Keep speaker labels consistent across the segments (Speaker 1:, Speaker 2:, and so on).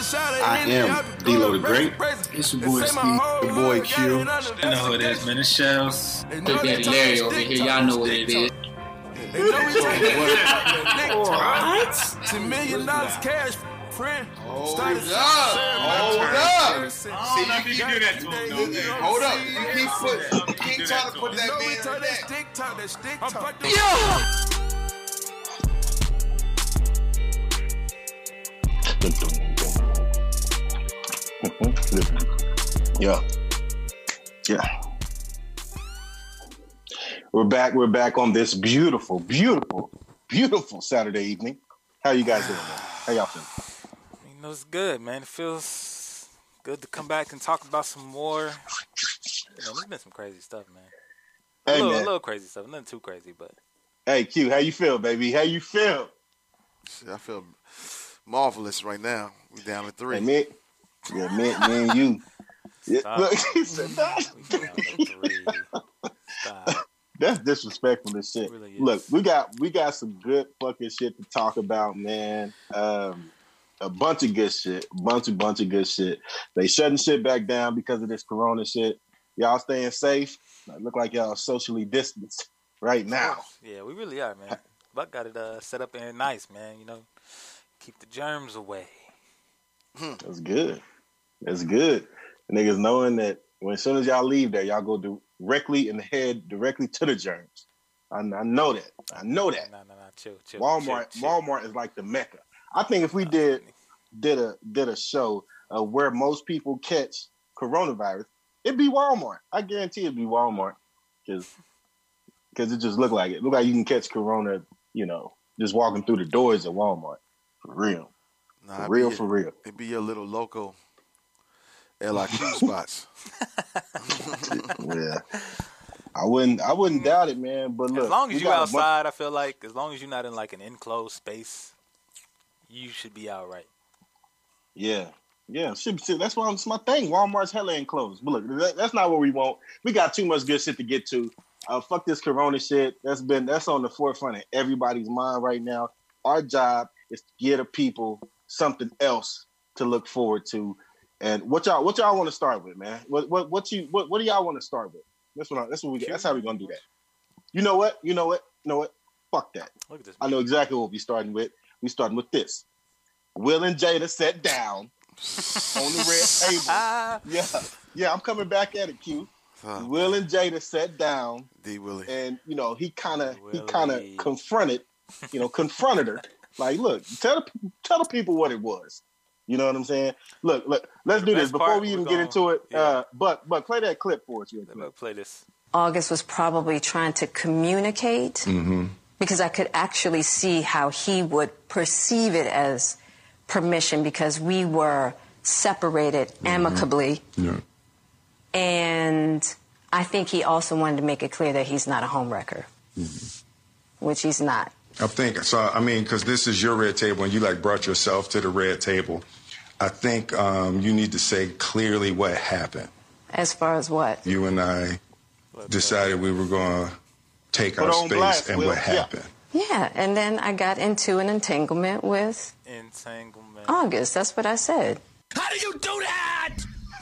Speaker 1: I am D-Lo the Great.
Speaker 2: It's your boy Steve.
Speaker 1: The boy Q.
Speaker 3: You know who it is, man. It's Shells.
Speaker 4: Big Daddy Larry over here. Y'all know what it is.
Speaker 1: What? Ten million dollars cash, friend.
Speaker 2: Hold
Speaker 1: Started
Speaker 2: up.
Speaker 1: sharing my
Speaker 2: Hold
Speaker 1: time.
Speaker 2: up. See,
Speaker 3: I don't know if
Speaker 2: you
Speaker 3: you
Speaker 2: keep-
Speaker 3: do that to him, though.
Speaker 2: Hey, Hold up. You keep putting, you keep trying to put that
Speaker 1: No, we
Speaker 2: man
Speaker 1: turn
Speaker 2: on
Speaker 1: that
Speaker 2: that.
Speaker 1: stick talk, that stick talk.
Speaker 5: Yeah. Yeah. We're back. We're back on this beautiful, beautiful, beautiful Saturday evening. How you guys doing? Man? How y'all feeling?
Speaker 6: You know, it's good, man. It feels good to come back and talk about some more. You know, there's been some crazy stuff, man. A
Speaker 5: Hey,
Speaker 6: little, a
Speaker 5: man.
Speaker 6: little crazy stuff, nothing too crazy, but
Speaker 5: Hey, Q, how you feel, baby? How you feel?
Speaker 2: Shit, I feel marvelous right now. We down to three.
Speaker 5: Hey, me, yeah, me, me and you. Yeah,
Speaker 6: Stop.
Speaker 5: look, he said, "Nah,
Speaker 6: we down to three. Stop.
Speaker 5: that's disrespectful to shit.
Speaker 6: It really is.
Speaker 5: Look, we got we got some good fucking shit to talk about, man. Um, a bunch of good shit, bunch of bunch of good shit. They shutting shit back down because of this Corona shit. Y'all staying safe. It look like y'all socially distanced right now.
Speaker 6: Yeah, we really are, man. Buck got it uh, set up in here nice, man. You know, keep the germs away.
Speaker 5: That's good. That's good. Niggas knowing that when as soon as y'all leave there, y'all go directly in the head, directly to the germs. I, I know that. I know that.
Speaker 6: Nah, nah, nah, chill, chill.
Speaker 5: Walmart
Speaker 6: chill, chill.
Speaker 5: Walmart is like the mecca. I think if we did did a did a show uh, where most people catch coronavirus, it'd be Walmart. I guarantee it'd be Walmart because because it just looked like it. Look like you can catch corona, you know, just walking through the doors at Walmart. For real,
Speaker 2: Nah,
Speaker 5: for
Speaker 2: it
Speaker 5: real,
Speaker 2: be,
Speaker 5: for real.
Speaker 2: It be your little local LIQ spots.
Speaker 5: yeah, I wouldn't I wouldn't doubt it, man. But look,
Speaker 6: as long
Speaker 5: we
Speaker 6: as you
Speaker 5: got a bunch-
Speaker 6: outside, I feel like as long as you're not in like an enclosed space, you should be all right.
Speaker 5: Yeah. Yeah, shit, shit, that's why it's my thing. Walmart's hella enclosed. But look, that, that's not what we want. We got too much good shit to get to. Uh, fuck this Corona shit. That's been that's on the forefront of everybody's mind right now. Our job is to give the people something else to look forward to. And what y'all what y'all want to start with, man? What what what you what, what do y'all want to start with? That's what I, that's what we that's how we gonna do that. You know what? You know what? You know what? Fuck that.
Speaker 6: Look at this.
Speaker 5: I know exactly what we're starting with. We're starting with this. Will and Jada sat down on the red table.
Speaker 6: Ah,
Speaker 5: Yeah, yeah, I'm coming back at it, Q.
Speaker 2: Huh.
Speaker 5: Will and Jada sat down,
Speaker 2: D Willie.
Speaker 5: and you know he kind of he kind of
Speaker 6: Willie.
Speaker 5: confronted, you know, confronted her. Like, look, tell the pe- tell the people what it was. You know what I'm saying? Look, look, let's
Speaker 6: The
Speaker 5: do this
Speaker 6: best
Speaker 5: before
Speaker 6: part,
Speaker 5: we
Speaker 6: we
Speaker 5: even get
Speaker 6: gonna-
Speaker 5: into it.
Speaker 6: yeah.
Speaker 5: Uh, but but play that clip for us, real
Speaker 6: let me
Speaker 5: quick.
Speaker 6: play this.
Speaker 7: August was probably trying to communicate because I could actually see how he would perceive it as permission because we were separated amicably. And I think he also wanted to make it clear that he's not a homewrecker, which he's not.
Speaker 8: I think so. I mean, because this is your red table, and you like brought yourself to the red table. I think um, you need to say clearly what happened.
Speaker 7: As far as what?
Speaker 8: You and I decided we were going to take
Speaker 5: Put
Speaker 8: our
Speaker 5: on
Speaker 8: space,
Speaker 5: blast,
Speaker 8: and
Speaker 5: Will.
Speaker 8: what
Speaker 5: Yeah.
Speaker 8: happened.
Speaker 7: Yeah. And then I got into an entanglement with
Speaker 6: Entanglement.
Speaker 7: August. That's what I said.
Speaker 9: How do you do that?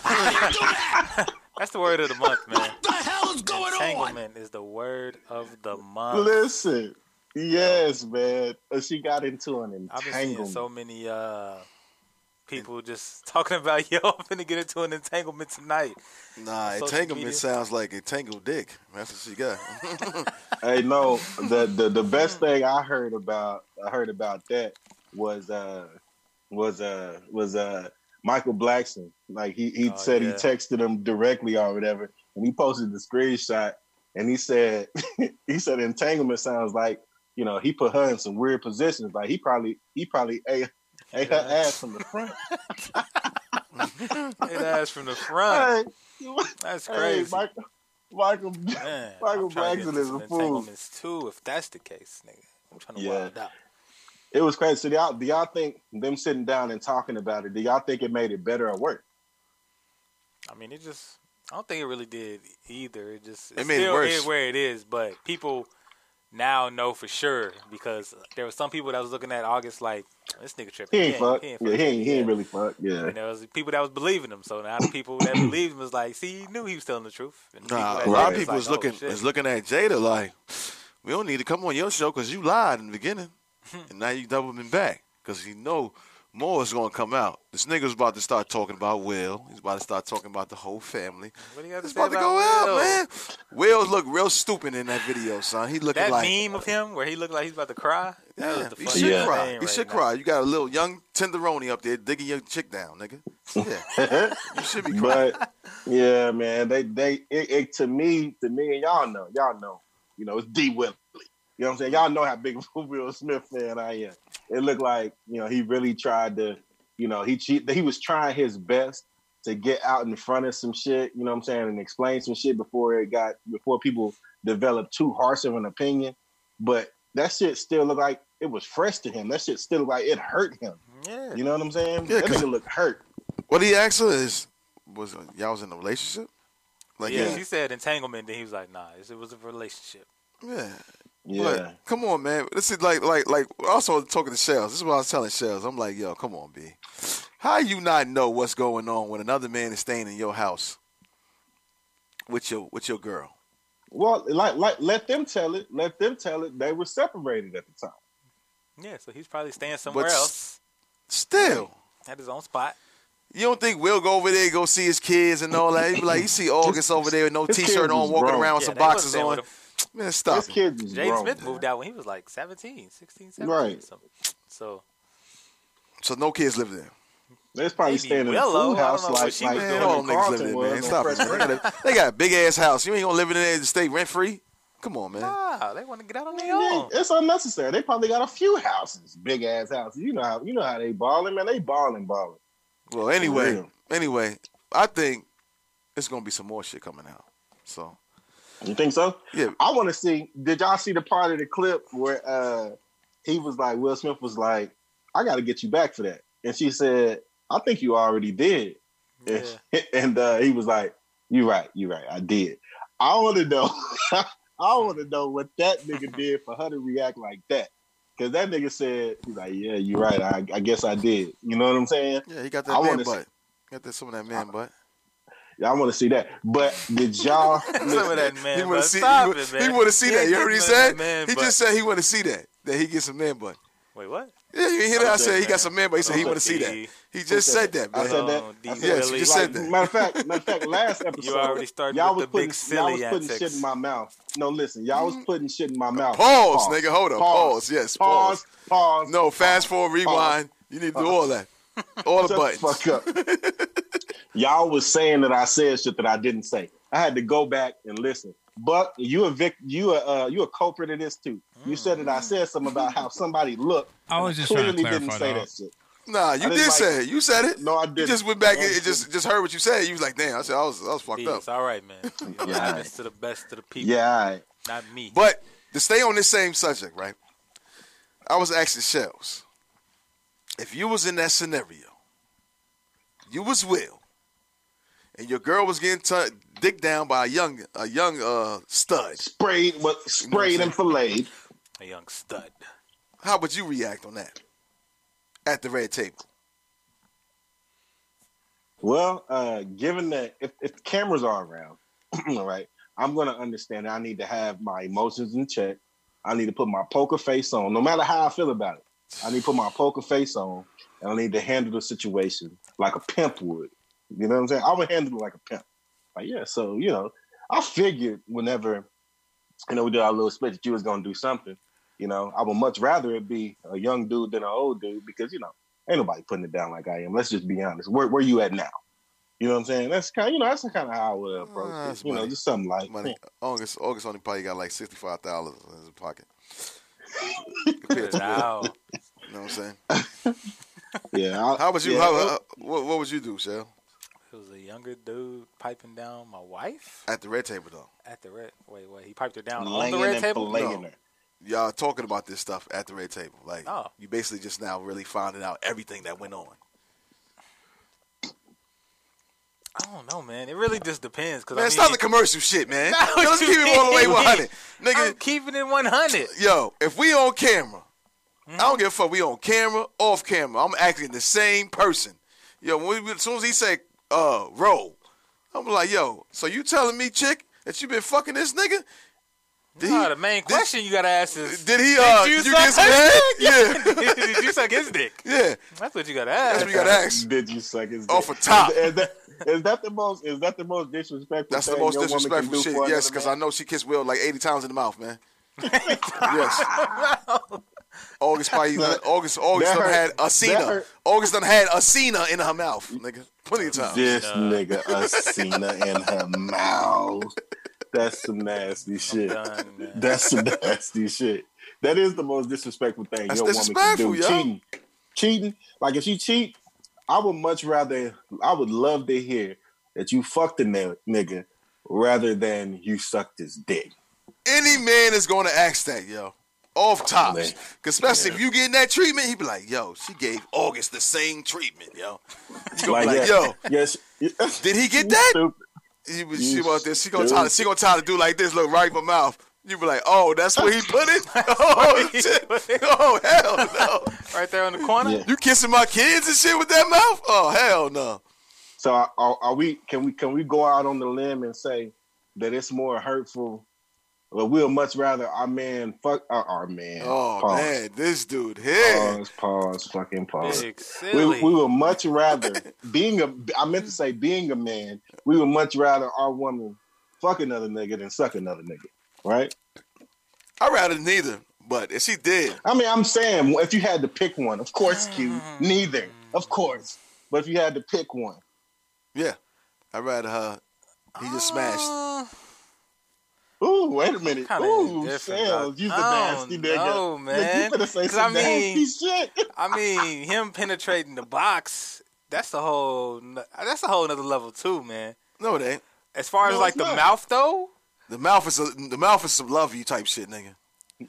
Speaker 9: How do you do that?
Speaker 6: That's the word of the month, man.
Speaker 9: the hell is going on?
Speaker 6: Entanglement is the word of the month.
Speaker 5: Listen, yes, man. Uh, She got into an
Speaker 6: I've been seeing
Speaker 5: entanglement.
Speaker 6: so many uh, people just talking about yo, I'm gonna get into an entanglement tonight.
Speaker 2: Nah,
Speaker 6: social
Speaker 2: entanglement
Speaker 6: media.
Speaker 2: sounds like entangled dick. That's what she got.
Speaker 5: Hey, no, the, the the best thing I heard about I heard about that was uh was uh was uh Michael Blackson. Like he he
Speaker 6: Oh,
Speaker 5: said he
Speaker 6: yeah.
Speaker 5: texted him directly or whatever, and he posted the screenshot and he said he said entanglement sounds like you know he put her in some weird positions. Like he probably he probably ate ate her ass from the front.
Speaker 6: It ass from the front.
Speaker 5: Hey,
Speaker 6: That's
Speaker 5: hey,
Speaker 6: crazy.
Speaker 5: Michael Michael
Speaker 6: man,
Speaker 5: Michael
Speaker 6: I'm trying to get
Speaker 5: Blackson
Speaker 6: into
Speaker 5: is
Speaker 6: some
Speaker 5: a fool.
Speaker 6: entanglements too, if that's the case, nigga. I'm trying to
Speaker 5: Yeah.
Speaker 6: wild out.
Speaker 5: It was crazy. So do y'all, do y'all think them sitting down and talking about it? Do y'all think it made it better or worse?
Speaker 6: I mean, it just. I don't think it really did either. It just. It,
Speaker 2: It made it
Speaker 6: still
Speaker 2: worse.
Speaker 6: is where it is, but people now know for sure because there were some people that was looking at August like this nigga tripping.
Speaker 5: He ain't fuck.
Speaker 6: He ain't
Speaker 5: yeah, he ain't, he ain't
Speaker 6: Yeah.
Speaker 5: really fuck. Yeah.
Speaker 6: And there was people that was believing him. So now the people that believed him was like, see, he knew he was telling the truth. And the
Speaker 2: Nah, a
Speaker 6: people that
Speaker 2: lot
Speaker 6: didn't
Speaker 2: of people
Speaker 6: like,
Speaker 2: is
Speaker 6: oh,
Speaker 2: looking
Speaker 6: shit.
Speaker 2: is looking at Jada like, we don't need to come on your show because you lied in the beginning,
Speaker 6: Hmm.
Speaker 2: and now you doubling back because you know more is gonna come out. This nigga's about to start talking about Will. He's about to start talking about the whole family.
Speaker 6: What do you have to
Speaker 2: It's
Speaker 6: say
Speaker 2: about to go
Speaker 6: about
Speaker 2: out,
Speaker 6: Will?
Speaker 2: man. Will look real stupid in that video, son. He looking
Speaker 6: That
Speaker 2: like
Speaker 6: meme of him where he looked like he's about to cry. That
Speaker 2: Damn,
Speaker 6: was the
Speaker 2: you
Speaker 6: funniest
Speaker 2: should
Speaker 5: Yeah.
Speaker 2: cry.
Speaker 6: thing
Speaker 2: You
Speaker 6: right
Speaker 2: should
Speaker 6: now.
Speaker 2: cry. You got a little young tenderoni up there digging your chick down, nigga. Yeah, you should be crying.
Speaker 5: But yeah, man, they they it, it to me to me and y'all know y'all know you know it's D Willie. You know what I'm saying? Y'all know how big of a Will Smith fan I am. It looked like you know he really tried to you know he che- he was trying his best to get out in front of some shit. You know what I'm saying and explain some shit before it got before people developed too harsh of an opinion. But that shit still looked like it was fresh to him. That shit still looked like it hurt him.
Speaker 6: Yeah.
Speaker 5: You know what I'm saying?
Speaker 2: Yeah,
Speaker 5: that
Speaker 2: 'cause-
Speaker 5: nigga looked hurt.
Speaker 2: What he asked her is, was uh, y'all was in a relationship? Like,
Speaker 6: yeah,
Speaker 2: yeah,
Speaker 6: she said entanglement. Then he was like, nah, it's- it was a relationship.
Speaker 2: yeah.
Speaker 5: Yeah.
Speaker 2: Like, come on, man. This is like, like, like. Also talking to Shells. This is what I was telling Shells. I'm like, yo, come on, B. How you not know what's going on when another man is staying in your house with your with your girl?
Speaker 5: Well, like, like, let them tell it. Let them tell it. They were separated at the time.
Speaker 6: Yeah, so he's probably staying somewhere
Speaker 2: s-
Speaker 6: else
Speaker 2: Still,
Speaker 6: at his own spot.
Speaker 2: you don't think Will go over there and go see his kids and all that? He be like, you see August over there with no
Speaker 5: his
Speaker 2: t-shirt
Speaker 5: kids
Speaker 2: on,
Speaker 5: is
Speaker 2: walking
Speaker 5: grown.
Speaker 2: around with
Speaker 6: Yeah,
Speaker 2: some
Speaker 6: they wasn't
Speaker 2: boxes
Speaker 6: staying
Speaker 2: on.
Speaker 6: with him.
Speaker 2: Man, stop.
Speaker 5: This kid is
Speaker 6: Jaden
Speaker 5: grown.
Speaker 6: Smith moved out when he was like 17, 16, 17.
Speaker 5: Right.
Speaker 6: So, so
Speaker 2: So no kids live there.
Speaker 5: That's probably
Speaker 6: Maybe
Speaker 5: staying in a
Speaker 6: Willow.
Speaker 5: pool
Speaker 6: I don't
Speaker 5: house
Speaker 6: know what
Speaker 5: like,
Speaker 6: she
Speaker 5: like
Speaker 6: was
Speaker 2: Man,
Speaker 6: doing.
Speaker 5: Jordan
Speaker 2: all them niggas live
Speaker 5: Carlton
Speaker 2: there,
Speaker 5: was
Speaker 2: man.
Speaker 5: on
Speaker 2: Stop it.
Speaker 5: Fresh
Speaker 2: man. They
Speaker 5: Prince.
Speaker 2: got, a, they got a big ass house. You ain't gonna live in there and stay rent free. Come on, man.
Speaker 6: ah, they want to get out on their
Speaker 5: Man,
Speaker 6: own.
Speaker 5: It's unnecessary. They probably got a few houses, big ass houses. You know how you know how they balling, man. They balling, balling.
Speaker 2: Well, anyway,
Speaker 5: real.
Speaker 2: anyway, I think it's gonna be some more shit coming out. So
Speaker 5: You think so?
Speaker 2: yeah,
Speaker 5: I want to see. Did y'all see the part of the clip where uh he was like, Will Smith was like, "I got to get you back for that," and she said, "I think you already did."
Speaker 6: Yeah.
Speaker 5: and uh, he was like, "You right, you right, I did." I want to know. I want to know what that nigga did for her to react like that, because that nigga said, "He's like, yeah, you right. I, I guess I did." You know what I'm saying?
Speaker 2: yeah, he got that
Speaker 5: I
Speaker 2: man
Speaker 5: wanna
Speaker 2: butt. Got that some of that man butt.
Speaker 5: I want to see that. But did y'all?
Speaker 6: Some of that man.
Speaker 2: He
Speaker 6: want to
Speaker 2: see.
Speaker 6: Stop
Speaker 2: he
Speaker 6: it,
Speaker 2: wa-
Speaker 6: man.
Speaker 2: he want to see
Speaker 6: He
Speaker 2: that.
Speaker 6: ain't
Speaker 2: You heard what he
Speaker 6: getting
Speaker 2: said?
Speaker 6: none of that man
Speaker 2: he
Speaker 6: butt.
Speaker 2: just said he want to see that. That he get some man butt.
Speaker 6: Wait, what?
Speaker 2: Yeah, you hear that? I
Speaker 5: said
Speaker 2: said he
Speaker 5: that?
Speaker 2: got some man butt. He said he
Speaker 6: Oh,
Speaker 2: want to see that.
Speaker 6: D.
Speaker 2: He just said
Speaker 5: said
Speaker 2: that,
Speaker 5: that? I
Speaker 2: man.
Speaker 5: said that.
Speaker 6: Oh, D.
Speaker 5: I
Speaker 2: said- Yes, you
Speaker 6: Willie.
Speaker 2: just said that.
Speaker 5: Matter of fact, matter of fact, last episode
Speaker 6: already started
Speaker 5: y'all
Speaker 6: with
Speaker 5: was
Speaker 6: the
Speaker 5: putting
Speaker 6: big
Speaker 5: y'all
Speaker 6: silly
Speaker 5: was putting shit
Speaker 6: antics.
Speaker 5: in my mouth. No, listen, y'all was putting shit in my mouth.
Speaker 2: Mm. Pause, nigga. Hold on. Pause. Yes.
Speaker 5: Pause.
Speaker 2: Pause.
Speaker 5: Pause.
Speaker 2: No, fast forward, rewind. You need to do all that. All Uh-uh. the
Speaker 5: Shut the
Speaker 2: buttons.
Speaker 5: fuck up. y'all was saying that I said shit that I didn't say. I had to go back and listen. But you a vic, you a uh, you a culprit of this too. You said that I said something about how somebody looked.
Speaker 10: Mm. I was
Speaker 5: and
Speaker 10: just trying to
Speaker 5: clearly didn't
Speaker 10: clarify
Speaker 5: say
Speaker 10: that.
Speaker 5: that shit.
Speaker 2: Nah, you
Speaker 5: didn't
Speaker 2: did
Speaker 5: like
Speaker 2: say it. You said it.
Speaker 5: No, I
Speaker 2: You
Speaker 5: didn't.
Speaker 2: just went back
Speaker 5: No,
Speaker 2: and
Speaker 5: I
Speaker 2: and just just heard what you said. You was like, damn, I said I was I was fucked
Speaker 6: D,
Speaker 2: up.
Speaker 6: It's all right, man. You know,
Speaker 5: Yeah.
Speaker 6: happens to the best of the people,
Speaker 5: Yeah, all right.
Speaker 6: not me.
Speaker 2: But to stay on this same subject, right? I was asking Shells, if you was in that scenario, you was Will, and your girl was getting t- dicked down by a young a young uh stud.
Speaker 5: sprayed, what sprayed and filleted.
Speaker 6: a young stud.
Speaker 2: How would you react on that at the red table?
Speaker 5: Well, uh, given that if, if the cameras are around, all right, I'm going to understand that I need to have my emotions in check. I need to put my poker face on, no matter how I feel about it. I need to put my poker face on, and I need to handle the situation like a pimp would. You know what I'm saying? I would handle it like a pimp. Like, yeah, so, you know, I figured whenever, you know, we did our little split that you was going to do something. You know, I would much rather it be a young dude than an old dude because, you know, ain't nobody putting it down like I am. Let's just be honest. Where where you at now? You know what I'm saying? That's kind, you know, that's kind of how I would approach
Speaker 2: Ah,
Speaker 5: it.
Speaker 2: that's
Speaker 5: You know,
Speaker 2: money.
Speaker 5: just something like
Speaker 2: Money. August August only probably got like sixty five thousand in his pocket. Compared to Will,
Speaker 6: Wow.
Speaker 2: you know what I'm saying?
Speaker 5: yeah. I,
Speaker 2: How would you?
Speaker 5: yeah,
Speaker 2: how, how- what, what would you do, Shell?
Speaker 6: It was a younger dude piping down my wife
Speaker 2: At the red table, though,
Speaker 6: at the red. Wait, wait. He piped her down on the
Speaker 5: Langing
Speaker 6: red
Speaker 5: and
Speaker 6: table.
Speaker 5: filleting
Speaker 2: No.
Speaker 5: her.
Speaker 2: y'all talking about this stuff at the red table. Like
Speaker 6: Oh.
Speaker 2: you basically just now really finding out everything that went on.
Speaker 6: I don't don't know, man. It really just depends. Cause
Speaker 2: Man,
Speaker 6: I mean,
Speaker 2: stop the commercial shit, man.
Speaker 6: Not what
Speaker 2: Let's
Speaker 6: you
Speaker 2: keep it all the way
Speaker 6: mean.
Speaker 2: 100.
Speaker 6: I'm
Speaker 2: Nigga,
Speaker 6: keeping it 100.
Speaker 2: yo, if we on camera,
Speaker 6: Hmm?
Speaker 2: I don't give a fuck. We on camera, off camera. I'm acting the same person. Yo, when we, as soon as he say uh, roll, I'm like, yo, so you telling me, chick, that you been fucking this nigga? Did
Speaker 6: Nah, the main question you gotta ask is:
Speaker 2: Did he, uh,
Speaker 6: you
Speaker 2: did you
Speaker 6: suck
Speaker 2: get some head? Yeah,
Speaker 6: Did you suck his dick?
Speaker 2: yeah.
Speaker 6: That's what you gotta ask.
Speaker 2: That's what you gotta ask.
Speaker 5: Did you suck his dick?
Speaker 2: Off the top.
Speaker 5: Is that, is that the most? Is that the most disrespectful?
Speaker 2: That's the
Speaker 5: thing
Speaker 2: most
Speaker 5: your woman can
Speaker 2: disrespectful
Speaker 5: do
Speaker 2: shit.
Speaker 5: for
Speaker 2: Yes,
Speaker 5: another
Speaker 2: because I
Speaker 5: man?
Speaker 2: know she kissed Will like 80 times in the mouth, man. yes. August probably done, August August
Speaker 5: That
Speaker 2: done had
Speaker 5: hurt.
Speaker 2: a
Speaker 5: That
Speaker 2: Cena.
Speaker 5: hurt.
Speaker 2: August done had a Cena in her mouth, nigga. Plenty of times.
Speaker 5: this nigga a Cena in her mouth. That's some nasty shit.
Speaker 6: done, man.
Speaker 5: That's some nasty shit. That is the most disrespectful thing
Speaker 2: That's
Speaker 5: your
Speaker 2: disrespectful,
Speaker 5: woman
Speaker 2: yo.
Speaker 5: can do. Cheating, cheating. Like if you cheat, I would much rather. I would love to hear that you fucked a na- nigga rather than you sucked his dick.
Speaker 2: Any man is gonna ask that, yo. Off tops.
Speaker 5: Man.
Speaker 2: 'Cause Especially if you getting that treatment, he be like, yo, she gave August the same treatment, yo. You gonna be like, yo,
Speaker 5: yes.
Speaker 2: did he get that?
Speaker 5: Stupid.
Speaker 2: He was,
Speaker 5: You
Speaker 2: she was this. She gonna try to. She gonna try to do like this. Look right in my mouth. You be like, oh, that's where he put it. Oh shit. Oh hell no.
Speaker 6: Right there in the corner.
Speaker 5: Yeah.
Speaker 2: You kissing my kids and shit with that mouth? Oh hell no.
Speaker 5: So are, are, are we? Can we? Can we go out on the limb and say that it's more hurtful? Well, we'll much rather our man fuck uh, our man.
Speaker 2: Oh
Speaker 5: Pause.
Speaker 2: man, this dude here.
Speaker 5: Pause. Pause. Fucking pause.
Speaker 6: Big
Speaker 5: we,
Speaker 6: silly.
Speaker 5: we would much rather being a I meant to say being a man, we would much rather our woman fuck another nigga than suck another nigga. Right?
Speaker 2: I'd rather neither. But if she did,
Speaker 5: I mean I'm saying if you had to pick one, of course Q,
Speaker 6: Mm.
Speaker 5: neither. Of course. But if you had to pick one,
Speaker 2: yeah, I'd rather her. He just smashed.
Speaker 5: Oh.
Speaker 6: Uh,
Speaker 5: Ooh, wait a minute.
Speaker 6: Kinda
Speaker 5: Ooh,
Speaker 6: indifferent,
Speaker 5: sales.
Speaker 6: but
Speaker 5: You's a
Speaker 6: I
Speaker 5: nasty
Speaker 6: don't
Speaker 5: nigga.
Speaker 6: know, man.
Speaker 5: Look, you better say
Speaker 6: 'Cause
Speaker 5: some
Speaker 6: I mean-
Speaker 5: nasty shit.
Speaker 6: I mean, him penetrating the box. That's a whole. n- That's a whole nother level too, man.
Speaker 2: No, it ain't.
Speaker 6: As far as
Speaker 5: No,
Speaker 6: like
Speaker 5: it's
Speaker 6: the
Speaker 5: not.
Speaker 6: mouth though,
Speaker 2: The mouth is a, the mouth is some love you type shit, nigga.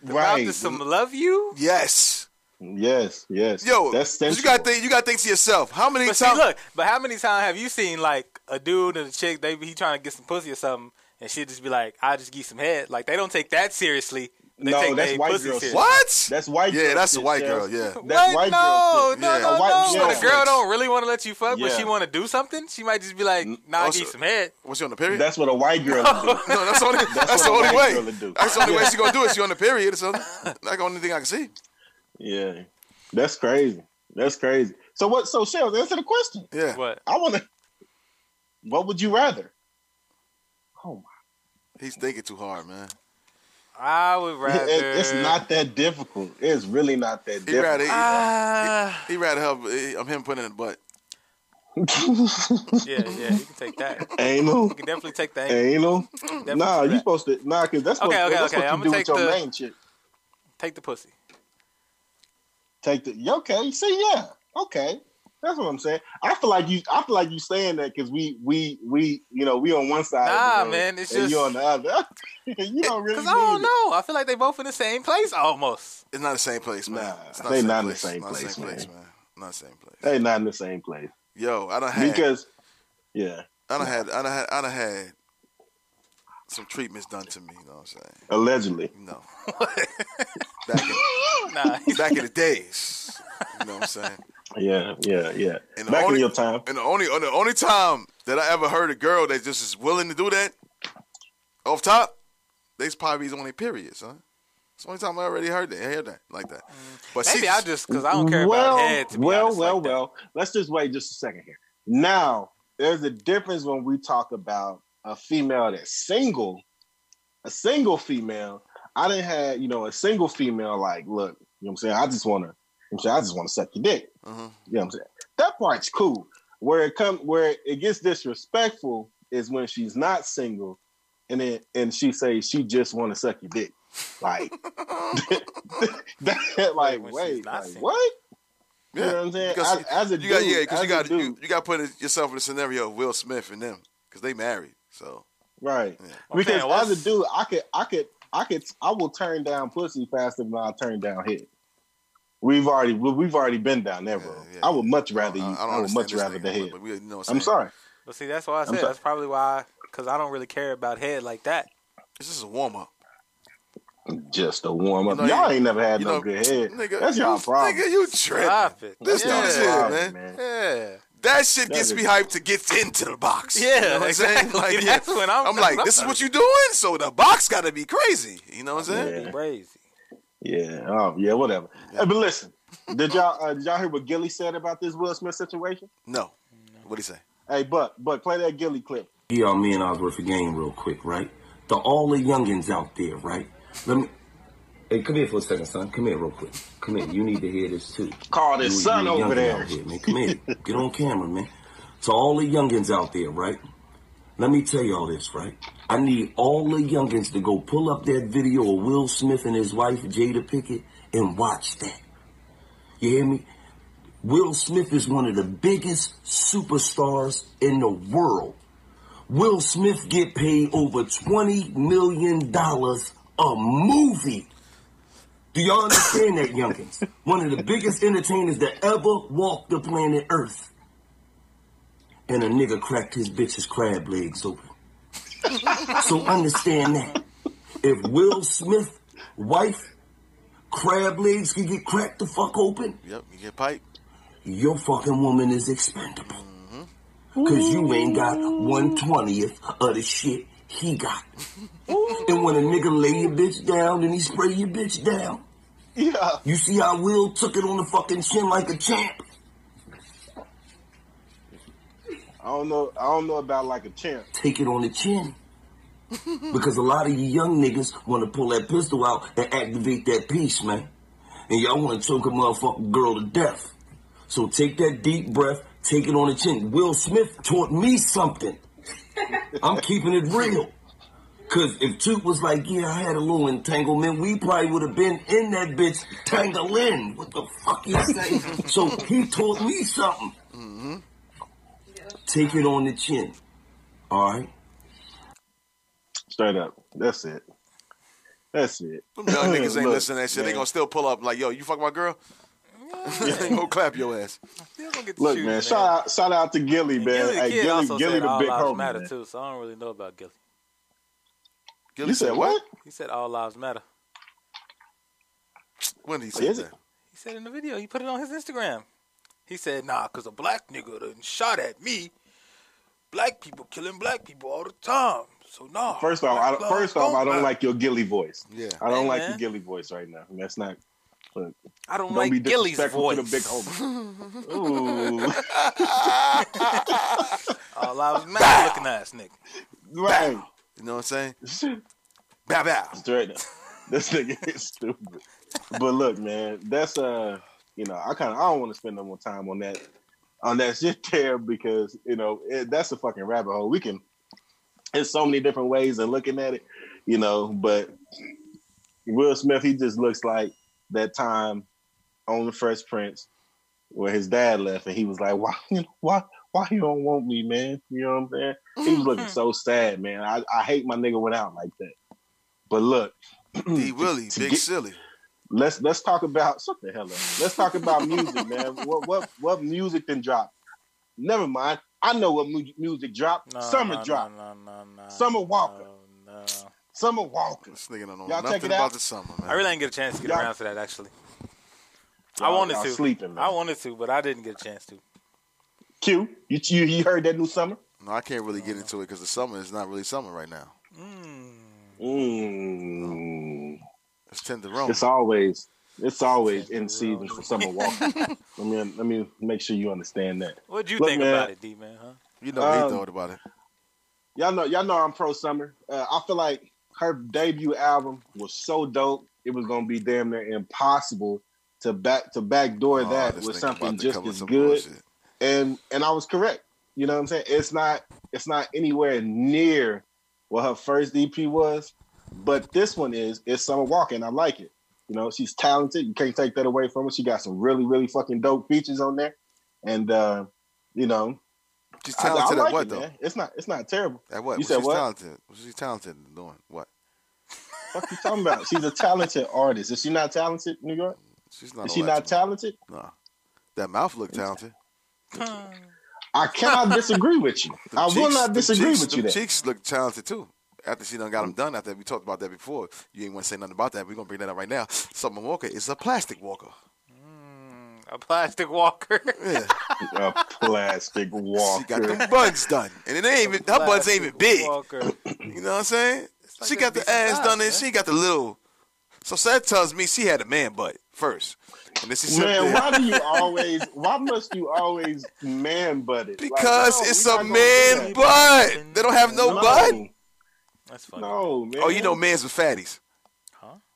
Speaker 6: mouth is some love you.
Speaker 2: Yes.
Speaker 5: Yes, yes.
Speaker 2: Yo,
Speaker 5: that's
Speaker 2: 'cause you
Speaker 5: sensual.
Speaker 2: gotta think. You gotta think to yourself. How many
Speaker 6: But
Speaker 2: times?
Speaker 6: see, look, but how many times have you seen like a dude and a chick? They he trying to get some pussy or something, and she just be like, "I just get some head." Like they don't take that seriously. They
Speaker 5: No,
Speaker 6: take
Speaker 5: that's
Speaker 6: they
Speaker 5: white
Speaker 6: pussy
Speaker 5: girl
Speaker 6: serious.
Speaker 5: shit.
Speaker 2: What?
Speaker 5: That's white
Speaker 2: Yeah,
Speaker 5: girl
Speaker 2: that's a
Speaker 5: shit,
Speaker 2: white girl.
Speaker 5: sales.
Speaker 2: Yeah.
Speaker 5: That's
Speaker 6: What?
Speaker 5: white
Speaker 6: no,
Speaker 5: girl shit.
Speaker 6: no,
Speaker 2: Yeah.
Speaker 6: no,
Speaker 5: A white
Speaker 6: no. When a
Speaker 5: girl.
Speaker 6: girl don't really want to let you fuck, but
Speaker 5: Yeah.
Speaker 6: she want to do something, she might just be like, "Nah,
Speaker 2: Also-
Speaker 6: I get some head."
Speaker 2: Was she on the period?
Speaker 5: That's what a white girl would do.
Speaker 2: no, that's the only. That's, the
Speaker 5: what a
Speaker 2: only
Speaker 5: white girl would
Speaker 2: way.
Speaker 5: do.
Speaker 2: That's the only way she gonna do it. She on the period or something. That's the only thing I can see.
Speaker 5: Yeah, that's crazy. That's crazy. So what? So Shells, answer the question.
Speaker 2: Yeah.
Speaker 6: What?
Speaker 5: I want to. What would you rather? Oh my!
Speaker 2: He's thinking too hard, man.
Speaker 6: I would rather.
Speaker 5: It- it's not that difficult. It's really not that
Speaker 2: He rather
Speaker 5: difficult.
Speaker 2: he,
Speaker 6: Ah.
Speaker 2: he rather help. I'm him putting in the butt.
Speaker 6: yeah, yeah, you can take that. You
Speaker 5: Anal,
Speaker 6: can definitely take that.
Speaker 5: anal. Nah,
Speaker 6: do
Speaker 5: you
Speaker 6: that.
Speaker 5: supposed to. Nah, because that's what,
Speaker 6: Okay, okay,
Speaker 5: that's
Speaker 6: okay,
Speaker 5: what
Speaker 6: I'ma
Speaker 5: you do
Speaker 6: take
Speaker 5: with your
Speaker 6: the-
Speaker 5: main chick.
Speaker 6: Take the pussy.
Speaker 5: Take the. yeah, Okay, see, yeah, okay. That's what I'm saying. I feel like you. I feel like you saying that because we, we, we, you know, we on one side. of the
Speaker 6: Nah,
Speaker 5: road
Speaker 6: man, it's
Speaker 5: and
Speaker 6: just-
Speaker 5: you on the other. you don't really.
Speaker 6: Cause I don't
Speaker 5: need it.
Speaker 6: know. I feel like they both in the same place almost.
Speaker 2: It's not the same place, man.
Speaker 5: Nah,
Speaker 2: It's
Speaker 5: they not in the same
Speaker 2: Not
Speaker 5: place, man.
Speaker 2: Not the same place.
Speaker 5: They not in the same place
Speaker 2: Yo, I done had.
Speaker 5: because, yeah,
Speaker 2: I done had. I done had. I done had. Some treatments done to me. You know what I'm saying?
Speaker 5: allegedly.
Speaker 2: No. back,
Speaker 6: Nah,
Speaker 2: in, back in the days. You know what I'm saying?
Speaker 5: Yeah, yeah, yeah.
Speaker 2: And the
Speaker 5: Back
Speaker 2: only-
Speaker 5: in your time,
Speaker 2: And the only and the only time that I ever heard a girl that just is willing to do that off top, they's probably on their period, son. It's the only time I already heard that, heard that like that. But she,
Speaker 6: maybe I just cause I don't care
Speaker 5: well,
Speaker 6: about head. To be
Speaker 5: well,
Speaker 6: honest,
Speaker 5: well,
Speaker 6: like that.
Speaker 5: well. Let's just wait just a second here. Now, there's a difference when we talk about a female that's single, a single female. I didn't have, you know, a single female like, look, you know what I'm saying? I just want to, I'm saying, I just want to suck your dick.
Speaker 2: Mhm.
Speaker 5: You know what I'm saying? That part's cool. Where it come, where it gets disrespectful is when she's not single, and then and she says she just want to suck your dick, like,
Speaker 2: uh-huh.
Speaker 5: that, like,
Speaker 6: When she's
Speaker 5: wait,
Speaker 6: not
Speaker 5: like,
Speaker 6: single.
Speaker 5: what?
Speaker 2: yeah,
Speaker 5: You know what I'm saying?
Speaker 2: Because
Speaker 5: As, as a
Speaker 2: you got
Speaker 5: dude,
Speaker 2: yeah, because
Speaker 5: as
Speaker 2: you
Speaker 5: a
Speaker 2: got
Speaker 5: dude,
Speaker 2: you, you got to put yourself in the scenario of Will Smith and them because they married. So
Speaker 5: right?
Speaker 2: yeah.
Speaker 5: Because
Speaker 6: saying,
Speaker 5: as
Speaker 6: what's-
Speaker 5: a dude, I could, I could, I could, I will turn down pussy faster than I turn down head. We've already, we- we've already been down that road.
Speaker 2: Yeah, yeah.
Speaker 5: I would much rather you.
Speaker 2: I, I
Speaker 5: I,
Speaker 2: don't
Speaker 5: would
Speaker 2: understand
Speaker 5: much
Speaker 2: this
Speaker 5: rather
Speaker 2: nigga,
Speaker 5: the
Speaker 2: but-
Speaker 5: head.
Speaker 2: But we, you know what
Speaker 5: I'm
Speaker 2: saying?
Speaker 5: sorry.
Speaker 6: But see, that's why I said
Speaker 5: sorry.
Speaker 6: that's probably why because I don't really care about head like that.
Speaker 2: This is a warm up.
Speaker 5: Just a warm up.
Speaker 2: You know,
Speaker 5: y'all
Speaker 2: you-
Speaker 5: ain't never had
Speaker 2: you
Speaker 5: no
Speaker 2: know,
Speaker 5: good head.
Speaker 2: Nigga,
Speaker 5: That's y'all
Speaker 2: you-
Speaker 5: problem.
Speaker 2: Nigga, you tripping.
Speaker 6: Stop it.
Speaker 2: This
Speaker 5: Yeah.
Speaker 2: dude shit,
Speaker 5: Wow,
Speaker 2: man.
Speaker 5: man.
Speaker 6: Yeah.
Speaker 2: That shit gets
Speaker 5: That
Speaker 2: me
Speaker 5: is-
Speaker 2: hyped to get into the box.
Speaker 6: Yeah,
Speaker 2: what I'm saying?
Speaker 6: exactly. That's when I'm- that's
Speaker 2: like,
Speaker 6: what I'm
Speaker 2: this is what you doing, so the box got to be crazy. You know what I'm saying?
Speaker 5: Yeah.
Speaker 6: Crazy.
Speaker 5: Yeah. Oh, yeah. Whatever. Hey, but listen, did y'all uh, did y'all hear what Gilly said about this Will Smith situation?
Speaker 2: No. What do you say?
Speaker 5: Hey, but but play that Gilly clip.
Speaker 10: You all me and Osworth a game real quick, right? To all the youngins out there, right? Let me. Hey, come here for a second, son. Come here real quick. Come here. You need to hear this too.
Speaker 5: Call this
Speaker 10: You-
Speaker 5: son
Speaker 10: you a
Speaker 5: over
Speaker 10: youngin
Speaker 5: there.
Speaker 10: out here, man. Come here. Get on camera, man. To all the youngins out there, right? Let me tell y'all this, right? I need all the youngins to go pull up that video of Will Smith and his wife Jada Pickett and watch that. You hear me? Will Smith is one of the biggest superstars in the world. Will Smith get paid over twenty million dollars a movie. Do y'all understand that, youngins? One of the biggest entertainers that ever walked the planet Earth. And a nigga cracked his bitch's crab legs open. so understand that. If Will Smith, wife, crab legs can get cracked the fuch open,
Speaker 2: Yep, you get pipe.
Speaker 10: your fucking woman is expendable. Cause you ain't got one twentieth of the shit he got. and when a nigga lay your bitch down and he spray your bitch down,
Speaker 5: Yeah.
Speaker 10: you see how Will took it on the fucking chin like a champ?
Speaker 5: I don't know. I don't know about like a champ.
Speaker 10: Take it on the chin. because a lot of you young niggas want to pull that pistol out and activate that piece, man. And y'all want to choke a motherfucking girl to death. So take that deep breath, take it on the chin. Will Smith taught me something. I'm keeping it real. Cause if Toot was like, yeah, I had a little entanglement, we probably would have been in that bitch tangled in. What the fuck you say? so he taught me something. Take it on the chin. All right.
Speaker 5: Straight up. That's it. That's it.
Speaker 2: Them young niggas ain't
Speaker 5: Look,
Speaker 2: listening to that shit. They
Speaker 5: man.
Speaker 2: gonna still pull up like, yo, you fuck my girl? they gonna clap your ass.
Speaker 6: Still gonna get the
Speaker 5: Look,
Speaker 6: shooting,
Speaker 5: man, Shout out, shout out to Gilly, man.
Speaker 6: Gilly, the
Speaker 5: hey,
Speaker 6: kid
Speaker 5: Gilly,
Speaker 6: also
Speaker 5: Gilly,
Speaker 6: said
Speaker 5: the
Speaker 6: all
Speaker 5: big
Speaker 6: lives
Speaker 5: homie.
Speaker 6: matter
Speaker 5: man.
Speaker 6: too, so I don't really know about Gilly.
Speaker 2: Gilly
Speaker 5: You said what?
Speaker 6: He said all lives matter.
Speaker 2: When did he say
Speaker 5: Oh, Is it?
Speaker 2: that?
Speaker 6: He said in the video, he put it on his Instagram. He said, nah, because a black nigga done shot at me. Black people killing black people all the time. So, nah.
Speaker 5: First off, I,
Speaker 6: black
Speaker 5: first
Speaker 6: lives
Speaker 5: off, I don't
Speaker 6: matter.
Speaker 5: like your Gilly voice.
Speaker 2: Yeah.
Speaker 5: I don't
Speaker 6: Hey,
Speaker 5: like
Speaker 6: man.
Speaker 5: your Gilly voice right now. That's not. Look,
Speaker 6: I don't,
Speaker 5: don't be
Speaker 6: like Gilly's
Speaker 5: disrespectful
Speaker 6: voice.
Speaker 5: to the big homie. Ooh,
Speaker 6: All I was mad looking ass nigga.
Speaker 5: right,
Speaker 2: You know what I'm saying? Bow bow.
Speaker 5: straight up. This nigga is stupid. But look, man, that's uh, you know, I kind of I don't want to spend no more time on that on that shit there because you know it, that's a fucking rabbit hole. We can there's so many different ways of looking at it, you know. But Will Smith, he just looks like that time on the Fresh Prince where his dad left, and he was like, "Why, you know, why, why you don't want me, man?" You know what I'm saying? He was looking so sad, man. I, I hate my nigga went out like that. But look, Mm.
Speaker 2: D Willie,
Speaker 5: to
Speaker 2: big
Speaker 5: get-
Speaker 2: silly.
Speaker 5: let's let's talk about shut the hell up. Let's talk about music, man. What what what music then dropped? Never mind. I know what mu- music dropped.
Speaker 6: No,
Speaker 5: Summer
Speaker 6: no,
Speaker 5: dropped.
Speaker 6: No, no, no, no,
Speaker 5: Summer Walker.
Speaker 6: No, no.
Speaker 5: Summer Walker.
Speaker 2: This nigga don't know
Speaker 5: Y'all check
Speaker 2: nothing
Speaker 5: it
Speaker 2: about
Speaker 5: out?
Speaker 2: the summer, man.
Speaker 6: I really didn't get a chance to get
Speaker 5: Y'all-
Speaker 6: around to that, actually. I
Speaker 5: Y'all-
Speaker 6: wanted
Speaker 5: y'all
Speaker 6: to.
Speaker 5: sleeping, man.
Speaker 6: I wanted to, but I didn't get a chance to.
Speaker 5: Q, you you, you heard that new summer?
Speaker 2: no, I can't really
Speaker 5: Uh.
Speaker 2: get into it because the summer is not really summer right now.
Speaker 6: Hmm.
Speaker 5: Mm.
Speaker 2: It's tenderoni.
Speaker 5: It's always it's always in season for Summer Walker. let me let me make sure you understand that.
Speaker 6: What'd you
Speaker 5: Look,
Speaker 6: think
Speaker 5: man.
Speaker 6: about it, D man? Huh?
Speaker 2: you know
Speaker 5: um,
Speaker 2: he thought about it.
Speaker 5: Y'all know y'all know I'm pro Summer. Uh, I feel like her debut album was so dope. It was gonna be damn near impossible to back to backdoor
Speaker 2: Oh,
Speaker 5: that
Speaker 2: this
Speaker 5: with
Speaker 2: nigga
Speaker 5: something
Speaker 2: about to
Speaker 5: just
Speaker 2: come with
Speaker 5: as
Speaker 2: some
Speaker 5: good.
Speaker 2: bullshit.
Speaker 5: and and I was correct. You know what I'm saying? It's not it's not anywhere near what her first EP was, but this one is it's Summer Walker, and I like it. You know, she's talented. You can't take that away from her. She got some really really fucking dope features on there, and uh, you know,
Speaker 2: She's
Speaker 5: I, I
Speaker 2: talented
Speaker 5: like
Speaker 2: at what
Speaker 5: it,
Speaker 2: though?
Speaker 5: man. It's not it's not terrible.
Speaker 2: At what?
Speaker 5: You
Speaker 2: What
Speaker 5: said
Speaker 2: she's
Speaker 5: what?
Speaker 2: talented. What she's talented in doing? What?
Speaker 5: What you talking about? She's a talented artist. Is she not talented, New York?
Speaker 2: She's not.
Speaker 5: Is
Speaker 2: all
Speaker 5: she
Speaker 2: that
Speaker 5: not
Speaker 2: to me.
Speaker 5: talented?
Speaker 2: Nah. That mouth looked talented.
Speaker 5: I I cannot disagree with you.
Speaker 2: Them
Speaker 5: I will
Speaker 2: cheeks-
Speaker 5: not
Speaker 2: them
Speaker 5: disagree
Speaker 2: cheeks-
Speaker 5: with you.
Speaker 2: them
Speaker 5: Mm. There.
Speaker 2: Cheeks look talented too. After she done got them done, after we talked about that before, you ain't want to say nothing about that. We're gonna bring that up right now. Summer Walker is a plastic walker.
Speaker 6: A plastic walker.
Speaker 2: Yeah.
Speaker 5: a plastic walker.
Speaker 2: She got them buns done, and it ain't even her buns ain't even big. You know what I'm saying? she got the ass done, and she got the little. So that tells me she had a man butt first, and this is
Speaker 5: Man, why do you always? Why must you always man butt it? Like,
Speaker 2: Because
Speaker 5: no,
Speaker 2: it's
Speaker 5: we
Speaker 2: a
Speaker 5: not gonna
Speaker 2: man
Speaker 5: do
Speaker 2: butt. They don't have no,
Speaker 5: No.
Speaker 2: butt.
Speaker 6: That's
Speaker 5: that. No, man.
Speaker 2: Oh, you know, man's with fatties.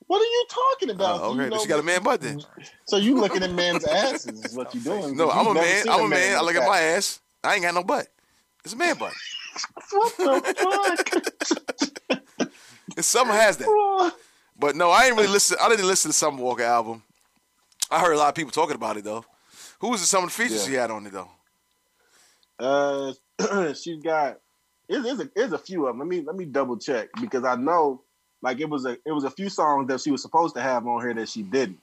Speaker 5: What are you talking about?
Speaker 2: Uh,
Speaker 5: You
Speaker 2: okay,
Speaker 5: know-
Speaker 2: she got a man butt then.
Speaker 5: So you looking at men's asses is what you doing?
Speaker 2: No,
Speaker 5: because
Speaker 2: I'm a
Speaker 5: you've never
Speaker 2: man.
Speaker 5: seen
Speaker 2: I'm a man. I
Speaker 5: with
Speaker 2: look at my
Speaker 5: that.
Speaker 2: ass. I ain't got no butt. It's a man butt.
Speaker 5: What the fuck?
Speaker 2: And Summer has that. But no, I ain't really listen. I didn't listen to Summer Walker album. I heard a lot of people talking about it though. Who was the some of the features
Speaker 5: Yeah.
Speaker 2: she had on it though?
Speaker 5: Uh, she's got it- it's a, it's a few of them. Let me let me double check because I know like it was a it was a few songs that she was supposed to have on here that she didn't,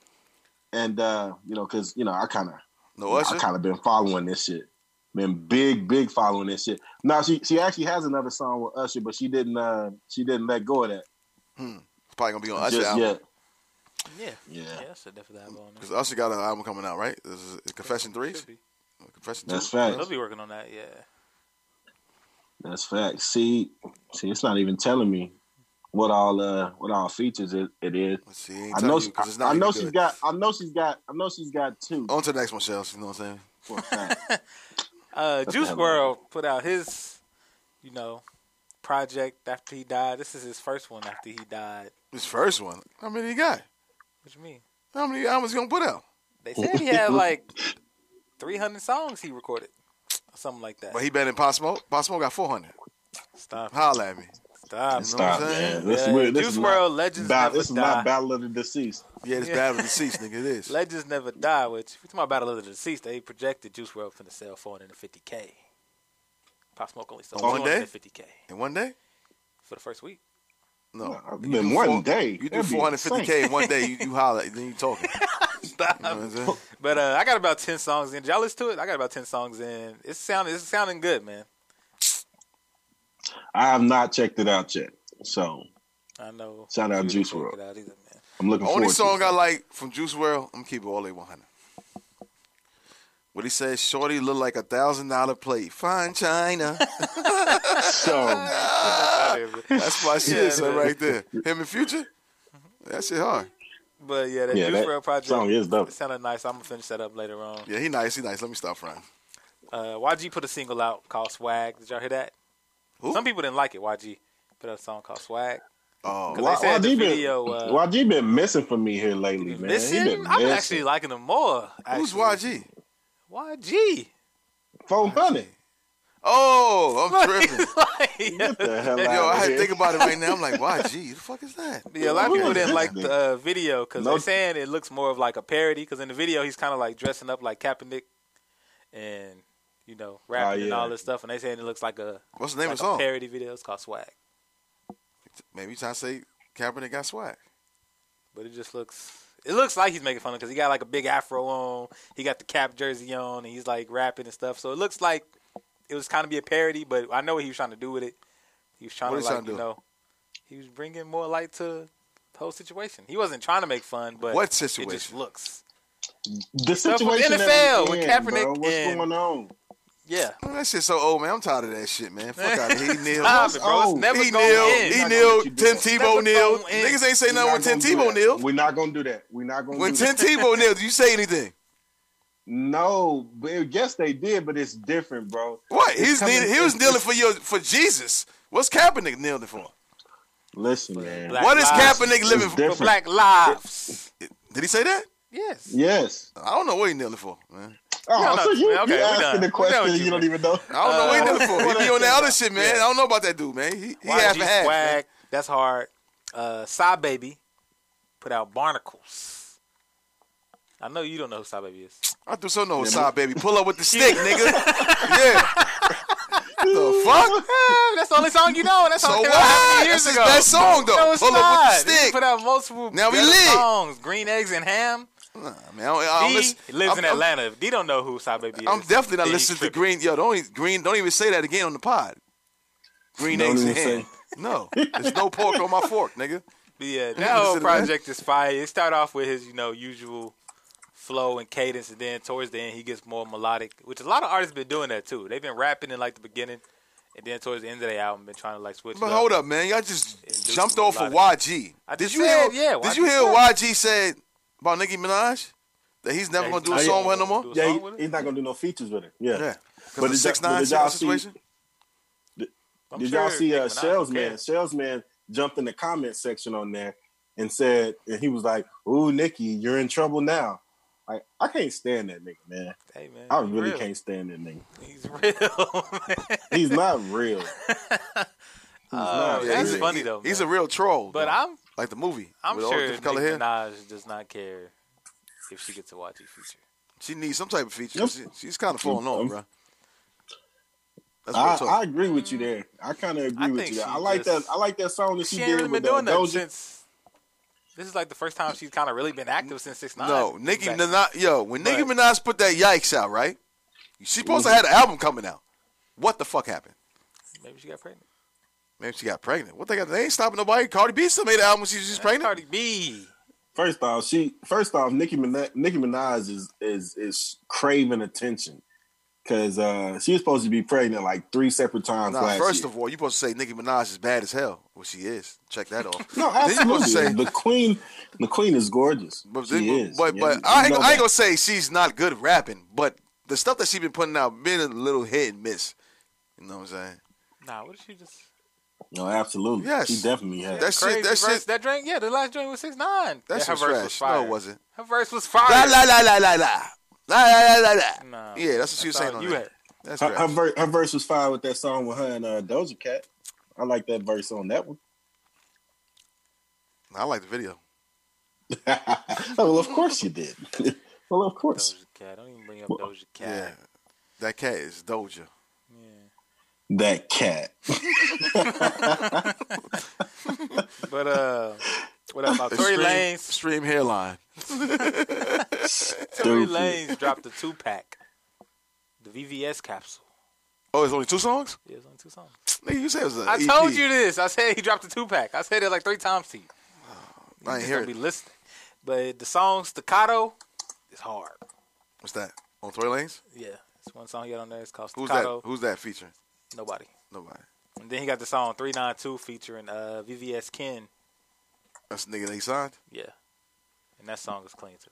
Speaker 5: and uh, you know because you know I kind of
Speaker 2: No Usher?
Speaker 5: I kind of been following this shit, been big big following this shit. Now she she actually has another song with Usher, but she didn't uh she didn't let go of that
Speaker 2: Hmm. It's probably gonna be on Usher
Speaker 5: just
Speaker 2: album
Speaker 5: yet.
Speaker 6: Yeah.
Speaker 5: Yeah.
Speaker 6: that's a definite album. on there.
Speaker 2: because Usher got an album coming out, right? This is Confession Threes. Confession.
Speaker 5: That's
Speaker 2: Two?
Speaker 5: fact.
Speaker 6: They'll be working on that, yeah.
Speaker 5: That's fact. See, see, it's not even telling me what all uh what all features it, it is.
Speaker 2: ain't
Speaker 5: I
Speaker 2: telling
Speaker 5: know
Speaker 2: you 'cause it's not
Speaker 5: I, I know
Speaker 2: even good. Oh.
Speaker 5: she's got I know she's got I know she's got two.
Speaker 2: On to the next one, Shells. You know what I'm saying?
Speaker 5: for a fact.
Speaker 6: Uh,
Speaker 5: That's
Speaker 6: Juice
Speaker 5: hella-
Speaker 6: World put out his, you know, project after he died. This is his first one after he died.
Speaker 2: His first one. How many he got?
Speaker 6: What you mean?
Speaker 2: How many albums he gonna put out?
Speaker 6: They said he had like 300 songs he recorded, or something like that.
Speaker 2: But he better than Pop Smoke. Pop Smoke got 400.
Speaker 6: Stop.
Speaker 2: Holla at me.
Speaker 6: Stop.
Speaker 2: You know what I'm
Speaker 5: Stop, man.
Speaker 2: saying?
Speaker 5: This,
Speaker 6: Yeah,
Speaker 5: weird. this
Speaker 6: Juice
Speaker 5: is
Speaker 6: WRLD
Speaker 5: not,
Speaker 6: legends
Speaker 5: Bat-
Speaker 6: never
Speaker 5: This is
Speaker 6: die.
Speaker 5: not Battle of the Deceased.
Speaker 2: Yeah, this
Speaker 6: Yeah.
Speaker 2: Battle of the Deceased, nigga. It is.
Speaker 6: Legends never die, which if we talking about Battle of the Deceased, they projected Juice World finna sell 450k. Pop Smoke only sold
Speaker 2: On one day?
Speaker 6: 250k
Speaker 2: In one day?
Speaker 6: for the first week.
Speaker 2: No.
Speaker 5: I've
Speaker 2: Oh. You
Speaker 5: been
Speaker 2: do
Speaker 5: one
Speaker 2: four-
Speaker 5: day.
Speaker 2: You do
Speaker 5: That'd be
Speaker 2: 450K in
Speaker 5: insane.
Speaker 2: one day. You, you holler. Then you talking.
Speaker 6: Stop.
Speaker 2: You know what I'm saying?
Speaker 6: But uh, I got about ten songs in. Did y'all listen to it? I got about ten songs in. It's sounding it's sounding good, man.
Speaker 5: I have not checked it out yet, so
Speaker 6: I know.
Speaker 5: Shout out
Speaker 6: You
Speaker 5: Juice
Speaker 6: didn't
Speaker 5: WRLD.
Speaker 6: check it out either, man.
Speaker 5: I'm looking
Speaker 2: Only
Speaker 5: forward
Speaker 2: song
Speaker 5: to.
Speaker 2: I like from Juice World, I'm keeping all day 100. What he says, Shorty look like a thousand dollar plate. Fine China.
Speaker 5: it. So
Speaker 2: That's my shit,
Speaker 6: Yeah,
Speaker 2: son,
Speaker 6: man.
Speaker 2: right there. Him in future? That shit hard.
Speaker 6: But yeah, that
Speaker 5: Yeah,
Speaker 6: Juice
Speaker 5: that
Speaker 6: WRLD project
Speaker 5: song is dope.
Speaker 6: It sounded nice. I'm gonna finish that up later on.
Speaker 2: Yeah, he nice. He nice. Let me stop frying.
Speaker 6: Uh, YG put a single out called Swag. Did y'all hear that?
Speaker 2: Who?
Speaker 6: Some people didn't like it. YG put out a song called Swag.
Speaker 2: Oh,
Speaker 6: 'Cause they said the
Speaker 5: YG been,
Speaker 6: video, uh,
Speaker 5: YG been missing for me here lately, man. He
Speaker 6: Missing?
Speaker 5: been
Speaker 6: I'm
Speaker 5: missing.
Speaker 6: actually liking them more.
Speaker 2: who's
Speaker 6: actually.
Speaker 2: YG?
Speaker 6: YG.
Speaker 5: four hundred.
Speaker 2: Oh, I'm tripping.
Speaker 5: Get the hell
Speaker 2: Yo,
Speaker 5: out
Speaker 2: I
Speaker 5: of
Speaker 2: had
Speaker 5: here.
Speaker 2: to think about it right now. I'm like, YG, who the fuck is that?
Speaker 6: Yeah, a lot of people didn't like
Speaker 5: Interesting.
Speaker 6: the uh, video because
Speaker 5: No-
Speaker 6: they're saying it looks more of like a parody. Because in the video, he's kind of like dressing up like Kaepernick and you know rapping and
Speaker 5: yeah.
Speaker 6: all this stuff, and they saying it looks like a
Speaker 2: What's the Oh, name
Speaker 6: like
Speaker 2: of the
Speaker 6: a
Speaker 2: song?
Speaker 6: parody video. It's called Swag,
Speaker 2: Maybe you trying to say Kaepernick got swag.
Speaker 6: but it just looks it looks like he's making fun of because he got like a big afro on, he got the cap jersey on, and he's like rapping and stuff. So it looks like it was kind of be a parody, but I know what he was trying to do with it. He was trying
Speaker 2: What
Speaker 6: to
Speaker 2: he
Speaker 6: like
Speaker 2: trying to
Speaker 6: you
Speaker 2: do?
Speaker 6: know he was bringing more light to the whole situation. He wasn't trying to make fun, but
Speaker 2: What
Speaker 6: It just
Speaker 2: situation?
Speaker 6: looks.
Speaker 5: The
Speaker 6: Stuff with
Speaker 5: situation
Speaker 6: NFL,
Speaker 5: that we
Speaker 6: with
Speaker 5: in,
Speaker 6: Kaepernick
Speaker 5: bro. What's
Speaker 6: and-
Speaker 5: going on?
Speaker 6: Yeah.
Speaker 2: Man, that shit so old, man. I'm tired of that shit, man. Fuck out of here. He kneeled.
Speaker 6: Stop it, bro.
Speaker 5: Oh,
Speaker 6: It's never
Speaker 2: he
Speaker 6: going in.
Speaker 2: kneeled. He
Speaker 5: Not gonna
Speaker 2: kneeled.
Speaker 5: let you do
Speaker 2: Tim
Speaker 5: that.
Speaker 2: Tebow
Speaker 6: Never
Speaker 2: kneeled.
Speaker 6: gonna end.
Speaker 2: Niggas ain't say
Speaker 5: We're
Speaker 2: nothing
Speaker 5: not
Speaker 2: when Tim
Speaker 5: gonna do
Speaker 2: Tebow
Speaker 5: that.
Speaker 2: kneeled.
Speaker 5: We're not gonna do that. We're not gonna.
Speaker 2: When
Speaker 5: do
Speaker 2: Tim
Speaker 5: that.
Speaker 2: Tebow kneeled, did you say anything?
Speaker 5: No, but yes, they did, but it's different, bro.
Speaker 2: What?
Speaker 5: It's
Speaker 2: He's
Speaker 5: coming-
Speaker 2: kneeling, he was
Speaker 5: it's-
Speaker 2: kneeling for your for Jesus. What's Kaepernick kneeling for?
Speaker 5: Listen, man.
Speaker 6: Black
Speaker 2: what is
Speaker 6: lives.
Speaker 2: Kaepernick living
Speaker 5: It's
Speaker 2: for?
Speaker 5: different.
Speaker 6: For black lives.
Speaker 2: Did he say that?
Speaker 6: Yes.
Speaker 5: Yes.
Speaker 2: I don't know what he kneeling for, man.
Speaker 5: Oh,
Speaker 6: No, no,
Speaker 5: so you,
Speaker 6: man, okay,
Speaker 5: you
Speaker 6: we
Speaker 5: asking
Speaker 6: done.
Speaker 5: the
Speaker 6: We done
Speaker 5: question
Speaker 6: with
Speaker 5: you,
Speaker 6: you,
Speaker 5: don't
Speaker 6: man.
Speaker 5: even know?
Speaker 2: I don't know what he kneeling for. He be on that other shit, man. I don't know about that dude, man. He, he half
Speaker 6: YG
Speaker 2: and half. man.
Speaker 6: swag. That's hard. Uh, Psy Baby put out Barnacles. I know you don't know who Psy Baby is.
Speaker 2: I do so know
Speaker 5: Yeah,
Speaker 2: side baby. Pull up with the stick, nigga. Yeah. the fuck?
Speaker 6: Ah, that's the only song you know. and That's
Speaker 2: So
Speaker 6: all
Speaker 2: what?
Speaker 6: came out how many years
Speaker 2: That's his
Speaker 6: ago.
Speaker 2: best song though.
Speaker 6: No, it's
Speaker 2: Pull
Speaker 6: not.
Speaker 2: up with the
Speaker 6: He
Speaker 2: stick.
Speaker 6: put out multiple
Speaker 2: Now we
Speaker 6: better
Speaker 2: lit.
Speaker 6: songs. Green Eggs and Ham.
Speaker 2: Nah, I mean, I don't, I don't
Speaker 6: D
Speaker 2: listen-
Speaker 6: lives
Speaker 2: I'm-
Speaker 6: in
Speaker 2: I'm-
Speaker 6: Atlanta. If D don't know who Side Baby is,
Speaker 2: I'm definitely not
Speaker 6: then he's
Speaker 2: listening to
Speaker 6: tripping.
Speaker 2: Green. Yo, don't even- Green. Don't even say that again on the pod. Green
Speaker 5: Don't
Speaker 2: eggs
Speaker 5: even
Speaker 2: and ham. No, there's no pork on my fork, nigga.
Speaker 6: But yeah,
Speaker 2: Listen
Speaker 6: that whole
Speaker 2: to that.
Speaker 6: project is fire. It started off with his, you know, usual flow and cadence, and then towards the end he gets more melodic, which a lot of artists been doing that too. They've been rapping in like the beginning, and then towards the end of their album, been trying to like switch.
Speaker 2: But
Speaker 6: it
Speaker 2: hold up, man. Y'all just
Speaker 6: do
Speaker 2: jumped
Speaker 6: some
Speaker 2: off of
Speaker 6: melodic.
Speaker 2: YG.
Speaker 6: I
Speaker 2: Did
Speaker 6: just
Speaker 2: you
Speaker 6: said,
Speaker 2: hear? did
Speaker 6: yeah, I
Speaker 2: you
Speaker 6: just
Speaker 2: hear
Speaker 6: said.
Speaker 2: what YG said about Nicki Minaj? That he's never
Speaker 6: Yeah,
Speaker 2: gonna
Speaker 6: he's
Speaker 2: do a
Speaker 6: not
Speaker 2: song
Speaker 6: gonna
Speaker 2: with her no more.
Speaker 6: do a
Speaker 5: Yeah,
Speaker 6: song
Speaker 5: he-
Speaker 6: with it?
Speaker 5: he's not gonna do no features with her. Yeah.
Speaker 2: Yeah,
Speaker 5: But
Speaker 2: because
Speaker 5: did
Speaker 2: of six
Speaker 5: y'all- but
Speaker 2: nine
Speaker 5: did y'all see-
Speaker 2: situation.
Speaker 6: I'm
Speaker 5: Did
Speaker 6: sure
Speaker 5: y'all see
Speaker 6: Nicki
Speaker 5: uh,
Speaker 6: Minaj
Speaker 5: salesman?
Speaker 6: cares.
Speaker 5: Salesman jumped in the comment section on there and said, and he was like, "Ooh, Nikki, you're in trouble now." Like, I can't stand that nigga, man.
Speaker 6: Hey man,
Speaker 5: I
Speaker 6: he's
Speaker 5: really
Speaker 6: real.
Speaker 5: can't stand that nigga.
Speaker 6: He's real. man.
Speaker 5: He's not real.
Speaker 6: Oh,
Speaker 5: real.
Speaker 6: that's
Speaker 2: he's a-
Speaker 6: funny though.
Speaker 2: He's a
Speaker 6: man.
Speaker 2: real troll.
Speaker 6: but
Speaker 2: though.
Speaker 6: I'm
Speaker 2: like the movie.
Speaker 6: I'm
Speaker 2: with all the
Speaker 6: sure Nicki
Speaker 2: different color hair.
Speaker 6: Minaj does not care if she gets E a YG feature.
Speaker 2: She needs some type of feature.
Speaker 5: Yep.
Speaker 2: She, she's kind of falling off,
Speaker 5: Um,
Speaker 2: bro. That's
Speaker 5: I,
Speaker 2: what
Speaker 5: I agree with you there. I kind of agree
Speaker 6: I
Speaker 5: with
Speaker 6: think
Speaker 5: you. There.
Speaker 6: she
Speaker 5: I like
Speaker 6: just-
Speaker 5: that. I like that song that she,
Speaker 6: She
Speaker 5: did
Speaker 6: ain't really
Speaker 5: with
Speaker 6: been
Speaker 5: the
Speaker 6: doing nothing
Speaker 5: Doja.
Speaker 6: since. This is like the first time she's kind of really been active since six nine.
Speaker 2: No, Nicki Minaj. Yo, when Nicki
Speaker 6: But-
Speaker 2: Minaj put that "Yikes" out, right? She supposed to have an album coming out. What the fuck happened?
Speaker 6: Maybe she got pregnant.
Speaker 2: Maybe she got pregnant. What they got? They ain't stopping nobody. Cardi B still made an album. when She was just pregnant.
Speaker 6: Cardi B.
Speaker 5: First off, she first off, Nicki Minaj, Nicki Minaj is is is craving attention because uh, she was supposed to be pregnant like three separate times
Speaker 2: Nah,
Speaker 5: last
Speaker 2: first
Speaker 5: year.
Speaker 2: of all, you supposed to say Nicki Minaj is bad as hell. Well, she is. Check that off.
Speaker 5: no,
Speaker 2: Then you supposed
Speaker 5: absolutely,
Speaker 2: to say-
Speaker 5: the queen, the queen is gorgeous.
Speaker 2: But,
Speaker 5: she
Speaker 2: then-
Speaker 5: is.
Speaker 2: but,
Speaker 5: Yeah,
Speaker 2: but
Speaker 5: you
Speaker 2: I, ain't,
Speaker 5: know
Speaker 2: I ain't
Speaker 5: that.
Speaker 2: gonna say she's not good at rapping. But the stuff that she's been putting out been a little hit and miss. You know what I'm saying?
Speaker 6: Nah, what did she just?
Speaker 5: No, absolutely.
Speaker 2: Yes.
Speaker 5: she definitely has.
Speaker 2: That
Speaker 6: Crazy
Speaker 2: shit. That
Speaker 6: verse.
Speaker 2: shit.
Speaker 6: That drink. Yeah, the last drink was six nine.
Speaker 2: That
Speaker 6: her
Speaker 2: shit's
Speaker 6: verse was
Speaker 2: trash. No,
Speaker 6: fire.
Speaker 2: it wasn't.
Speaker 6: Her verse was fire.
Speaker 2: La la la la la la. La la la la la.
Speaker 6: Nah,
Speaker 2: yeah, that's what she was saying
Speaker 6: all
Speaker 2: on
Speaker 6: you
Speaker 2: that.
Speaker 6: had.
Speaker 2: That's
Speaker 5: her,
Speaker 2: right.
Speaker 5: her, ver- her verse was fine with that song with her and uh, Doja Cat. I like that verse on that one.
Speaker 2: I like the video.
Speaker 5: Oh, well, of course you did. well, of course.
Speaker 6: Doja Cat. Don't even bring up Doja Cat.
Speaker 2: Yeah. That cat is Doja.
Speaker 5: That cat.
Speaker 6: But uh, what else? Oh, Tory
Speaker 2: Extreme-
Speaker 6: Lanez.
Speaker 2: Extreme hairline.
Speaker 6: Tory
Speaker 5: Stupid.
Speaker 6: Lanez dropped the two pack, the VVS capsule.
Speaker 2: Oh, it's only two songs?
Speaker 6: Yeah, it's only two songs.
Speaker 2: Nigga, you said it was E an
Speaker 6: I told
Speaker 2: EP.
Speaker 6: you this. I said he dropped the two pack. I said it like three times to you. You
Speaker 2: I ain't
Speaker 6: just
Speaker 2: hear
Speaker 6: don't be
Speaker 2: it.
Speaker 6: listening. But the song Staccato is hard.
Speaker 2: What's that? On Tory Lanez?
Speaker 6: Yeah, it's one song he got on there. It's called
Speaker 2: Who's
Speaker 6: Staccato.
Speaker 2: that? Who's that featuring?
Speaker 6: Nobody.
Speaker 2: Nobody.
Speaker 6: And then he got the song 392 featuring uh, VVS Ken.
Speaker 2: That's the nigga they signed.
Speaker 6: Yeah. And that song is clean too.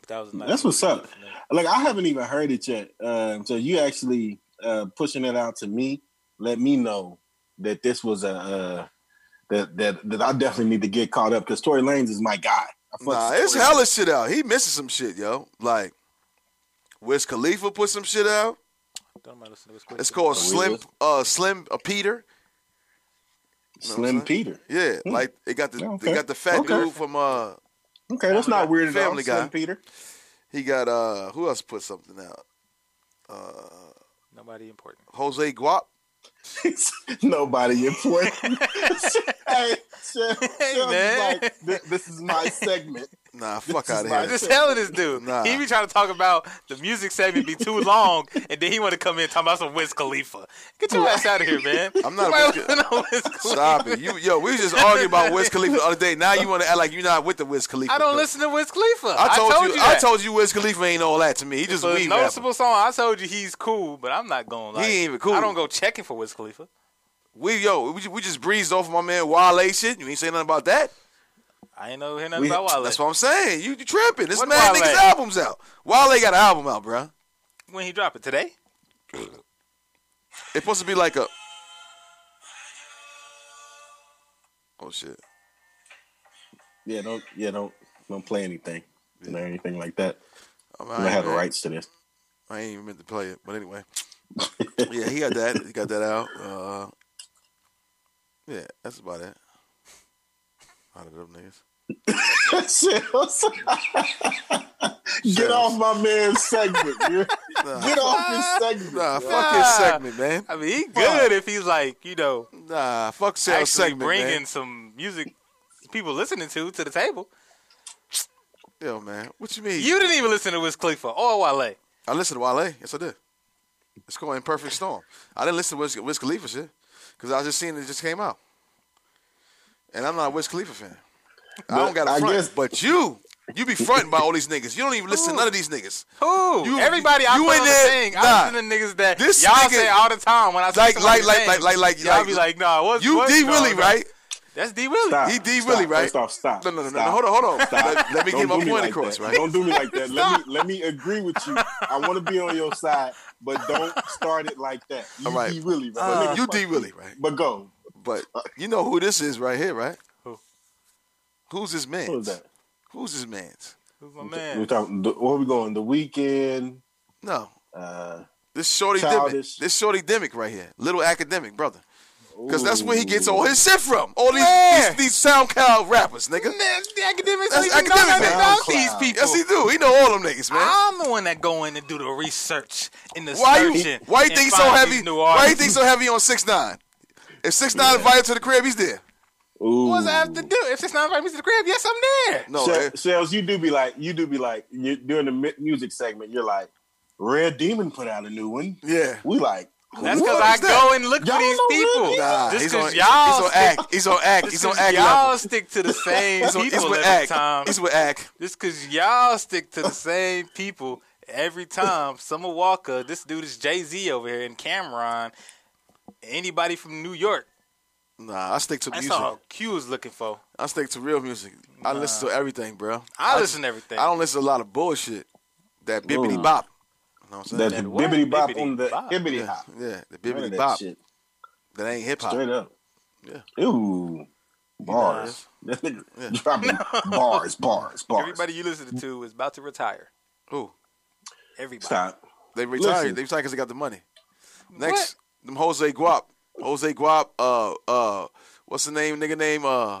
Speaker 6: But that was a nice
Speaker 5: That's what's up.
Speaker 6: from them.
Speaker 5: Like I haven't even heard it yet. Um, so you actually uh, pushing it out to me. Let me know that this was a uh, that that that I definitely need to get caught up because Tory Lanez is my guy. I fucks
Speaker 2: Nah,
Speaker 5: with
Speaker 2: it's
Speaker 5: Tory.
Speaker 2: hella shit out. He misses some shit, yo. Like, Wiz Khalifa put some shit out.
Speaker 6: Don't mind listening to this quick.
Speaker 2: It's called
Speaker 5: Oh,
Speaker 2: Slim
Speaker 5: Wiz?
Speaker 2: uh Slim uh, Peter.
Speaker 5: Slim Peter.
Speaker 2: Yeah, like it got the
Speaker 5: Hmm. Yeah,
Speaker 2: they
Speaker 5: okay.
Speaker 2: got the fat
Speaker 5: Okay.
Speaker 2: dude from uh
Speaker 5: Okay, that's not weird at all.
Speaker 2: Family Guy.
Speaker 5: Slim Peter.
Speaker 2: he got uh who else put something out?
Speaker 6: Nobody important.
Speaker 2: Jose Guap.
Speaker 5: Nobody important. hey, Chef, Chef
Speaker 6: man.
Speaker 5: Like, "Th- this is my segment.
Speaker 2: Nah, fuck
Speaker 5: is
Speaker 2: out of
Speaker 5: my-
Speaker 2: here.
Speaker 6: I'm just telling this dude.
Speaker 2: Nah.
Speaker 6: He be trying to talk about the music segment be too long, and then he want to come in talking about some Wiz Khalifa. Get your ass out of here, man.
Speaker 2: I'm not a
Speaker 6: Nobody
Speaker 2: Wiz-
Speaker 6: listen to Wiz Khalifa.
Speaker 2: Stop it. You yo, we was just arguing about Wiz Khalifa the other day. Now you want to act like you're not with the Wiz Khalifa.
Speaker 6: I don't
Speaker 2: dude.
Speaker 6: listen to Wiz Khalifa.
Speaker 2: I told, you, I
Speaker 6: that.
Speaker 2: told you Wiz Khalifa ain't all that to me. He just
Speaker 6: So
Speaker 2: a
Speaker 6: it's
Speaker 2: weed
Speaker 6: noticeable
Speaker 2: rapper.
Speaker 6: song. I told you he's cool, but I'm not going. Like,
Speaker 2: He ain't even cool.
Speaker 6: I don't go checking for Wiz Khalifa.
Speaker 2: We yo, we, ju- we just breezed off my man Wale shit. You ain't say nothing about that.
Speaker 6: I ain't know hear nothing
Speaker 5: We-
Speaker 6: about Wale.
Speaker 2: That's what I'm saying. You, you tripping? This
Speaker 6: What
Speaker 2: mad
Speaker 6: Wale?
Speaker 2: niggas albums out. Wale got an album out, bruh.
Speaker 6: when he drop it today.
Speaker 2: It's supposed to be like a. Oh shit!
Speaker 5: Yeah, don't yeah, don't don't play anything. You know, anything like that.
Speaker 2: I'm
Speaker 5: I don't have the rights to this.
Speaker 2: I ain't even meant to play it, but anyway. yeah, he got that. He got that out. Uh, yeah, that's about it. Out of them niggas.
Speaker 5: Sales. Get off my man's segment. dude. Get off his segment.
Speaker 2: Nah,
Speaker 5: yo.
Speaker 2: fuck his segment, man.
Speaker 6: I mean, he good if he's like you know
Speaker 2: Nah, fuck sales
Speaker 6: actually
Speaker 2: segment,
Speaker 6: bringing
Speaker 2: man.
Speaker 6: some music people listening to to the table.
Speaker 2: Yo, man, what you mean?
Speaker 6: You didn't even listen to Wiz Khalifa or Wale.
Speaker 2: I listened to Wale. Yes, I did. It's called Imperfect Storm. I didn't listen to Wiz, Wiz Khalifa shit because I was just seeing it just came out, and I'm not a Wiz Khalifa fan. I
Speaker 5: But
Speaker 2: don't got
Speaker 5: I
Speaker 2: a front,
Speaker 5: guess-
Speaker 2: but you, you be fronting by all these niggas. You don't even listen to none of these niggas.
Speaker 6: Who?
Speaker 2: You-
Speaker 6: Everybody I
Speaker 2: you
Speaker 6: put
Speaker 2: in
Speaker 6: on
Speaker 2: there-
Speaker 6: the thing.
Speaker 2: nah.
Speaker 6: I listen to niggas that
Speaker 2: This
Speaker 6: y'all
Speaker 2: nigga-
Speaker 6: say all the time when I say
Speaker 2: Like-
Speaker 6: something
Speaker 2: like-
Speaker 6: on the
Speaker 2: like-
Speaker 6: thing.
Speaker 2: like- like- like-
Speaker 6: Y'all
Speaker 2: like-
Speaker 6: be like, nah, what's
Speaker 2: You
Speaker 6: what's
Speaker 2: D
Speaker 6: no,
Speaker 2: Willie,
Speaker 6: no.
Speaker 2: right?
Speaker 6: That's D Willie.
Speaker 5: Stop.
Speaker 2: He D
Speaker 5: Stop.
Speaker 2: Willie, right?
Speaker 5: First off, stop.
Speaker 2: No, no, no, no,
Speaker 5: Stop.
Speaker 2: no. Hold on, hold on.
Speaker 5: Stop.
Speaker 2: Let, let me
Speaker 5: Don't
Speaker 2: get my
Speaker 5: do me
Speaker 2: point
Speaker 5: like
Speaker 2: across,
Speaker 5: that.
Speaker 2: right?
Speaker 5: Don't do me like that. Let me let me agree with you. I want to be on your side, but don't start it like that. You
Speaker 2: All right.
Speaker 5: D Willie, bro.
Speaker 2: Uh,
Speaker 5: Nigga,
Speaker 2: you
Speaker 5: fuck
Speaker 2: D Willie, right?
Speaker 5: But go.
Speaker 2: But you know who this is right here, right?
Speaker 6: Who?
Speaker 2: Who's this man?
Speaker 5: Who is that?
Speaker 2: Who's this man's?
Speaker 6: Who's my
Speaker 5: We're
Speaker 6: man?
Speaker 5: talking. the- Where we going? The weekend.
Speaker 2: No,
Speaker 5: Uh,
Speaker 2: this shorty
Speaker 5: Childish.
Speaker 2: Dimick. This shorty Dimick right here, little academic brother. Because that's where he gets all
Speaker 5: ooh.
Speaker 2: his shit from. All these
Speaker 6: Where?
Speaker 2: these, these SoundCloud rappers, nigga.
Speaker 6: The academics
Speaker 2: That's
Speaker 6: don't even
Speaker 2: academic
Speaker 6: know nothing
Speaker 2: man.
Speaker 6: about
Speaker 5: SoundCloud.
Speaker 6: these people.
Speaker 2: Yes, he do. He know all them niggas, man.
Speaker 6: I'm the one that go in and do the research and the
Speaker 2: Why you
Speaker 6: searching
Speaker 2: why you
Speaker 6: and
Speaker 2: think so
Speaker 6: find
Speaker 2: heavy?
Speaker 6: these new
Speaker 2: Why you
Speaker 6: artists.
Speaker 2: think so heavy on six nine? If six nine invited to the crib, he's there.
Speaker 5: Ooh.
Speaker 6: What does I have to do? If it's not inviting me to the crib, yes, I'm there.
Speaker 2: No,
Speaker 5: Shel-
Speaker 2: eh,
Speaker 5: Shells, you do be like, you do be like, you during the mi- music segment, you're like, Red Demon put out a new one.
Speaker 2: yeah.
Speaker 5: We like,
Speaker 6: That's
Speaker 5: who
Speaker 6: because
Speaker 5: is
Speaker 6: I
Speaker 5: that?
Speaker 6: go and look
Speaker 5: Y'all
Speaker 6: for these
Speaker 5: know who
Speaker 6: people.
Speaker 5: it is?
Speaker 2: Nah,
Speaker 6: Just
Speaker 2: he's
Speaker 6: 'cause
Speaker 2: on, he's,
Speaker 6: y'all
Speaker 2: he's on act. He's on act. He's
Speaker 6: Just
Speaker 2: on
Speaker 6: 'cause
Speaker 2: act
Speaker 6: y'all
Speaker 2: level.
Speaker 6: stick to the same
Speaker 2: He's, on, he's
Speaker 6: people
Speaker 2: with
Speaker 6: every
Speaker 2: act.
Speaker 6: time.
Speaker 2: He's with act.
Speaker 6: Just because y'all stick to the same people every time. Summer Walker, this dude is Jay Z over here, and Cameron, anybody from New York.
Speaker 2: Nah, I stick to
Speaker 6: That's
Speaker 2: music.
Speaker 6: all Q is looking for.
Speaker 2: I stick to real music. I listen to everything, bro.
Speaker 6: I, listen to everything.
Speaker 2: I don't listen to a lot of bullshit. That bibbity bop. You know what I'm saying?
Speaker 5: That
Speaker 6: That what?
Speaker 5: bibbity bop
Speaker 6: Bibbity
Speaker 5: on the
Speaker 6: bop.
Speaker 5: hibbity
Speaker 2: yeah,
Speaker 5: hop.
Speaker 2: yeah, the
Speaker 5: None of
Speaker 2: bibbity
Speaker 5: that
Speaker 2: bop.
Speaker 5: shit.
Speaker 2: That ain't hip hop.
Speaker 5: Straight up.
Speaker 2: Yeah.
Speaker 5: Ooh. Bars. That nigga
Speaker 2: Yeah.
Speaker 5: dropping bars, bars, bars.
Speaker 6: Everybody you listen to is about to retire.
Speaker 2: Who?
Speaker 6: Everybody.
Speaker 5: Stop.
Speaker 2: They retired.
Speaker 5: Listen.
Speaker 2: They retired because they got the money. Next, them Jose Guap. Jose Guap. Uh, uh, what's the name? Nigga name. Uh,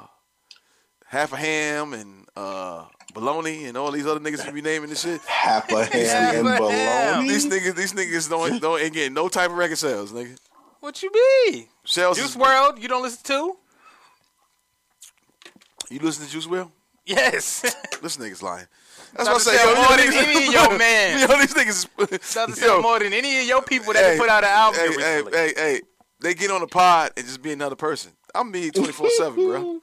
Speaker 2: half a ham and uh, bologna and all these other niggas you be naming this shit.
Speaker 5: Half a ham and
Speaker 6: Half a ham.
Speaker 5: bologna.
Speaker 2: These niggas, these niggas don't don't ain't getting no type of record sales, nigga.
Speaker 6: What you be?
Speaker 2: Sales.
Speaker 6: Juice
Speaker 2: is-
Speaker 6: World, you don't listen to?
Speaker 2: You listen to Juice Will?
Speaker 6: Yes.
Speaker 2: This nigga's lying. That's what
Speaker 6: About
Speaker 2: I
Speaker 6: to
Speaker 2: say.
Speaker 6: say,
Speaker 2: Yo,
Speaker 6: more
Speaker 2: these
Speaker 6: than
Speaker 2: niggas-
Speaker 6: any of your mans.
Speaker 2: Yo, these niggas. is-
Speaker 6: About to say
Speaker 2: yo,
Speaker 6: more than any of your people that
Speaker 2: hey,
Speaker 6: have put out an album
Speaker 2: hey, hey,
Speaker 6: recently.
Speaker 2: hey, hey, they get on the pod and just be another person. I'm me 24 seven, bro.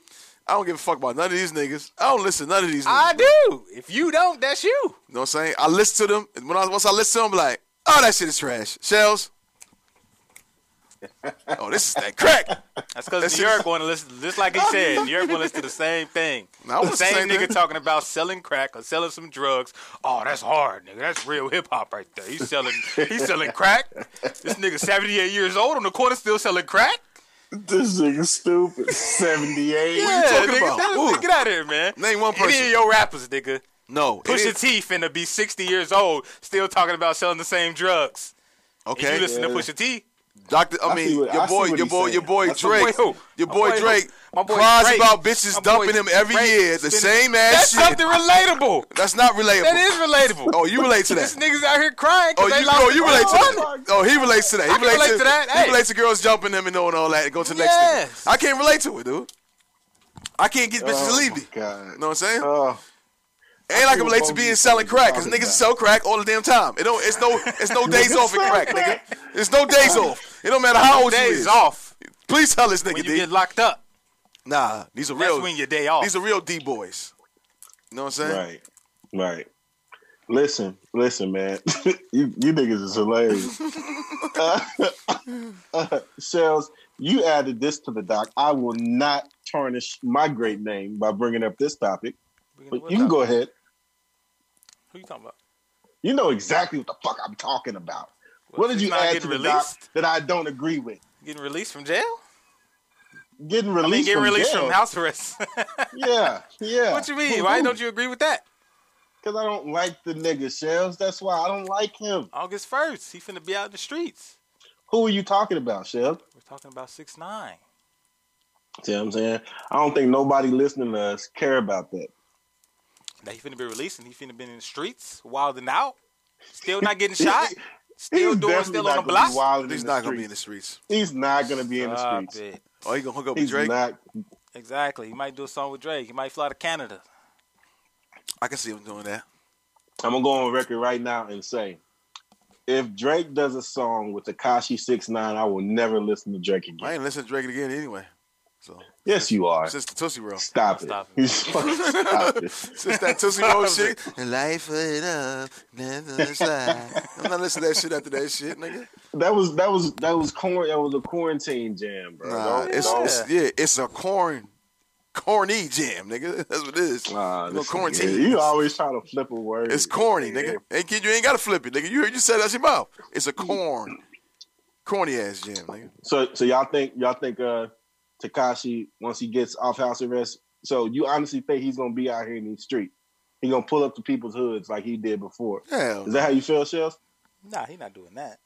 Speaker 2: I don't give a fuck about none of these niggas. I don't listen to none of these. Niggas,
Speaker 6: I
Speaker 2: bro.
Speaker 6: do. If you don't, that's you.
Speaker 2: You know what I'm saying? I listen to them, and when I once I listen to them, I'm like, oh, that shit is trash. Shells. oh, this is that crack.
Speaker 6: That's because
Speaker 2: That's
Speaker 6: New York
Speaker 2: just-
Speaker 6: want to listen, just like Oh, he said, New York want to listen to the same thing.
Speaker 2: Nah, I
Speaker 6: the
Speaker 2: was
Speaker 6: same
Speaker 2: saying
Speaker 6: nigga
Speaker 2: that.
Speaker 6: talking about selling crack or selling some drugs. Oh, that's hard, nigga. That's real hip hop right there. He's selling, he's selling crack. This nigga seventy eight years old on the corner still selling crack.
Speaker 5: This nigga's stupid. 78.
Speaker 6: Yeah,
Speaker 2: talking
Speaker 6: nigga,
Speaker 2: about?
Speaker 6: that is-
Speaker 2: Who?
Speaker 6: get out of here, man.
Speaker 2: Name one
Speaker 6: Any
Speaker 2: person.
Speaker 6: of your rappers, nigga.
Speaker 2: No, it
Speaker 6: Pusha
Speaker 2: is-
Speaker 6: T finna be sixty years old still talking about selling the same drugs. If
Speaker 2: Okay,
Speaker 6: you listen to Pusha T.
Speaker 2: Doctor, I
Speaker 5: I see
Speaker 2: mean,
Speaker 5: what- I
Speaker 2: your
Speaker 5: see
Speaker 2: boy,
Speaker 5: what
Speaker 2: your
Speaker 5: he's
Speaker 2: boy,
Speaker 5: saying.
Speaker 2: your boy
Speaker 5: That's
Speaker 2: Drake,
Speaker 6: my boy who?
Speaker 2: your
Speaker 6: My
Speaker 2: boy,
Speaker 6: boy who?
Speaker 2: Drake,
Speaker 6: My boy
Speaker 2: cries
Speaker 6: Drake.
Speaker 2: about bitches
Speaker 6: My boy
Speaker 2: dumping him every
Speaker 6: Drake
Speaker 2: year. The
Speaker 6: spending-
Speaker 2: same ass
Speaker 6: That's
Speaker 2: shit.
Speaker 6: something relatable.
Speaker 2: That's not relatable.
Speaker 6: That is relatable.
Speaker 2: Oh, you relate to
Speaker 6: This
Speaker 2: that?
Speaker 6: niggas out here crying
Speaker 2: Oh,
Speaker 6: because they
Speaker 2: you,
Speaker 6: lost
Speaker 2: oh, you
Speaker 6: their
Speaker 2: relate to that?
Speaker 6: wallet.
Speaker 2: Oh, he relates to that. He
Speaker 6: I can
Speaker 2: relates
Speaker 6: relate to that. Hey.
Speaker 2: He relates to girls jumping him and doing all that. And go to the next
Speaker 6: Yes.
Speaker 2: thing. I can't relate to it, dude. I can't get bitches to leave me.
Speaker 5: Oh God.
Speaker 2: You know what I'm saying?
Speaker 5: Oh,
Speaker 2: Ain't like
Speaker 5: see
Speaker 2: it
Speaker 5: what
Speaker 2: relates to
Speaker 5: both
Speaker 2: being
Speaker 5: you
Speaker 2: selling
Speaker 5: talking
Speaker 2: crack, cause
Speaker 5: about.
Speaker 2: niggas sell crack all the damn time. It don't. It's no. It's no days off in
Speaker 5: sell
Speaker 2: crack, nigga. It's no days off. It don't matter how old you
Speaker 6: Days
Speaker 2: is.
Speaker 6: off
Speaker 2: Please tell this nigga.
Speaker 6: when you
Speaker 2: D.
Speaker 6: get locked up.
Speaker 2: Nah, these are
Speaker 6: That's
Speaker 2: real.
Speaker 6: when your day off.
Speaker 2: These are real D boys. You know what I'm saying?
Speaker 5: right. Right. Listen, listen, man. you, you niggas is hilarious. Uh, Shells, you added this to the doc. I will not tarnish my great name by bringing up this topic. But you can go ahead.
Speaker 6: Who you talking about?
Speaker 5: You know exactly what the fuck I'm talking about. What did
Speaker 6: he's
Speaker 5: you
Speaker 6: not
Speaker 5: add
Speaker 6: getting
Speaker 5: to the doc
Speaker 6: released?
Speaker 5: that I don't agree with?
Speaker 6: Getting released from jail?
Speaker 5: Getting
Speaker 6: I mean,
Speaker 5: released,
Speaker 6: getting
Speaker 5: from,
Speaker 6: released
Speaker 5: jail.
Speaker 6: from house arrest.
Speaker 5: Yeah, yeah.
Speaker 6: what you mean? Why don't you agree with that?
Speaker 5: Because I don't like the nigga Shells. That's why I don't like him.
Speaker 6: August first, he finna be out in the streets.
Speaker 5: Who are you talking about, Shells?
Speaker 6: We're talking about six nine.
Speaker 5: See what I'm saying? I don't think nobody listening to us care about that.
Speaker 6: That he finna be released and he finna been in the streets, wilding out, still not getting shot, still
Speaker 5: He's
Speaker 6: doing,
Speaker 5: definitely
Speaker 6: still
Speaker 5: not
Speaker 6: on the
Speaker 5: gonna be
Speaker 6: block. Ah,
Speaker 5: wilding
Speaker 2: He's
Speaker 5: in the
Speaker 2: not gonna be in
Speaker 5: streets.
Speaker 2: the streets.
Speaker 5: He's not gonna be in the
Speaker 6: Stop
Speaker 5: streets.
Speaker 6: it.
Speaker 2: Oh, he gonna hook up with
Speaker 5: He's
Speaker 2: Drake.
Speaker 5: not.
Speaker 6: Exactly. He might do a song with Drake. He might fly to Canada.
Speaker 2: I can see him doing that.
Speaker 5: I'm gonna go on record right now and say, if Drake does a song with Akashi Six Nine, I will never listen to Drake again.
Speaker 2: I ain't listening to Drake again anyway. So
Speaker 5: Yes, you are.
Speaker 2: since the Tootsie Roll,
Speaker 5: Stop it.
Speaker 6: Stop
Speaker 5: You fucking stop it.
Speaker 2: since that Tootsie Roll shit, life it up, never slide. I'm not listening to that shit after that shit, nigga.
Speaker 5: That was that was that was corn. That was a quarantine jam, bro.
Speaker 2: Nah,
Speaker 5: Don't-
Speaker 2: it's,
Speaker 5: don't-
Speaker 2: it's yeah, it's a corn, corny jam, nigga. That's what it is.
Speaker 5: Nah,
Speaker 2: You know,
Speaker 5: this nigga,
Speaker 2: quarantine.
Speaker 5: You always try to flip a word.
Speaker 2: It's corny, nigga. Ain't kid, you ain't gotta flip it, nigga. You heard you said that's your mouth. It's a corn, corny ass jam, nigga.
Speaker 5: So so y'all think y'all think uh Takashi once he gets off house arrest, so you honestly think he's gonna be out here in these streets? He gonna pull up to people's hoods like he did before.
Speaker 2: Hell,
Speaker 5: Is that how you feel, Shells?
Speaker 6: Nah, he's not doing that.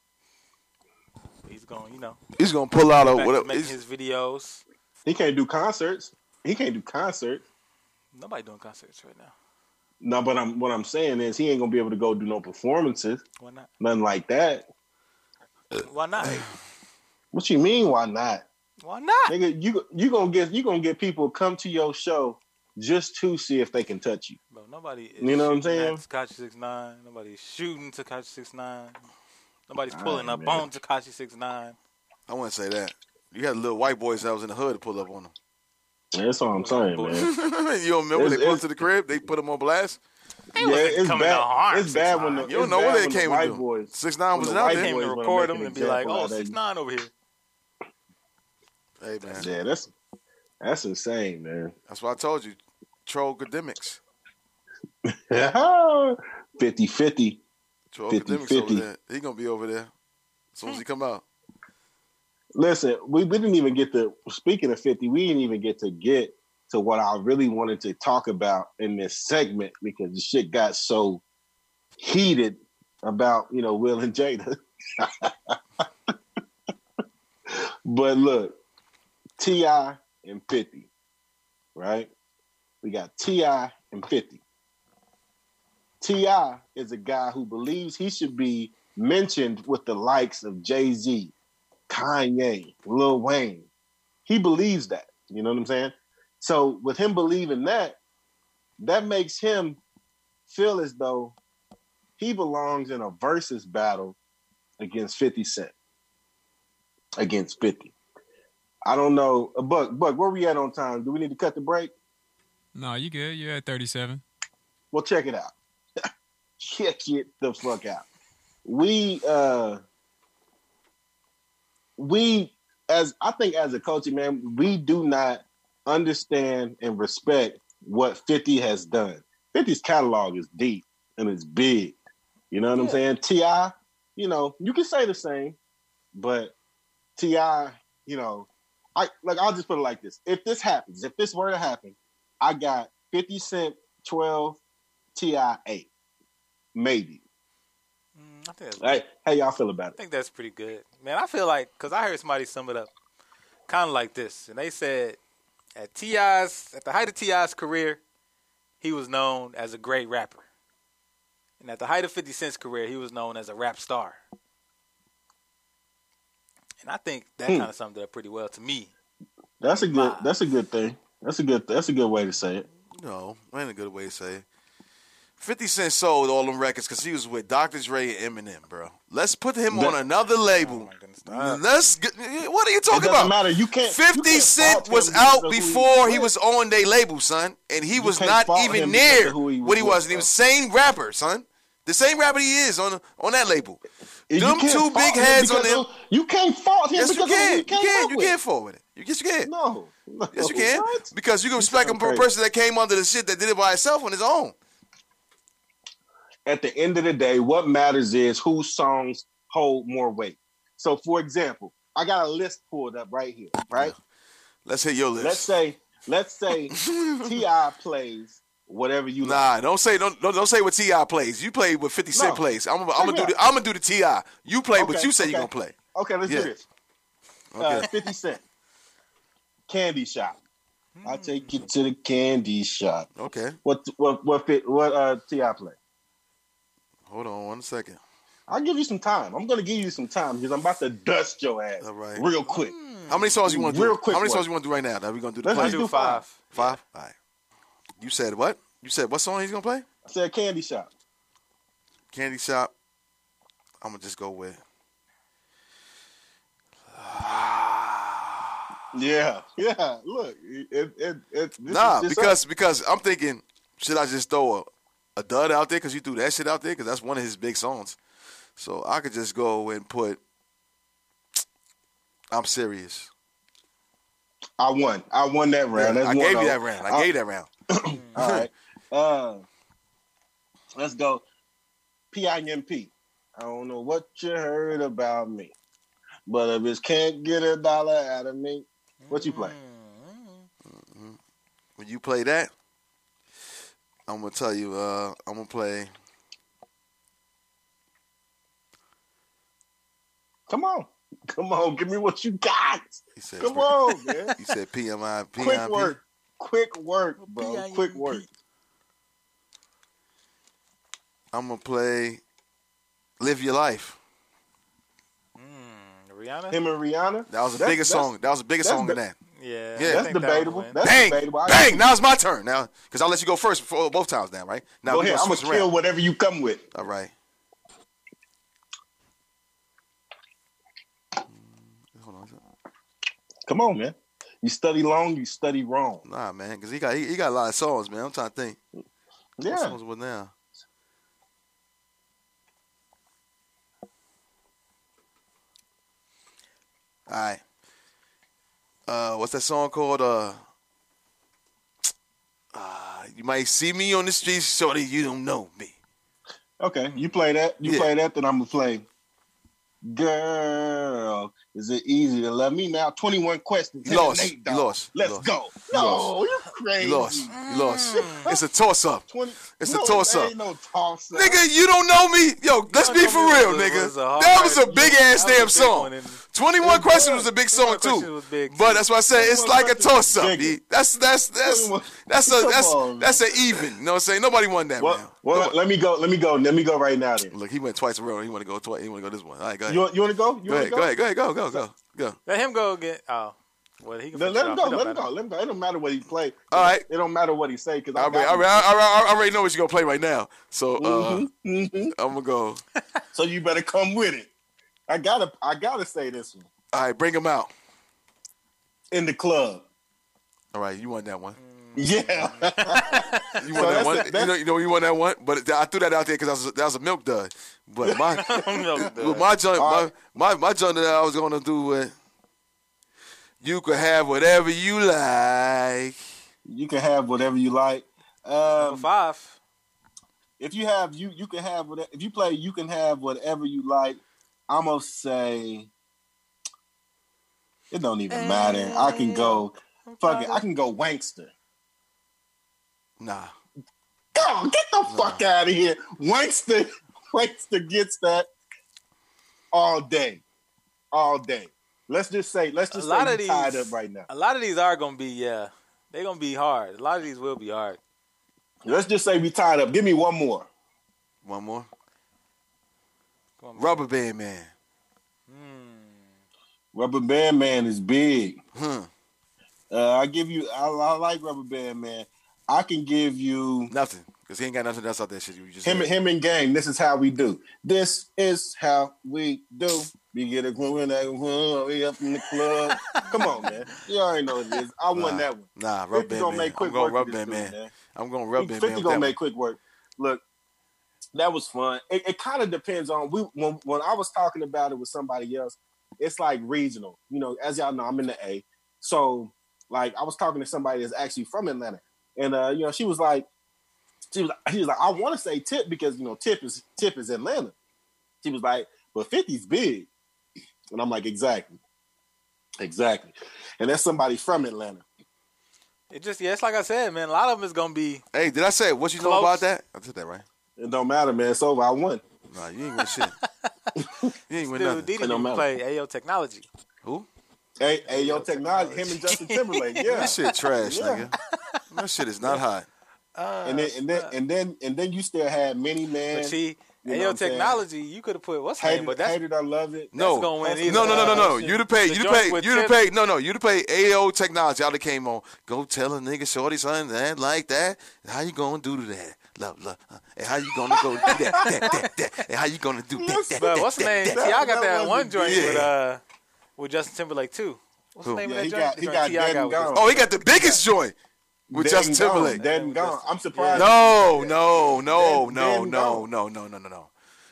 Speaker 6: He's going, you know,
Speaker 2: he's gonna pull out a
Speaker 6: back
Speaker 2: whatever.
Speaker 6: to making
Speaker 2: he's-
Speaker 6: his videos.
Speaker 5: He can't do concerts. He can't do concerts.
Speaker 6: Nobody doing concerts right now.
Speaker 5: No, but I'm what I'm saying is he ain't gonna be able to go do no performances,
Speaker 6: Why not?
Speaker 5: nothing like that. Uh,
Speaker 6: Why not?
Speaker 5: What you mean? Why not,
Speaker 6: Why not?
Speaker 5: nigga? You you gonna get you gonna get people come to your show just to see if they can touch you.
Speaker 6: Bro, nobody. Is
Speaker 5: You know what I'm saying?
Speaker 6: Takashi Six Nine. Nobody's shooting Takashi Six Nine. Nobody's
Speaker 5: All
Speaker 6: pulling
Speaker 5: right,
Speaker 6: up
Speaker 5: man.
Speaker 6: on Takashi Six Nine.
Speaker 2: I wouldn't say that. You had little white boys that was in the hood to pull up on them.
Speaker 5: That's what I'm saying, man.
Speaker 2: you don't remember when
Speaker 5: It's-
Speaker 2: they pulled
Speaker 5: it's-
Speaker 2: up to the crib? They put them on blast.
Speaker 5: yeah,
Speaker 6: wasn't
Speaker 5: it's
Speaker 6: coming
Speaker 5: bad.
Speaker 6: to harm,
Speaker 5: it's bad when the,
Speaker 2: You don't
Speaker 5: it's
Speaker 2: know
Speaker 5: bad
Speaker 2: what they
Speaker 5: when the
Speaker 2: came
Speaker 5: white
Speaker 2: to do.
Speaker 5: boys.
Speaker 2: Six nine
Speaker 5: when
Speaker 2: was
Speaker 5: the
Speaker 2: out
Speaker 5: white
Speaker 2: there.
Speaker 6: Came
Speaker 5: boys
Speaker 6: to
Speaker 5: wanna
Speaker 6: record
Speaker 5: make
Speaker 6: him
Speaker 5: an
Speaker 6: and be like,
Speaker 5: example
Speaker 6: "Oh,
Speaker 5: out of
Speaker 6: six
Speaker 5: you."
Speaker 6: nine over here."
Speaker 2: Hey man,
Speaker 5: Yeah, that's that's insane, man.
Speaker 2: that's why I told you, troll academics.
Speaker 5: 50 50.
Speaker 2: Troll
Speaker 5: 50,
Speaker 2: academics
Speaker 5: 50.
Speaker 2: over there. He gonna be over there as soon as
Speaker 5: Hmm.
Speaker 2: he come out.
Speaker 5: Listen, we, we didn't even get to speaking of 50, we didn't even get to get to what I really wanted to talk about in this segment because the shit got so heated about, you know, Will and Jada. but look, T.I. and 50, right? We got T.I. and 50. T.I. is a guy who believes he should be mentioned with the likes of Jay Z, Kanye, Lil Wayne. He believes that. You know what I'm saying? So with him believing that, that makes him feel as though he belongs in a versus battle against 50 Cent. Against 50. I don't know. Uh, Buck, Buck, where we at on time? Do we need to cut the break?
Speaker 11: No, you good. You're at 37.
Speaker 5: Well, check it out. check it the fuck out. We uh we as I think as a culture, man, we do not understand and respect what 50 has done. 50's catalog is deep and it's big. You know what I'm saying? T.I., you know, you can say the same, but T.I., you know, I like I'll just put it like this. If this happens, if this were to happen, I got 50 Cent 12 Ti eight, maybe.
Speaker 6: Mm, I think that's
Speaker 5: Hey, how y'all feel about
Speaker 6: I
Speaker 5: it?
Speaker 6: think that's pretty good, man. I feel like because I heard somebody sum it up kind of like this, and they said at Ti's at the height of Ti's career, he was known as a great rapper, and at the height of Fifty Cent's career, he was known as a rap star. And I think that
Speaker 5: Hmm.
Speaker 6: kind of summed it up pretty well to me.
Speaker 5: That's a good. That's a good thing. That's a good. That's a good way to say it.
Speaker 2: No, ain't a good way to say it. 50 Cent sold all them records because he was with Dr. Dre and Eminem, bro. Let's put him
Speaker 5: That-
Speaker 2: on another label. Let's get, what are you
Speaker 5: It
Speaker 2: talking
Speaker 5: doesn't
Speaker 2: about?
Speaker 5: matter. You can't. you
Speaker 2: 50
Speaker 5: can't
Speaker 2: Cent
Speaker 5: fault him
Speaker 2: was
Speaker 5: because of
Speaker 2: out
Speaker 5: who
Speaker 2: before he
Speaker 5: with.
Speaker 2: was on their label, son, and he was
Speaker 5: can't
Speaker 2: not
Speaker 5: fault
Speaker 2: even
Speaker 5: him because
Speaker 2: near
Speaker 5: of who he was
Speaker 2: what he
Speaker 5: with,
Speaker 2: was. He
Speaker 5: bro.
Speaker 2: was same rapper, son. The same rapper he is on on that label.
Speaker 5: You
Speaker 2: them
Speaker 5: can't
Speaker 2: two
Speaker 5: fault
Speaker 2: big
Speaker 5: him
Speaker 2: heads on
Speaker 5: because
Speaker 2: him.
Speaker 5: of- You can't fault him
Speaker 2: Yes, you
Speaker 5: because of who
Speaker 2: can.
Speaker 5: he
Speaker 2: You
Speaker 5: came
Speaker 2: can.
Speaker 5: up
Speaker 2: You
Speaker 5: with.
Speaker 2: can forward it. You, yes, you can.
Speaker 5: No, no.
Speaker 2: Yes, you can.
Speaker 5: What?
Speaker 2: Because you can respect him
Speaker 5: sound
Speaker 2: for a
Speaker 5: crazy.
Speaker 2: person that came under the shit that did it by itself on his own.
Speaker 5: at the end of the day, what matters is whose songs hold more weight. So, for example, I got a list pulled up right here. Right.
Speaker 2: Let's hit your list.
Speaker 5: Let's say. Let's say Ti plays whatever you like.
Speaker 2: Nah, don't say don't don't, don't say what Ti plays. You play what Fifty Cent
Speaker 5: No.
Speaker 2: plays. I'm, I'm gonna
Speaker 5: me
Speaker 2: do the,
Speaker 5: out.
Speaker 2: I'm gonna do the Ti. You play what
Speaker 5: Okay,
Speaker 2: you say you
Speaker 5: okay.
Speaker 2: gonna play.
Speaker 5: Okay, let's
Speaker 2: Yeah.
Speaker 5: do this.
Speaker 2: Okay.
Speaker 5: Uh, 50 Cent. Candy shop. I'll take you to the candy shop.
Speaker 2: okay.
Speaker 5: What what what fit what uh T.I. play?
Speaker 2: Hold on one second.
Speaker 5: I'll give you some time. I'm gonna give you some time because I'm about to dust your ass
Speaker 2: All right.
Speaker 5: real quick.
Speaker 2: How many songs you want to do?
Speaker 5: Hmm. Real quick
Speaker 2: How many
Speaker 5: one.
Speaker 2: songs you want to do right now? Now we gonna do the
Speaker 5: Let's
Speaker 2: play.
Speaker 5: do
Speaker 6: Two five.
Speaker 2: Five. All right. You said what? You said what song he's gonna play?
Speaker 5: I said Candy Shop.
Speaker 2: Candy Shop. I'm gonna just go with.
Speaker 5: Yeah, yeah. Look, it, it, it, this
Speaker 2: nah,
Speaker 5: is just
Speaker 2: because
Speaker 5: us.
Speaker 2: because I'm thinking, should I just throw a, a dud out there? Because you threw that shit out there. Because that's one of his big songs. So I could just go and put. I'm serious.
Speaker 5: I won. I won that round.
Speaker 2: Yeah,
Speaker 5: That's oh.
Speaker 2: I gave
Speaker 5: 1-0.
Speaker 2: you that round. I gave you that round.
Speaker 5: All right. Uh, let's go. PIMP. I don't know what you heard about me, but if it can't get a dollar out of me, what you play?
Speaker 2: When you play that, I'm gonna tell you. Uh, I'm gonna play.
Speaker 5: Come on. Come on. Give me what you got.
Speaker 2: He said,
Speaker 5: Come on, man.
Speaker 2: He said PMI. PIMP.
Speaker 5: Quick work. Quick work, bro. Quick work.
Speaker 2: I'm gonna play. Live your life.
Speaker 6: Rihanna.
Speaker 5: Him and Rihanna.
Speaker 2: That was the
Speaker 5: That's-
Speaker 2: biggest
Speaker 5: that's-
Speaker 2: song. That was the biggest
Speaker 5: that's
Speaker 2: song
Speaker 5: the-
Speaker 2: in that.
Speaker 6: Yeah.
Speaker 2: Yeah.
Speaker 5: That's debatable. That's
Speaker 2: bang,
Speaker 5: debatable. I-
Speaker 2: bang. Now it's my turn. Now, because I'll let you go first before both times. Now, right? Now
Speaker 5: Go
Speaker 2: we
Speaker 5: ahead. I'm
Speaker 2: gonna
Speaker 5: gonna
Speaker 2: switch around.
Speaker 5: kill whatever you come with.
Speaker 2: All right. Mm, Hold on.
Speaker 5: Come on, man. You study long, you study wrong.
Speaker 2: Nah, man, because he got he, he got a lot of songs, man. I'm trying to think.
Speaker 5: Yeah.
Speaker 2: What songs were now? All right. Uh, what's that song called? Uh, uh, you might see me on the streets, shorty. You don't know me.
Speaker 5: Okay, you play that. You
Speaker 2: Yeah.
Speaker 5: play that, then I'm gonna play. Girl, is it easy to love me now? 21 questions.
Speaker 2: You lost.
Speaker 5: Nate,
Speaker 2: You
Speaker 5: dog.
Speaker 2: lost. You
Speaker 5: Let's
Speaker 2: lost.
Speaker 5: go.
Speaker 2: You
Speaker 5: No,
Speaker 2: lost.
Speaker 5: you're crazy.
Speaker 2: You lost. You lost. It's a toss up.
Speaker 5: 20,
Speaker 2: It's
Speaker 5: no,
Speaker 2: a toss
Speaker 5: there
Speaker 2: up.
Speaker 5: Ain't no toss up.
Speaker 2: Nigga, you don't know me. Yo, let's be for real, nigga. that was a big ass damn song. 21 Questions was a big song too. But that's why I said it's
Speaker 5: 21
Speaker 2: like a
Speaker 5: Questions
Speaker 2: toss up.
Speaker 5: was big.
Speaker 2: That's that's that's
Speaker 5: 21
Speaker 2: that's a
Speaker 5: Come
Speaker 2: that's
Speaker 5: on,
Speaker 2: that's an even. You know what I'm saying? Nobody won that round.
Speaker 5: Well, well let me go. Let me go. Let me go right now. Then
Speaker 2: Look, he went twice in a row. He want to go twice. He want to go this one. All right, go ahead.
Speaker 5: you want, you want to go?
Speaker 2: Go
Speaker 5: You wanna
Speaker 2: ahead. Go ahead. Go ahead. Go go go go.
Speaker 6: Let him go again. Oh, well, he can.
Speaker 5: Then
Speaker 6: finish
Speaker 5: let
Speaker 6: it
Speaker 5: him go.
Speaker 6: off. It
Speaker 5: Let
Speaker 6: don't
Speaker 5: him go.
Speaker 6: matter.
Speaker 5: Let him go. It don't matter what he play.
Speaker 2: All right.
Speaker 5: It don't matter what he say because
Speaker 2: I already, I, already, I, already, I already know what you're gonna play right now. So uh,
Speaker 5: Mm-hmm,
Speaker 2: I'm gonna go.
Speaker 5: So you better come with it. I gotta. I gotta say this one
Speaker 2: All right, bring him out.
Speaker 5: in the club.
Speaker 2: All right, you won that one.
Speaker 6: Mm.
Speaker 5: Yeah.
Speaker 2: You
Speaker 5: So
Speaker 2: won that
Speaker 5: that's
Speaker 2: one.
Speaker 5: it.
Speaker 2: you,
Speaker 5: That's-
Speaker 2: know, you know you won that one. But I threw that out there because that was a milk dud. But my
Speaker 6: Milk dud.
Speaker 2: Well, my joint,
Speaker 5: All
Speaker 2: my, my my joint that I was gonna do with you could have whatever you like.
Speaker 5: You can have whatever you like. Um,
Speaker 6: Five.
Speaker 5: if you have you, you can have whatever. If you play, you can have whatever you like. I'm gonna say it don't even matter. I can
Speaker 6: Eh,
Speaker 5: go. Fuck it. I can go wankster.
Speaker 2: Nah,
Speaker 5: Go get the fuck out of here. Wankster, wankster gets that all day, all day. Let's just say, let's
Speaker 6: A
Speaker 5: just
Speaker 6: lot
Speaker 5: say
Speaker 6: of
Speaker 5: you
Speaker 6: these
Speaker 5: tied up right now.
Speaker 6: A lot of these are gonna be yeah. They're gonna be hard. A lot of these will be hard.
Speaker 5: Let's just say we tied up. Give me one more.
Speaker 2: one more.
Speaker 6: Come on, man.
Speaker 2: Rubber band man.
Speaker 5: Rubber Band Man is big.
Speaker 2: Hmm.
Speaker 5: Uh, I give you. I, I like Rubber Band Man. I can give you
Speaker 2: Nothing, cause he ain't got nothing else out there. Shit, you just
Speaker 5: him.
Speaker 2: said.
Speaker 5: Him and Gang. This is how we do. This is how we do. We get a groove and that groove, we up in the club. Come on, man. You already know what it is. I won
Speaker 2: Nah.
Speaker 5: that one.
Speaker 2: Nah, rubber
Speaker 5: 50
Speaker 2: band
Speaker 5: gonna
Speaker 2: man.
Speaker 5: make quick
Speaker 2: I'm going
Speaker 5: work
Speaker 2: rubber
Speaker 5: of this
Speaker 2: band
Speaker 5: dude,
Speaker 2: man.
Speaker 5: man.
Speaker 2: I'm going rubber band
Speaker 5: 50
Speaker 2: man. with
Speaker 5: gonna
Speaker 2: that
Speaker 5: make quick work. Look, that was fun. It, it kind of depends on we when when I was talking about it with somebody else. It's like regional, you know. As y'all know, I'm in the A, so like I was talking to somebody that's actually from Atlanta, and uh, you know, she was like, she was she was like, I want to say Tip because you know Tip is Tip is Atlanta. She was like, but 50's big, and I'm like, exactly, exactly, and that's somebody from Atlanta.
Speaker 6: It just yeah. It's like I said, man. A lot of them is gonna be.
Speaker 2: one. Hey, did I say what you know
Speaker 6: Close.
Speaker 2: about that? I said that right.
Speaker 5: It don't matter, man. It's over. I won.
Speaker 2: Nah, you ain't win shit. you ain't win
Speaker 6: Dude,
Speaker 2: nothing.
Speaker 6: Diddy
Speaker 5: It don't
Speaker 6: can
Speaker 5: matter.
Speaker 6: play AO technology.
Speaker 2: Who?
Speaker 5: Hey, hey, yo, technology. Him and Justin Timberlake. Yeah.
Speaker 2: That shit trash,
Speaker 5: Yeah.
Speaker 2: nigga. That shit is not hot.
Speaker 5: and then and then and then and then you still had many man.
Speaker 6: But see,
Speaker 5: You
Speaker 6: and
Speaker 5: know
Speaker 6: your
Speaker 5: what I'm saying?
Speaker 6: technology, you could have put what's her
Speaker 5: Hate
Speaker 6: name,
Speaker 5: it-
Speaker 6: but that's
Speaker 5: hate it, I love it.
Speaker 2: No,
Speaker 6: gonna win either.
Speaker 2: no, no, no, no, no.
Speaker 6: Oh, shit.
Speaker 2: You to pay,
Speaker 6: The
Speaker 2: you to
Speaker 6: joint
Speaker 2: pay,
Speaker 6: with
Speaker 2: you to
Speaker 6: Tip-
Speaker 2: pay. No, no, you to pay. AO technology out that came on. Go tell a nigga, shorty, son, that like that. How you gonna do that? Love, love. uh, And how you gonna go do that? that, that, that. And how you gonna do that? that
Speaker 6: But
Speaker 2: that,
Speaker 6: what's the
Speaker 2: that,
Speaker 6: name? Ti
Speaker 2: that?
Speaker 6: got that,
Speaker 2: that
Speaker 6: one joint
Speaker 2: yeah.
Speaker 6: with uh with Justin Timberlake too. What's
Speaker 2: Who?
Speaker 6: the name
Speaker 5: Yeah,
Speaker 6: of that
Speaker 5: he
Speaker 6: joint?
Speaker 5: got-
Speaker 6: The
Speaker 5: he
Speaker 6: joint
Speaker 5: got
Speaker 6: T.I.
Speaker 5: dead and
Speaker 6: with-
Speaker 5: gone.
Speaker 2: Oh, he got the biggest joint with
Speaker 5: Dead
Speaker 2: Justin
Speaker 5: and gone,
Speaker 2: Timberlake.
Speaker 5: Dead and gone. I'm surprised.
Speaker 2: No, no, no, no,
Speaker 5: Then
Speaker 2: no,
Speaker 5: gone.
Speaker 2: no, no, no, no, no.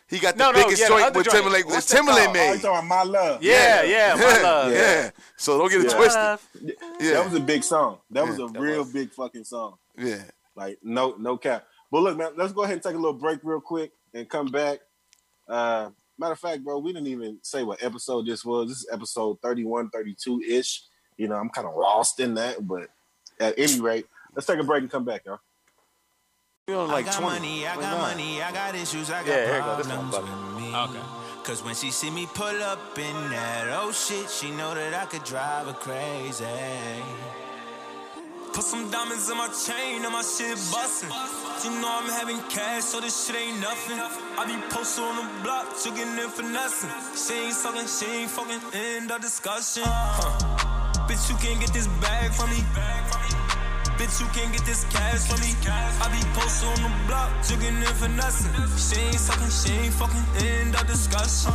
Speaker 2: He got the
Speaker 6: No, no,
Speaker 2: biggest
Speaker 6: yeah, the
Speaker 2: joint
Speaker 6: other
Speaker 2: with
Speaker 6: joint.
Speaker 2: Timberlake. That
Speaker 6: What's that called?
Speaker 2: Timberlake
Speaker 5: Oh, you
Speaker 2: made.
Speaker 5: talking about my love?
Speaker 6: Yeah, yeah, my
Speaker 2: yeah,
Speaker 6: love.
Speaker 2: yeah. So don't get it
Speaker 5: Yeah.
Speaker 2: twisted. Yeah.
Speaker 5: That was a big song. That was
Speaker 2: Yeah,
Speaker 5: a real big fucking song.
Speaker 2: Yeah.
Speaker 5: Like no no cap. But look, man, let's go ahead and take a little break real quick and come back. Uh matter of fact, bro, we didn't even say what episode this was. This is episode 31, 32 ish. You know, I'm kind of lost in that, but at any rate, let's take a break and come back, y'all.
Speaker 2: We on
Speaker 9: I
Speaker 2: like
Speaker 9: got
Speaker 2: 20.
Speaker 9: money, I got money, I got issues, I got
Speaker 6: Yeah, here you go. This one,
Speaker 9: problems
Speaker 6: buddy.
Speaker 9: with me. Cause when she see me pull up in that oh shit, she know that I could drive her crazy. Put some diamonds in my chain, and my shit bustin'. You know I'm having cash, so this shit ain't nothing. I be posted on the block, chicken in for nothing. She ain't sucking, she ain't fucking, end of discussion. Huh. Bitch, you can't get this bag from me. Bitch, you can't get this cash from me. I be posted on the block, chicken in for nothing. She ain't sucking, she ain't fucking, end of discussion.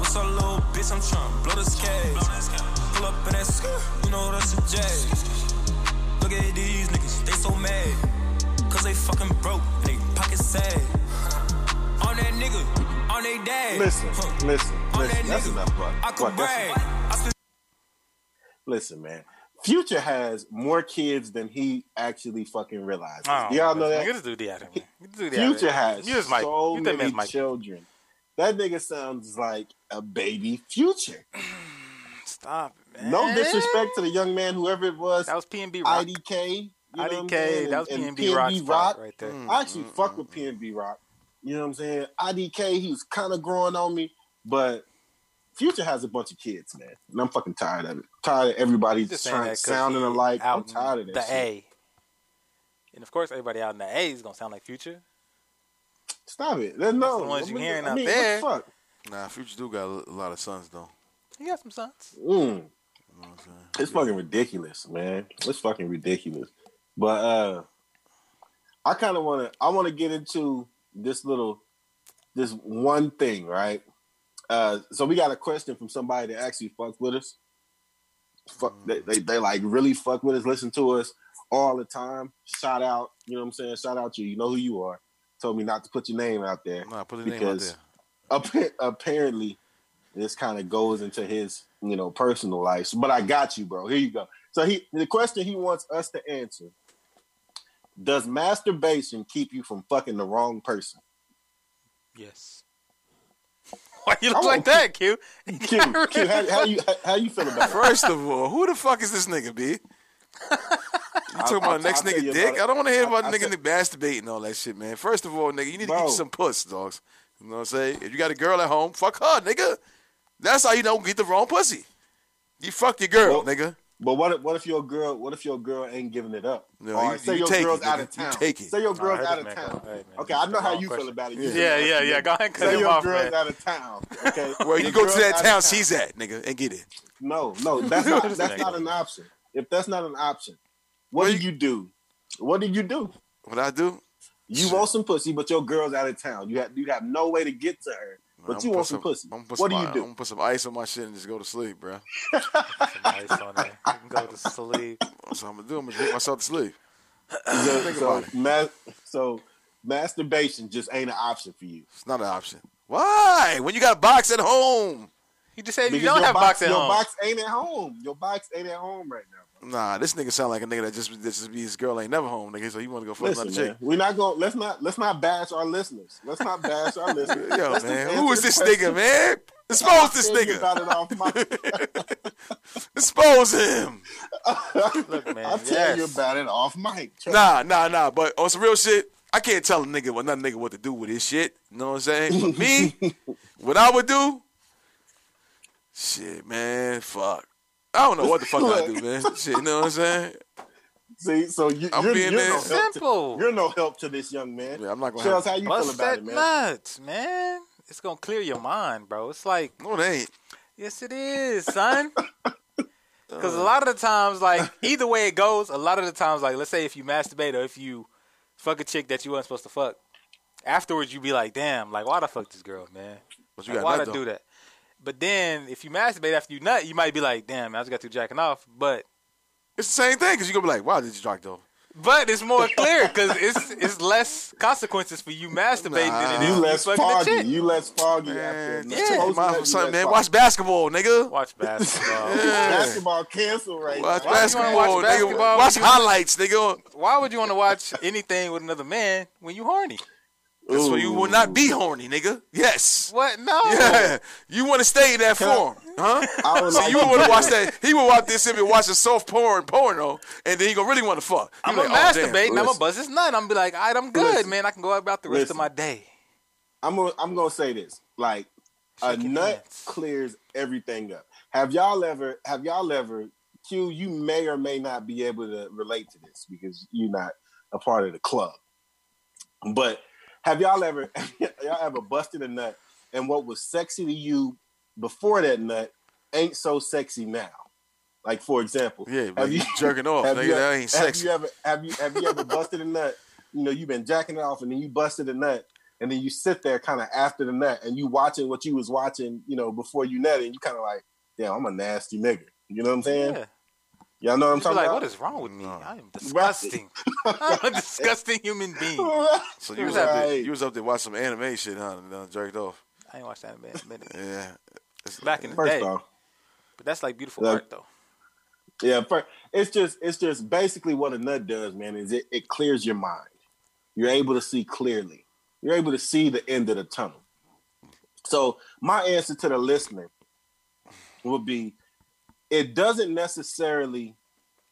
Speaker 9: What's up, little bitch? I'm tryna blow this cash. Pull up in that skirt, you know that's a jazz. Look at these niggas, they so mad. Cause they fucking broke and they pockets sad. On that nigga, on they dad.
Speaker 5: Listen,
Speaker 9: Huh.
Speaker 5: listen,
Speaker 9: On
Speaker 5: listen.
Speaker 9: that
Speaker 5: That's
Speaker 9: nigga,
Speaker 5: enough, bro.
Speaker 9: I could
Speaker 5: Fuck, that's
Speaker 9: brag.
Speaker 5: enough.
Speaker 9: I spent
Speaker 5: Listen, man. Future has more kids than he actually fucking realizes.
Speaker 6: I don't
Speaker 5: Y'all know
Speaker 6: this
Speaker 5: that?
Speaker 6: nigga. This dude, yeah, this dude, yeah,
Speaker 5: Future has
Speaker 6: You just Mike.
Speaker 5: so
Speaker 6: You think
Speaker 5: many
Speaker 6: that's Mike?
Speaker 5: children. That nigga sounds like a baby future.
Speaker 6: Stop, it, man.
Speaker 5: No disrespect to the young man, whoever it was,
Speaker 6: Eh? That was PNB Rock.
Speaker 5: IDK. You know what I'm
Speaker 6: IDK.
Speaker 5: saying?
Speaker 6: That was
Speaker 5: And-
Speaker 6: PNB,
Speaker 5: and hmm,
Speaker 6: Rock's Rock right there. Mm,
Speaker 5: I actually fuck with PNB Rock. You know what I'm saying? IDK, he was kind of growing on me, but Future has a bunch of kids, man, and I'm fucking tired of it. Tired of everybody
Speaker 6: Just
Speaker 5: just
Speaker 6: saying that
Speaker 5: trying
Speaker 6: 'cause
Speaker 5: sounding
Speaker 6: he
Speaker 5: alike. I'm
Speaker 6: out
Speaker 5: tired of that.
Speaker 6: The
Speaker 5: shit.
Speaker 6: A. And of course, everybody out in the A is gonna sound like Future.
Speaker 5: Stop it. No,
Speaker 6: the ones
Speaker 5: I
Speaker 6: you
Speaker 5: mean,
Speaker 6: hearing
Speaker 5: I
Speaker 6: out
Speaker 5: mean, what the
Speaker 6: there.
Speaker 5: Fuck.
Speaker 2: Nah, Future do got a lot of sons though.
Speaker 6: You got some sons.
Speaker 5: Mm. It's fucking ridiculous, man. It's fucking ridiculous. But uh I kind of want to. I want to get into this little, this one thing, right? Uh So we got a question from somebody that actually fucked with us. Fuck, they, they they like really fuck with us, listen to us all the time. Shout out, you know what I'm saying? Shout out to you. You know who you are. Told me not to put your name out there
Speaker 2: Nah, put his name out
Speaker 5: because
Speaker 2: there.
Speaker 5: appa- apparently this kind of goes into his you know personal life but i got you bro here you go so he the question he wants us to answer does masturbation keep you from fucking the wrong person
Speaker 6: Yes. Why you look
Speaker 5: I'm
Speaker 6: like
Speaker 5: gonna-
Speaker 6: that, Q?
Speaker 5: Q, Q, how, how you how you feel about it
Speaker 2: First of all, who the fuck is this nigga, B? You talking
Speaker 5: I'll-
Speaker 2: about next
Speaker 5: I'll tell
Speaker 2: nigga
Speaker 5: you about
Speaker 2: dick?
Speaker 5: it.
Speaker 2: I don't want to hear
Speaker 5: I-
Speaker 2: about
Speaker 5: I
Speaker 2: nigga
Speaker 5: said-
Speaker 2: masturbating and all that shit, man. First of all, nigga, you need to get
Speaker 5: Bro.
Speaker 2: you some puss, dogs. You know what I'm saying? If you got a girl at home, fuck her, nigga. That's how you don't get the wrong pussy. You fuck your girl,
Speaker 5: Well,
Speaker 2: nigga.
Speaker 5: but what if, what if your girl what if your girl ain't giving it up
Speaker 2: No,
Speaker 5: Or
Speaker 2: you-
Speaker 5: say
Speaker 2: you
Speaker 5: your
Speaker 2: take it,
Speaker 5: girl's out
Speaker 2: nigga.
Speaker 5: of
Speaker 2: You
Speaker 5: town
Speaker 2: take it.
Speaker 5: say your
Speaker 6: All right,
Speaker 5: girl's out of
Speaker 6: man,
Speaker 5: town
Speaker 6: all right, man.
Speaker 5: okay i know how
Speaker 6: Wrong
Speaker 5: you
Speaker 6: question.
Speaker 5: feel about it You
Speaker 6: Yeah, yeah, yeah. Go ahead and cut
Speaker 5: say
Speaker 6: him
Speaker 5: your
Speaker 6: off,
Speaker 5: girl's
Speaker 6: man.
Speaker 5: out of town okay
Speaker 2: Well, you
Speaker 5: Your
Speaker 2: go to
Speaker 5: girl's
Speaker 2: that
Speaker 5: out of
Speaker 2: town she's at, nigga, and get it.
Speaker 5: No, no, that's not
Speaker 6: Exactly.
Speaker 5: that's not an option. If that's not an option, what do you do? What do you do?
Speaker 2: What I do?
Speaker 5: You want some pussy, but your girl's out of town. You have you have no way to get to her, but
Speaker 2: I'ma
Speaker 5: you
Speaker 2: put
Speaker 5: want some pussy.
Speaker 2: I'ma put
Speaker 5: What do
Speaker 2: some-
Speaker 5: you
Speaker 2: I'm
Speaker 5: do?
Speaker 2: gonna put some ice on my shit and just go to sleep, bro.
Speaker 6: Nice on there. You can go to sleep.
Speaker 2: That's what I'm gonna do. I'm gonna drink myself to sleep.
Speaker 5: So,
Speaker 2: Think
Speaker 5: so,
Speaker 2: about it.
Speaker 5: ma- so masturbation just ain't an option for you.
Speaker 2: It's not an option. Why? When you got a box at home.
Speaker 6: You just said
Speaker 5: Because
Speaker 6: you don't
Speaker 5: your
Speaker 6: have box at
Speaker 5: your
Speaker 6: home.
Speaker 5: box ain't at home. Your box ain't at home right now. bro.
Speaker 2: Nah, this nigga sound like a nigga that just that just be his girl ain't never home, nigga. So he want to go fuck
Speaker 5: Listen,
Speaker 2: another chick.
Speaker 5: man, we're not going. Let's not let's not bash our listeners. Let's not bash our listeners.
Speaker 2: Yo,
Speaker 5: Let's just
Speaker 2: man,
Speaker 5: answer
Speaker 2: who is this
Speaker 5: question.
Speaker 2: nigga, man? Expose this
Speaker 5: Tell you About
Speaker 2: nigga.
Speaker 5: it off my-
Speaker 2: Expose him.
Speaker 6: Look, man.
Speaker 5: I'll tell
Speaker 6: yes.
Speaker 5: you about it off mic. Trust
Speaker 2: Nah, nah, nah. But on some real shit, I can't tell a nigga what another nigga what to do with his shit. You know what I'm saying? But me, what I would do, shit, man, fuck. I don't know what the fuck I do, man. Shit, you know what I'm saying?
Speaker 5: See, so you,
Speaker 6: I'm
Speaker 5: you're,
Speaker 6: being
Speaker 5: you're
Speaker 6: that-
Speaker 5: no help
Speaker 6: Simple.
Speaker 5: To, you're no help to this young man. Yeah, I'm not
Speaker 6: gonna
Speaker 5: Shells,
Speaker 6: help.
Speaker 5: how you
Speaker 6: Bust
Speaker 5: feel about
Speaker 6: that
Speaker 5: it, man?
Speaker 6: nuts, man. It's gonna clear your mind, bro. It's like
Speaker 2: no, it ain't.
Speaker 6: Yes, it is, son. Because a lot of the times, like either way it goes, a lot of the times, like let's say if you masturbate or if you fuck a chick that you weren't supposed to fuck, afterwards you be like, damn, like why the fuck this girl, man?
Speaker 2: But you
Speaker 6: Like,
Speaker 2: got
Speaker 6: why'd
Speaker 2: nut,
Speaker 6: I
Speaker 2: though.
Speaker 6: do that? But then if you masturbate after you nut, you might be like, damn, I just got through jacking off, but
Speaker 2: It's the same thing because you gonna be like, why did you jack off?
Speaker 6: but it's more clear because it's it's less consequences for you masturbating than it is
Speaker 5: you
Speaker 6: for
Speaker 5: less
Speaker 6: fucking the
Speaker 5: foggy.
Speaker 6: chick.
Speaker 5: You less foggy after.
Speaker 2: Yeah,
Speaker 5: that. Most
Speaker 2: Mind
Speaker 5: of
Speaker 2: for something,
Speaker 5: you less
Speaker 2: man.
Speaker 5: foggy.
Speaker 2: Watch basketball, nigga.
Speaker 6: Watch basketball.
Speaker 5: Basketball cancel right
Speaker 2: Watch
Speaker 5: now.
Speaker 2: basketball, nigga. Watch highlights, nigga.
Speaker 6: Why would you want to watch anything with another man when you horny?
Speaker 2: That's why you will not be horny, nigga. Yes.
Speaker 6: What? No.
Speaker 2: Yeah. You want to stay in that form,
Speaker 5: I
Speaker 2: huh?
Speaker 5: would
Speaker 2: So
Speaker 5: like
Speaker 2: you
Speaker 5: to
Speaker 2: want
Speaker 5: do
Speaker 2: to watch
Speaker 5: that.
Speaker 2: that. He would watch this and be watching soft porn, porno, and then he gonna really want to fuck.
Speaker 6: I'm
Speaker 2: like,
Speaker 6: gonna
Speaker 2: oh, damn.
Speaker 6: masturbate and I'm gonna
Speaker 5: Listen.
Speaker 6: buzz his nut. I'm gonna be like, all right, I'm good,
Speaker 5: Listen.
Speaker 6: man. I can go about the rest
Speaker 5: Listen.
Speaker 6: of my day.
Speaker 5: I'm gonna I'm gonna say this. Like a
Speaker 6: Shake your
Speaker 5: nut
Speaker 6: pants.
Speaker 5: clears everything up. Have y'all ever have y'all ever Q, you may or may not be able to relate to this because you're not a part of the club. But have y'all ever y'all ever busted a nut and what was sexy to you before that nut ain't so sexy now? Like for example,
Speaker 2: Yeah, but you jerking off,
Speaker 5: have
Speaker 2: nigga.
Speaker 5: you-
Speaker 2: that ain't
Speaker 5: have
Speaker 2: sexy.
Speaker 5: You ever, have you have you ever busted a nut? You know, you've been jacking it off, and then you busted a nut, and then you sit there kind of after the nut, and you watching what you was watching, you know, before you nutted, and you kind of like, damn, I'm a nasty nigga. You know what I'm saying?
Speaker 6: Yeah.
Speaker 5: Y'all know what I'm
Speaker 6: You'd be
Speaker 5: talking
Speaker 6: like,
Speaker 5: about? Uh,
Speaker 6: what is wrong with me? I am disgusting. I'm a disgusting human being.
Speaker 2: So you was,
Speaker 5: Right.
Speaker 2: up there, you was up there watching some anime shit, huh? And uh, jerked off.
Speaker 6: I ain't watched that in a minute.
Speaker 2: Yeah.
Speaker 6: Back in the
Speaker 5: First
Speaker 6: day.
Speaker 5: off,
Speaker 6: But that's like beautiful
Speaker 5: Look.
Speaker 6: art though.
Speaker 5: yeah, first, it's just it's just basically what a nut does, man. Is it it clears your mind. You're able to see clearly. You're able to see the end of the tunnel. So my answer to the listener would be it doesn't necessarily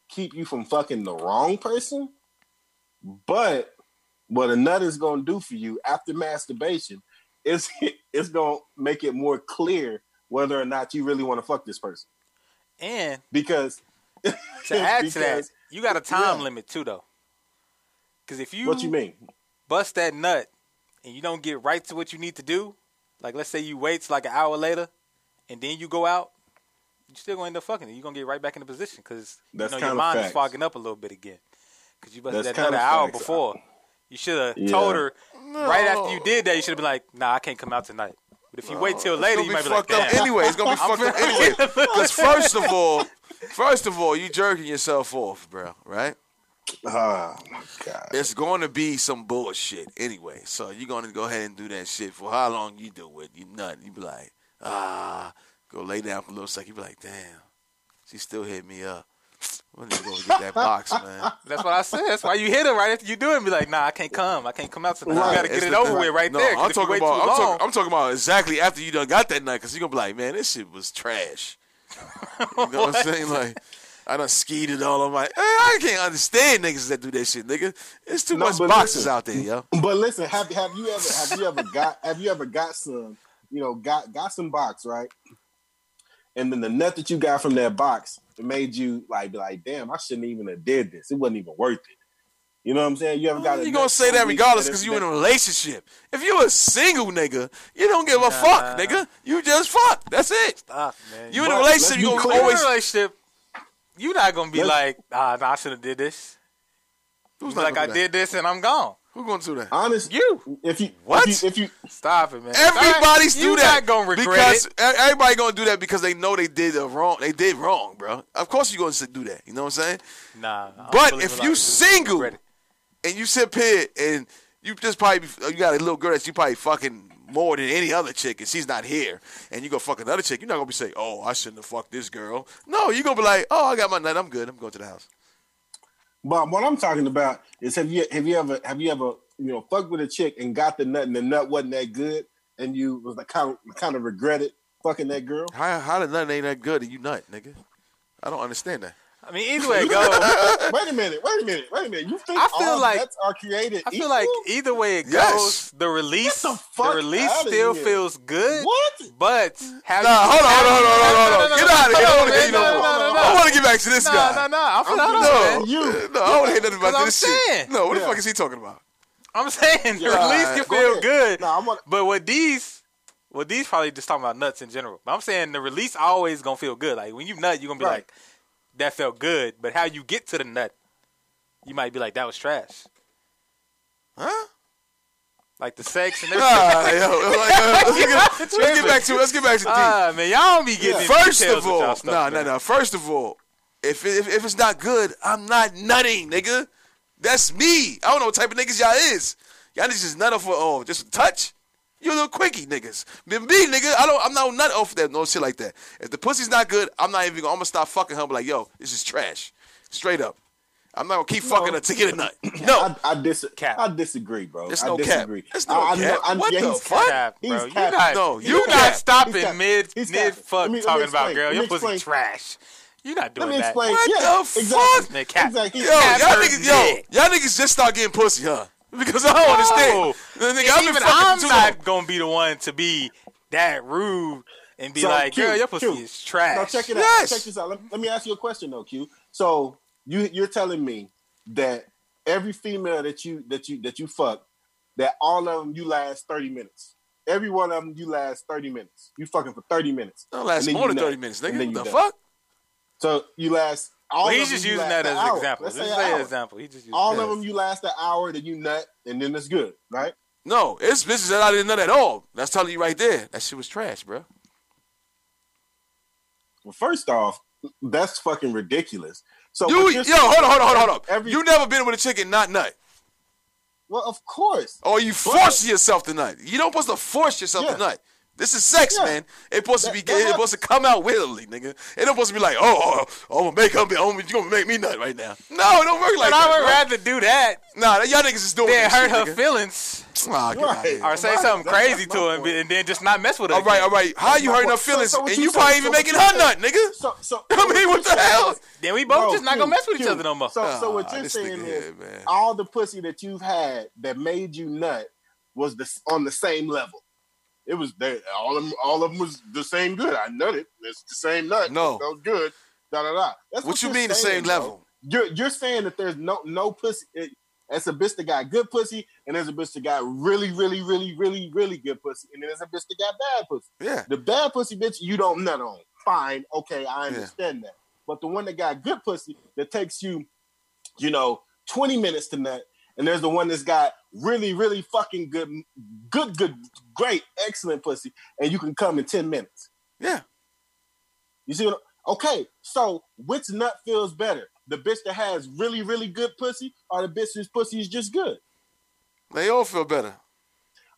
Speaker 5: keep you from fucking the wrong person, but what a nut is gonna do for you after masturbation is it's gonna make it more clear whether or not you really want to fuck this person.
Speaker 6: And
Speaker 5: Because
Speaker 6: to add to that,
Speaker 5: Because-
Speaker 6: you got a time
Speaker 5: yeah.
Speaker 6: limit too though. Cause if you,
Speaker 5: what you mean?
Speaker 6: bust that nut and you don't get right to what you need to do, like let's say you wait till like an hour later and then you go out, you still gonna end up fucking it. You're gonna get right back in the position because you
Speaker 5: That's
Speaker 6: know your
Speaker 5: kinda
Speaker 6: mind is
Speaker 5: facts.
Speaker 6: fogging up a little bit again because you busted
Speaker 5: That's
Speaker 6: that nut an
Speaker 5: kinda
Speaker 6: hour
Speaker 5: facts.
Speaker 6: before. You should have
Speaker 5: Yeah.
Speaker 6: told her right after you did that. You should have been like, "Nah, I can't come out tonight." But if you wait till later,
Speaker 2: It's gonna
Speaker 6: you might
Speaker 2: be
Speaker 6: be like,
Speaker 2: fucked up
Speaker 6: "Damn."
Speaker 2: anyway. It's gonna be fucked up anyway. Because first of all, first of all, you jerking yourself off, bro. Right?
Speaker 5: Oh my god.
Speaker 2: It's going to be some bullshit anyway. So you're gonna go ahead and do that shit for how long you do it? You nothing. You be like, ah, go lay down for a little second. You be like, damn, she still hit me up. I'm gonna go get that box, man.
Speaker 6: That's what I said. That's why you hit her right after you do it. And be like, "Nah, I can't come. I can't come out tonight.
Speaker 5: Right.
Speaker 6: You gotta get
Speaker 2: It's
Speaker 6: it
Speaker 2: the
Speaker 6: over
Speaker 2: thing.
Speaker 6: with right
Speaker 2: no,
Speaker 6: there." 'cause
Speaker 2: I'm
Speaker 6: if you
Speaker 2: talking
Speaker 6: wait
Speaker 2: about.
Speaker 6: too
Speaker 2: I'm,
Speaker 6: long-
Speaker 2: talking, I'm talking about exactly after you done got that night, because you gonna be like, man, this shit was trash. you know what I'm saying? Like, I done skied it all. I'm like, eh, I can't understand niggas that do that shit, nigga. It's too
Speaker 5: No,
Speaker 2: much
Speaker 5: but
Speaker 2: boxes
Speaker 5: listen.
Speaker 2: out there, yo.
Speaker 5: But listen, have have you ever have you ever got have you ever got some you know got got some box right? And then the nut that you got from that box it made you like be like, damn, I shouldn't even have did this. It wasn't even worth it. You know what I'm saying? You ever got? a
Speaker 2: You
Speaker 5: nut
Speaker 2: gonna say that
Speaker 5: from me
Speaker 2: regardless because you
Speaker 5: that-
Speaker 2: in a relationship. If you a single nigga, you don't give a fuck, nigga. You just fuck. That's it.
Speaker 6: Stop, man.
Speaker 2: You in a
Speaker 5: But
Speaker 2: relationship,
Speaker 5: let's
Speaker 2: you
Speaker 5: be
Speaker 2: gonna
Speaker 5: clear.
Speaker 2: always.
Speaker 6: always in a relationship, you're not gonna be
Speaker 5: Let's-
Speaker 6: like, ah, nah, I should have did this.
Speaker 2: Who's not
Speaker 6: like
Speaker 2: gonna
Speaker 6: I
Speaker 2: do that?
Speaker 6: did this and I'm gone.
Speaker 2: Who gonna do that?
Speaker 5: honest
Speaker 6: You.
Speaker 5: If you
Speaker 2: What?
Speaker 5: If you, if you
Speaker 6: Stop it, man.
Speaker 2: Everybody's
Speaker 6: Alright,
Speaker 2: do
Speaker 6: you
Speaker 2: that.
Speaker 6: not gonna regret
Speaker 2: because
Speaker 6: it.
Speaker 2: e- everybody gonna do that because they know they did the wrong. They did wrong, bro. Of course you gonna s- do that. You know what I'm saying?
Speaker 6: Nah. I don't
Speaker 2: But
Speaker 6: believe a
Speaker 2: if
Speaker 6: lot
Speaker 2: you
Speaker 6: of dudes
Speaker 2: single
Speaker 6: regret it.
Speaker 2: and you sit here and you just probably be- you got a little girl that you probably fucking more than any other chick and she's not here and you go fuck another chick, you're not gonna be saying, "Oh, I shouldn't have fucked this girl." No, you gonna be like, "Oh, I got my nut. I'm good. I'm going to the house."
Speaker 5: But what I'm talking about is have you have you ever have you ever you know fucked with a chick and got the nut and the nut wasn't that good and you was like kind of kind of regretted fucking that girl?
Speaker 2: How how the nut ain't that good and you nut, nigga? I don't understand that.
Speaker 6: I mean, either way it goes,
Speaker 5: wait a minute, wait a minute, wait a minute. You think
Speaker 6: I feel
Speaker 5: all
Speaker 6: like-
Speaker 5: nuts are created?
Speaker 6: I feel
Speaker 5: equal?
Speaker 6: like either way it goes,
Speaker 2: Yes.
Speaker 6: the release,
Speaker 5: Get the
Speaker 6: the,
Speaker 5: fuck
Speaker 6: release
Speaker 5: outta
Speaker 6: still
Speaker 5: here.
Speaker 6: feels good.
Speaker 5: What?
Speaker 6: But have
Speaker 2: Nah,
Speaker 6: you-
Speaker 2: hold on, hold on,
Speaker 6: have-
Speaker 2: hold on, hold on, hold on.
Speaker 6: No, no, no,
Speaker 2: Get
Speaker 6: no,
Speaker 2: out of here.
Speaker 6: no,
Speaker 2: I want to
Speaker 6: man,
Speaker 2: get
Speaker 6: no,
Speaker 2: no
Speaker 6: no,
Speaker 2: more.
Speaker 6: no, no.
Speaker 2: I want to get back to this
Speaker 6: Nah,
Speaker 2: guy.
Speaker 6: nah, nah. I'm finna- hold
Speaker 2: no,
Speaker 6: on, man. You.
Speaker 2: no, I don't hate nothing
Speaker 6: Cause
Speaker 2: about
Speaker 6: I'm
Speaker 2: this
Speaker 6: saying.
Speaker 2: shit. No, what
Speaker 6: Yeah.
Speaker 2: the fuck is he talking about?
Speaker 6: I'm saying
Speaker 2: Yeah,
Speaker 6: at least
Speaker 2: alright,
Speaker 6: you
Speaker 2: go
Speaker 6: feel
Speaker 2: ahead.
Speaker 6: good. but what these, what these probably just talking about nuts in general. But I'm saying the release always gonna feel good. Like when you nut, you gonna be
Speaker 5: Right.
Speaker 6: like, that felt good. But how you get to the nut, you might be like, that was trash. Huh? Like the sex and everything.
Speaker 2: Ah, yo, like, uh, let's, get, let's get back to let's get back to the
Speaker 6: Ah, man, y'all don't be getting into
Speaker 2: First
Speaker 6: details
Speaker 2: of
Speaker 6: with y'all
Speaker 2: all,
Speaker 6: stuff,
Speaker 2: no, no,
Speaker 6: man.
Speaker 2: no. First of all, if, if if it's not good, I'm not nutting, nigga. That's me. I don't know what type of niggas y'all is. Y'all niggas just nut off for oh, just a touch. You little quickie niggas. Me, me, nigga, I don't. I'm not nut off that no shit like that. If the pussy's not good, I'm not even. gonna- I'm gonna stop fucking her. and be like, yo, this is trash. Straight up. I'm not gonna keep fucking her to get a nut.
Speaker 5: No, I, I, dis- I disagree, bro.
Speaker 2: There's
Speaker 5: I
Speaker 2: no cap.
Speaker 5: disagree.
Speaker 2: There's no
Speaker 5: I, I
Speaker 2: cap.
Speaker 5: I,
Speaker 2: What
Speaker 5: yeah,
Speaker 2: the
Speaker 5: he's
Speaker 2: fuck?
Speaker 5: Cap,
Speaker 6: Cap, bro.
Speaker 5: He's
Speaker 6: You
Speaker 5: cap.
Speaker 6: not,
Speaker 2: No,
Speaker 6: you
Speaker 2: you
Speaker 6: not
Speaker 2: cap.
Speaker 6: stopping
Speaker 5: He's cap.
Speaker 6: mid
Speaker 5: He's cap.
Speaker 6: mid fuck
Speaker 5: Let me- let me
Speaker 6: talking about
Speaker 5: explain.
Speaker 6: girl.
Speaker 5: Let
Speaker 6: Your
Speaker 5: me
Speaker 6: pussy
Speaker 5: explain.
Speaker 6: trash. You're not
Speaker 5: Let
Speaker 6: doing
Speaker 5: me
Speaker 6: that.
Speaker 5: explain.
Speaker 2: What
Speaker 5: yeah,
Speaker 2: the
Speaker 5: exactly.
Speaker 2: fuck?
Speaker 6: Nigga, cap.
Speaker 5: Exactly.
Speaker 2: Yo,
Speaker 5: Cap
Speaker 2: y'all
Speaker 5: her
Speaker 2: niggas, yo,
Speaker 6: dick.
Speaker 2: y'all niggas just start getting pussy, huh? Because I don't
Speaker 6: No.
Speaker 2: understand. Nigga,
Speaker 6: And
Speaker 2: I've been
Speaker 6: even
Speaker 2: fucking
Speaker 6: I'm
Speaker 2: too long.
Speaker 6: not gonna be the one to be that rude and be
Speaker 5: So,
Speaker 6: like,
Speaker 5: Q,
Speaker 6: girl, your pussy
Speaker 5: Q.
Speaker 6: is trash.
Speaker 5: Now check it out.
Speaker 2: Yes.
Speaker 5: Check this out. Let, let me ask you a question though, Q. So you you're telling me that every female that you that you that you fuck, that all of them you last thirty minutes. Every one of them you last thirty minutes. You fucking for thirty minutes.
Speaker 2: Don't last
Speaker 5: And then
Speaker 2: more
Speaker 5: you
Speaker 2: than
Speaker 5: done.
Speaker 2: 30 minutes,
Speaker 5: And then
Speaker 2: nigga.
Speaker 5: you
Speaker 2: The
Speaker 5: done.
Speaker 2: fuck?
Speaker 5: So you last. All
Speaker 6: Well,
Speaker 5: of
Speaker 6: he's
Speaker 5: them
Speaker 6: just
Speaker 5: you
Speaker 6: using
Speaker 5: last
Speaker 6: that as an
Speaker 5: hour.
Speaker 6: example.
Speaker 5: Let's
Speaker 6: Just
Speaker 5: say
Speaker 6: say
Speaker 5: an
Speaker 6: an
Speaker 5: hour.
Speaker 6: example. He just used
Speaker 5: All
Speaker 6: that
Speaker 5: of
Speaker 6: as-
Speaker 5: them you last an hour, then you nut, and then it's good, right?
Speaker 2: No, it's bitches that I didn't know at all. That's telling you right there. That shit was trash, bro.
Speaker 5: Well, first off, that's fucking ridiculous. So
Speaker 2: you,
Speaker 5: what
Speaker 2: yo,
Speaker 5: you're saying-
Speaker 2: hold on, hold on, hold on, hold on.
Speaker 5: Every,
Speaker 2: you never been with a chicken not nut.
Speaker 5: well, of course.
Speaker 2: Or you force yourself to nut. You don't supposed to force yourself
Speaker 5: Yeah.
Speaker 2: to nut. This is sex,
Speaker 5: Yeah.
Speaker 2: man. It's supposed to
Speaker 5: That-
Speaker 2: be.
Speaker 5: that
Speaker 2: It's supposed to come out willingly, nigga. It don't supposed to be like, oh, oh, I'm gonna make her. Oh, you gonna make me nut right now? No, it don't work like
Speaker 6: But
Speaker 2: that.
Speaker 6: I would
Speaker 2: bro.
Speaker 6: rather do that
Speaker 2: Nah, that- y'all niggas is doing
Speaker 6: than
Speaker 2: that
Speaker 6: hurt
Speaker 2: shit,
Speaker 6: her
Speaker 2: nigga.
Speaker 6: feelings
Speaker 2: Aw, get outta here.
Speaker 5: Right.
Speaker 6: or say
Speaker 5: Right.
Speaker 6: something
Speaker 5: That's-
Speaker 6: crazy
Speaker 5: that's
Speaker 6: to
Speaker 5: my
Speaker 6: her
Speaker 5: point.
Speaker 6: and, be- and then just not mess with her.
Speaker 2: All right,
Speaker 6: again.
Speaker 2: all right. How you hurting her
Speaker 5: So-
Speaker 2: feelings?
Speaker 5: so what
Speaker 2: and
Speaker 5: you
Speaker 2: you probably
Speaker 5: saying-
Speaker 2: even
Speaker 5: so what
Speaker 2: making
Speaker 5: you
Speaker 2: her
Speaker 5: saying-
Speaker 2: nut, nigga.
Speaker 5: So, so
Speaker 2: I mean, what the
Speaker 5: you're saying
Speaker 2: hell?
Speaker 5: is-
Speaker 6: Then we both
Speaker 5: Bro,
Speaker 6: just not
Speaker 5: Q,
Speaker 6: gonna mess with each
Speaker 5: Q.
Speaker 6: other no more.
Speaker 5: So, so what
Speaker 2: Ah,
Speaker 5: you're
Speaker 2: this
Speaker 5: saying
Speaker 2: nigga
Speaker 5: is
Speaker 2: here, man.
Speaker 5: all the pussy that you've had that made you nut was the, on the same level. It was there. All of them, all of them was the same good. I nutted. It's the same nut.
Speaker 2: No.
Speaker 5: It felt good. Da da da. That's
Speaker 2: What you
Speaker 5: you're
Speaker 2: mean the same
Speaker 5: saying, bro.
Speaker 2: level?
Speaker 5: You're you're saying that there's no no pussy. It, that's a bitch that got good pussy, and there's a bitch that got really, really, really, really, really good pussy, and then there's a bitch that got bad pussy.
Speaker 2: Yeah.
Speaker 5: The bad pussy bitch you don't nut on. Fine, okay, I understand that. But the one that got good pussy that takes you, you know, 20 minutes to nut, and there's the one that's got really, really fucking good, good, good, great, excellent pussy, and you can come in 10 minutes.
Speaker 2: Yeah.
Speaker 5: You see what? Okay, so which nut feels better? The bitch that has really, really good pussy, or the bitch whose pussy is just good?
Speaker 2: They all feel better.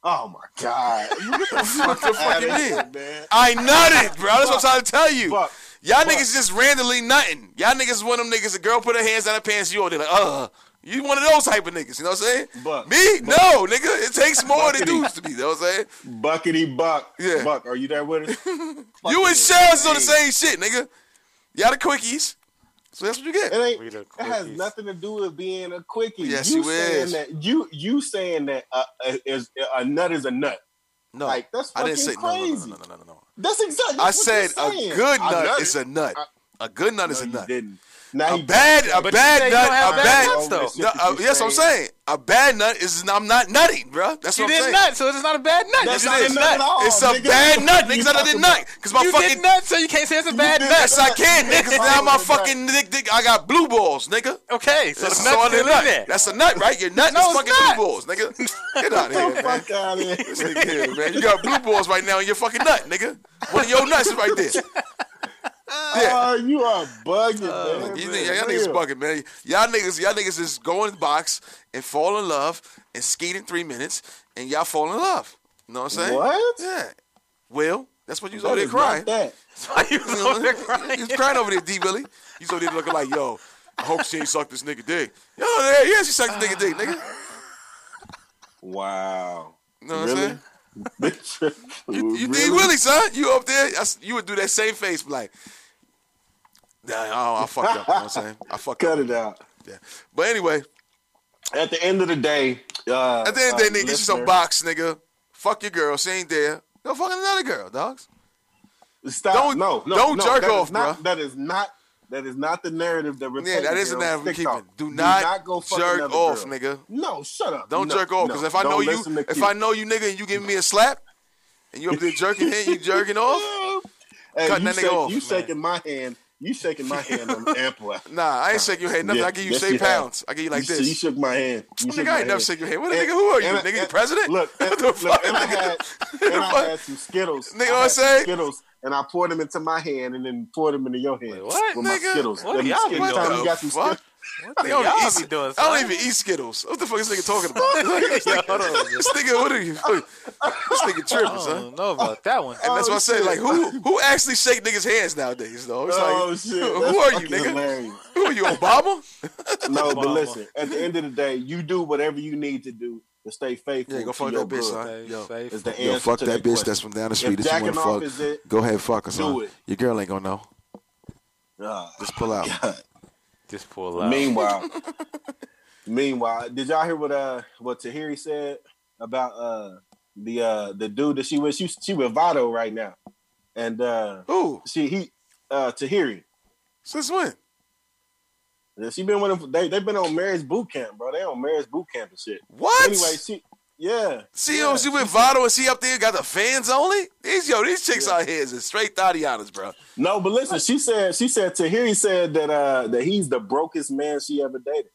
Speaker 5: Oh my god! Get the
Speaker 2: What the fuck
Speaker 5: outta
Speaker 2: you
Speaker 5: here,
Speaker 2: mean?
Speaker 5: man.
Speaker 2: I nutted, bro. That's what I'm trying to tell you.
Speaker 5: Fuck.
Speaker 2: Y'all niggas just randomly nutting. Y'all niggas one of them niggas. A girl put her hands down her pants. You all they like, uh, you one of those type of niggas. You know what I'm saying?
Speaker 5: But-
Speaker 2: me, no, nigga. It takes more than dudes to be. You know what I'm saying?
Speaker 5: Buckety buck.
Speaker 2: Yeah.
Speaker 5: Buck, are you there with us?
Speaker 2: you and Shells is on the same shit, nigga. Y'all the quickies. So that's what you
Speaker 5: It
Speaker 2: get.
Speaker 5: ain't.
Speaker 6: We the
Speaker 5: It has
Speaker 6: quickies.
Speaker 5: nothing to do with being a quickie.
Speaker 2: Yes,
Speaker 5: you
Speaker 2: you
Speaker 5: saying
Speaker 2: is.
Speaker 5: that you you saying that a, a, is, a nut is a nut.
Speaker 2: No,
Speaker 5: Like that's
Speaker 2: I
Speaker 5: fucking
Speaker 2: didn't say no, no, no,
Speaker 5: crazy.
Speaker 2: no, no, no, no, no.
Speaker 5: That's exactly.
Speaker 2: I
Speaker 5: what
Speaker 2: said
Speaker 5: you're
Speaker 2: a
Speaker 5: saying.
Speaker 2: good
Speaker 5: I
Speaker 2: nut
Speaker 5: nutted.
Speaker 2: is a nut. A good nut is
Speaker 5: No,
Speaker 2: a
Speaker 5: you
Speaker 2: nut.
Speaker 5: Didn't. Now
Speaker 2: A
Speaker 5: he
Speaker 2: bad, a
Speaker 6: But you
Speaker 2: bad
Speaker 6: say you
Speaker 2: nut,
Speaker 6: don't have
Speaker 2: a
Speaker 6: bad
Speaker 2: bad.
Speaker 6: nuts, though.
Speaker 2: No, uh, yes, I'm saying a bad nut is I'm not nutting, bro. That's
Speaker 6: You
Speaker 2: what I'm
Speaker 6: didn't
Speaker 2: saying.
Speaker 6: nut, so it's not a bad nut.
Speaker 5: That's
Speaker 6: It's
Speaker 5: not
Speaker 6: just
Speaker 5: a
Speaker 6: a
Speaker 5: nut at all.
Speaker 2: It's a
Speaker 5: nigga.
Speaker 2: bad nut,
Speaker 5: You
Speaker 2: niggas. I didn't
Speaker 5: talking
Speaker 2: nut because my
Speaker 6: You
Speaker 2: fucking
Speaker 6: did nut, so you can't say it's a bad
Speaker 5: did
Speaker 6: nut.
Speaker 2: yes, I can, niggas. Now my fucking nigga, nigga, I got blue balls, nigga.
Speaker 6: Okay, so
Speaker 2: That's
Speaker 6: the
Speaker 2: all
Speaker 6: nut's
Speaker 2: a
Speaker 6: still in there.
Speaker 2: nut. That's a nut, right? Your nut
Speaker 6: No,
Speaker 2: is
Speaker 6: it's
Speaker 2: fucking
Speaker 6: not.
Speaker 2: blue balls, nigga. Get out of here,
Speaker 5: The
Speaker 2: man.
Speaker 5: fuck out of here.
Speaker 2: This nigga here, man. You got blue balls right now in your fucking nut, nigga. One of your nuts is right there. Yeah.
Speaker 5: Oh, you are bugging, man.
Speaker 2: You
Speaker 5: for
Speaker 2: think, Uh, y'all
Speaker 5: real.
Speaker 2: niggas bugging, man. Y'all niggas, y'all niggas just go in the box and fall in love and skate in three minutes and y'all fall in love. You know what I'm saying?
Speaker 5: What?
Speaker 2: Yeah. Will, that's what you was
Speaker 5: That
Speaker 2: over there
Speaker 5: is not
Speaker 2: crying.
Speaker 5: that.
Speaker 6: Why you
Speaker 2: You
Speaker 6: over there
Speaker 2: know,
Speaker 6: crying?
Speaker 2: He's crying over there, D Willie. He's over there looking like, yo, I hope she ain't sucked this nigga dick. Yo, yeah, yeah, she sucked this nigga dick, nigga.
Speaker 5: Wow.
Speaker 2: You know what I'm saying?
Speaker 5: saying?
Speaker 2: You, you D Willie, son. You up there? I s you would do that same face, be like, nah, I, I fucked up. You know what I'm saying? I fucked
Speaker 5: Cut
Speaker 2: up.
Speaker 5: it out.
Speaker 2: Yeah. But anyway,
Speaker 5: At the end of the day, uh,
Speaker 2: at the end of the day, nigga, this is a
Speaker 5: listener,
Speaker 2: box, nigga. Fuck your girl. She ain't there. Go fucking another girl, dogs.
Speaker 5: Stop.
Speaker 2: Don't-
Speaker 5: no, no,
Speaker 2: don't
Speaker 5: no,
Speaker 2: jerk
Speaker 5: that is
Speaker 2: off,
Speaker 5: not,
Speaker 2: bruh.
Speaker 5: That is not. That is not the narrative that we're
Speaker 2: Yeah, that
Speaker 5: taking,
Speaker 2: is the
Speaker 5: girl.
Speaker 2: narrative we're
Speaker 5: Stick to
Speaker 2: keeping.
Speaker 5: it.
Speaker 2: Do not
Speaker 5: fuck
Speaker 2: jerk
Speaker 5: another
Speaker 2: off,
Speaker 5: girl.
Speaker 2: nigga.
Speaker 5: No, shut up.
Speaker 2: Don't
Speaker 5: No,
Speaker 2: jerk off
Speaker 5: no.
Speaker 2: because if I know
Speaker 5: Don't
Speaker 2: you,
Speaker 5: listen to
Speaker 2: if
Speaker 5: Q.
Speaker 2: I know you, nigga, and you giving me a slap, and you up there jerking in, you jerking off,
Speaker 5: Hey,
Speaker 2: cutting
Speaker 5: you
Speaker 2: that nigga
Speaker 5: shake-
Speaker 2: off.
Speaker 5: You shaking my hand. You shaking my hand on ample.
Speaker 2: Nah, I ain't shake your hand. Nothing. I give you say pounds. I give you like
Speaker 5: You,
Speaker 2: this.
Speaker 5: shook my hand. You
Speaker 2: nigga,
Speaker 5: shook
Speaker 2: I
Speaker 5: my
Speaker 2: ain't never
Speaker 5: hand.
Speaker 2: shake your hand. What
Speaker 5: And-
Speaker 2: nigga? Who are you,
Speaker 5: and I-
Speaker 2: nigga? You
Speaker 5: and-
Speaker 2: president?
Speaker 5: Look, and,
Speaker 2: What the
Speaker 5: look,
Speaker 2: fuck,
Speaker 5: and I
Speaker 2: nigga?
Speaker 5: had, and I had some Skittles.
Speaker 2: Nigga, what
Speaker 5: I
Speaker 2: I
Speaker 5: had some
Speaker 2: say?
Speaker 5: Skittles, and I poured them into my hand, and then poured them into your hand
Speaker 2: What,
Speaker 5: with my
Speaker 2: nigga?
Speaker 5: Skittles.
Speaker 2: What
Speaker 5: Them
Speaker 2: y'all be
Speaker 5: Skittles
Speaker 2: doing?
Speaker 5: time you got some
Speaker 2: What the
Speaker 5: Skittles.
Speaker 2: Nigga, I don't even
Speaker 6: y'all be
Speaker 2: eat Sk-
Speaker 6: doing,
Speaker 2: I don't even eat Skittles. What the fuck is this nigga talking about? this, nigga, this nigga, what are you? This nigga tripping,
Speaker 6: I
Speaker 2: son.
Speaker 6: don't know about that one.
Speaker 5: oh,
Speaker 2: And that's why I say, like, who who actually shake niggas' hands nowadays, though? It's like,
Speaker 5: Oh, shit.
Speaker 2: who
Speaker 5: That's
Speaker 2: are you,
Speaker 5: fucking
Speaker 2: nigga?
Speaker 5: hilarious.
Speaker 2: Who are you, Obama?
Speaker 5: No, but
Speaker 2: Obama.
Speaker 5: listen. At the end of the day, you do whatever you need to do to stay faithful.
Speaker 2: Yeah, go
Speaker 5: to
Speaker 2: fuck
Speaker 5: your
Speaker 2: that bitch,
Speaker 5: good.
Speaker 2: son. Yo.
Speaker 5: Is the
Speaker 2: Yo,
Speaker 5: answer
Speaker 2: fuck
Speaker 5: to
Speaker 2: that bitch
Speaker 5: question.
Speaker 2: that's from down the
Speaker 5: If
Speaker 2: street that you
Speaker 5: jacking off
Speaker 2: want to
Speaker 5: is
Speaker 2: fuck.
Speaker 5: it,
Speaker 2: Go ahead, fuck her, son.
Speaker 5: Do it.
Speaker 2: Your girl ain't gonna know.
Speaker 5: Ah.
Speaker 2: Just pull out.
Speaker 6: Just pull out.
Speaker 5: Meanwhile, meanwhile, did y'all hear what uh what Tahiri said about uh the uh the dude that she with? She she with Vado right now, and uh
Speaker 2: Who?
Speaker 5: she he uh Tahiri.
Speaker 2: Since when?
Speaker 5: Yeah, She been with him. for- They they've been on marriage boot camp, bro. They on marriage boot camp and shit.
Speaker 2: What?
Speaker 5: Anyway, she yeah.
Speaker 2: See,
Speaker 5: yeah.
Speaker 2: yo, she with Vado and she up there got the fans only? These, yo, these chicks out here is straight Thaddeanas, bro.
Speaker 5: No, but listen, she said she said Tahiri said that uh that he's the brokest man she ever dated.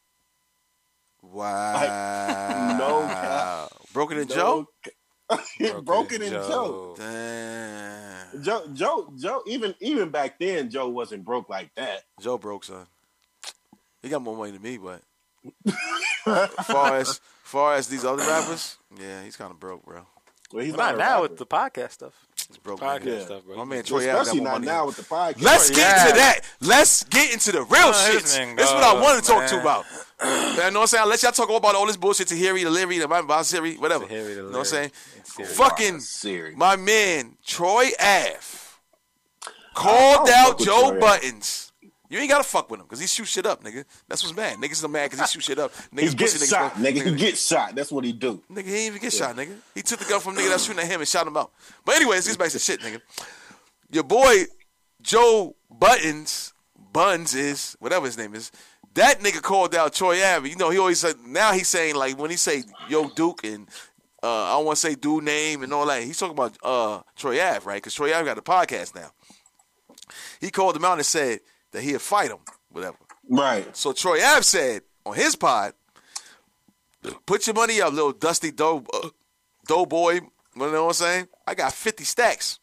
Speaker 2: Wow.
Speaker 5: No cap.
Speaker 2: Broken and
Speaker 5: No
Speaker 2: Joe? Oh,
Speaker 5: Broken, and Joe.
Speaker 2: Damn.
Speaker 5: Joe, Joe, Joe. Even even back then, Joe wasn't broke like that.
Speaker 2: Joe broke, son. He got more money than me, but far as far as these other rappers, yeah, he's kind of broke, bro.
Speaker 5: Well, he's
Speaker 6: Well, not
Speaker 5: a
Speaker 6: now
Speaker 5: rapper.
Speaker 6: with the podcast stuff.
Speaker 2: He's broke.
Speaker 6: Podcast
Speaker 2: nigga.
Speaker 6: stuff, bro.
Speaker 2: My man Troy Ave got
Speaker 5: especially
Speaker 2: more
Speaker 5: not
Speaker 2: money.
Speaker 5: now with the podcast.
Speaker 2: Let's get
Speaker 6: Yeah.
Speaker 2: into that. Let's get into the real
Speaker 6: Oh,
Speaker 2: shit.
Speaker 6: this
Speaker 2: This
Speaker 6: nigga
Speaker 2: is what I
Speaker 6: goes,
Speaker 2: want to talk to you
Speaker 6: man.
Speaker 2: about. you know what I'm saying? Let y'all talk about all this bullshit to Harry, the Leary, the Bob Siri, whatever.
Speaker 6: Tahiri the
Speaker 2: you know what I'm saying?
Speaker 6: Tahiri.
Speaker 2: Fucking
Speaker 5: Siri.
Speaker 2: my man Troy Aff called
Speaker 5: I don't fuck
Speaker 2: out
Speaker 5: with
Speaker 2: Joe
Speaker 5: Troy Ave.
Speaker 2: Buttons. You ain't gotta fuck with him because he shoot shit up, nigga. That's what's mad. Niggas are mad because he shoot shit up. Niggas
Speaker 5: He gets
Speaker 2: pussy niggas
Speaker 5: shot,
Speaker 2: go-
Speaker 5: nigga. He gets shot. That's what he do.
Speaker 2: Nigga, he didn't even get shot, nigga. He took the gun from nigga that was shooting at him and shot him out. But anyways, this back to shit, nigga. Your boy Joe Buttons, Buns is whatever his name is. That nigga called out Troy Ave. You know, he always said now he's saying like when he say Yo Duke and uh, I don't want to say dude name and all that. He's talking about uh, Troy Ave, right? Because Troy Ave got a podcast now. He called him out and said that he'd fight him, whatever.
Speaker 5: Right.
Speaker 2: So Troy Ave said on his pod, put your money up, little dusty dough, uh, dough boy. You know what I'm saying? I got 50 stacks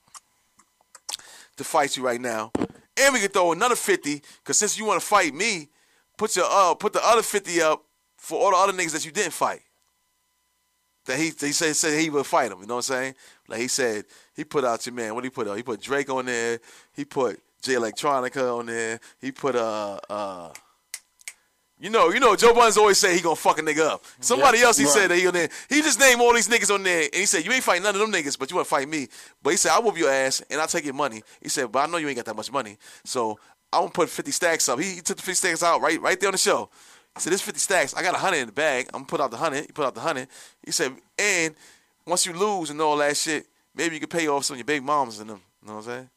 Speaker 2: to fight you right now. And we can throw another 50, because since you want to fight me, put your uh, put the other 50 up for all the other niggas that you didn't fight. That he, he said, said he would fight him. You know what I'm saying? Like he said, he put out your man. What he put out? He put Drake on there. He put J Electronica on there. He put uh uh you know, you know, Joe Buns always say he gonna fuck a nigga up. Somebody else, he
Speaker 5: Right.
Speaker 2: said that he on there. He just named all these niggas on there, and he said you ain't fighting none of them niggas, but you wanna fight me. But he said I whoop your ass and I take your money. He said, but I know you ain't got that much money, so I'm gonna put 50 stacks up. He, he took the 50 stacks out right, right there on the show. He said, "This 50 stacks. I got a hundred in the bag. I'm gonna put out the hundred. He put out the hundred. He said, and once you lose and all that shit, maybe you can pay off some of your big moms and them. You know what I'm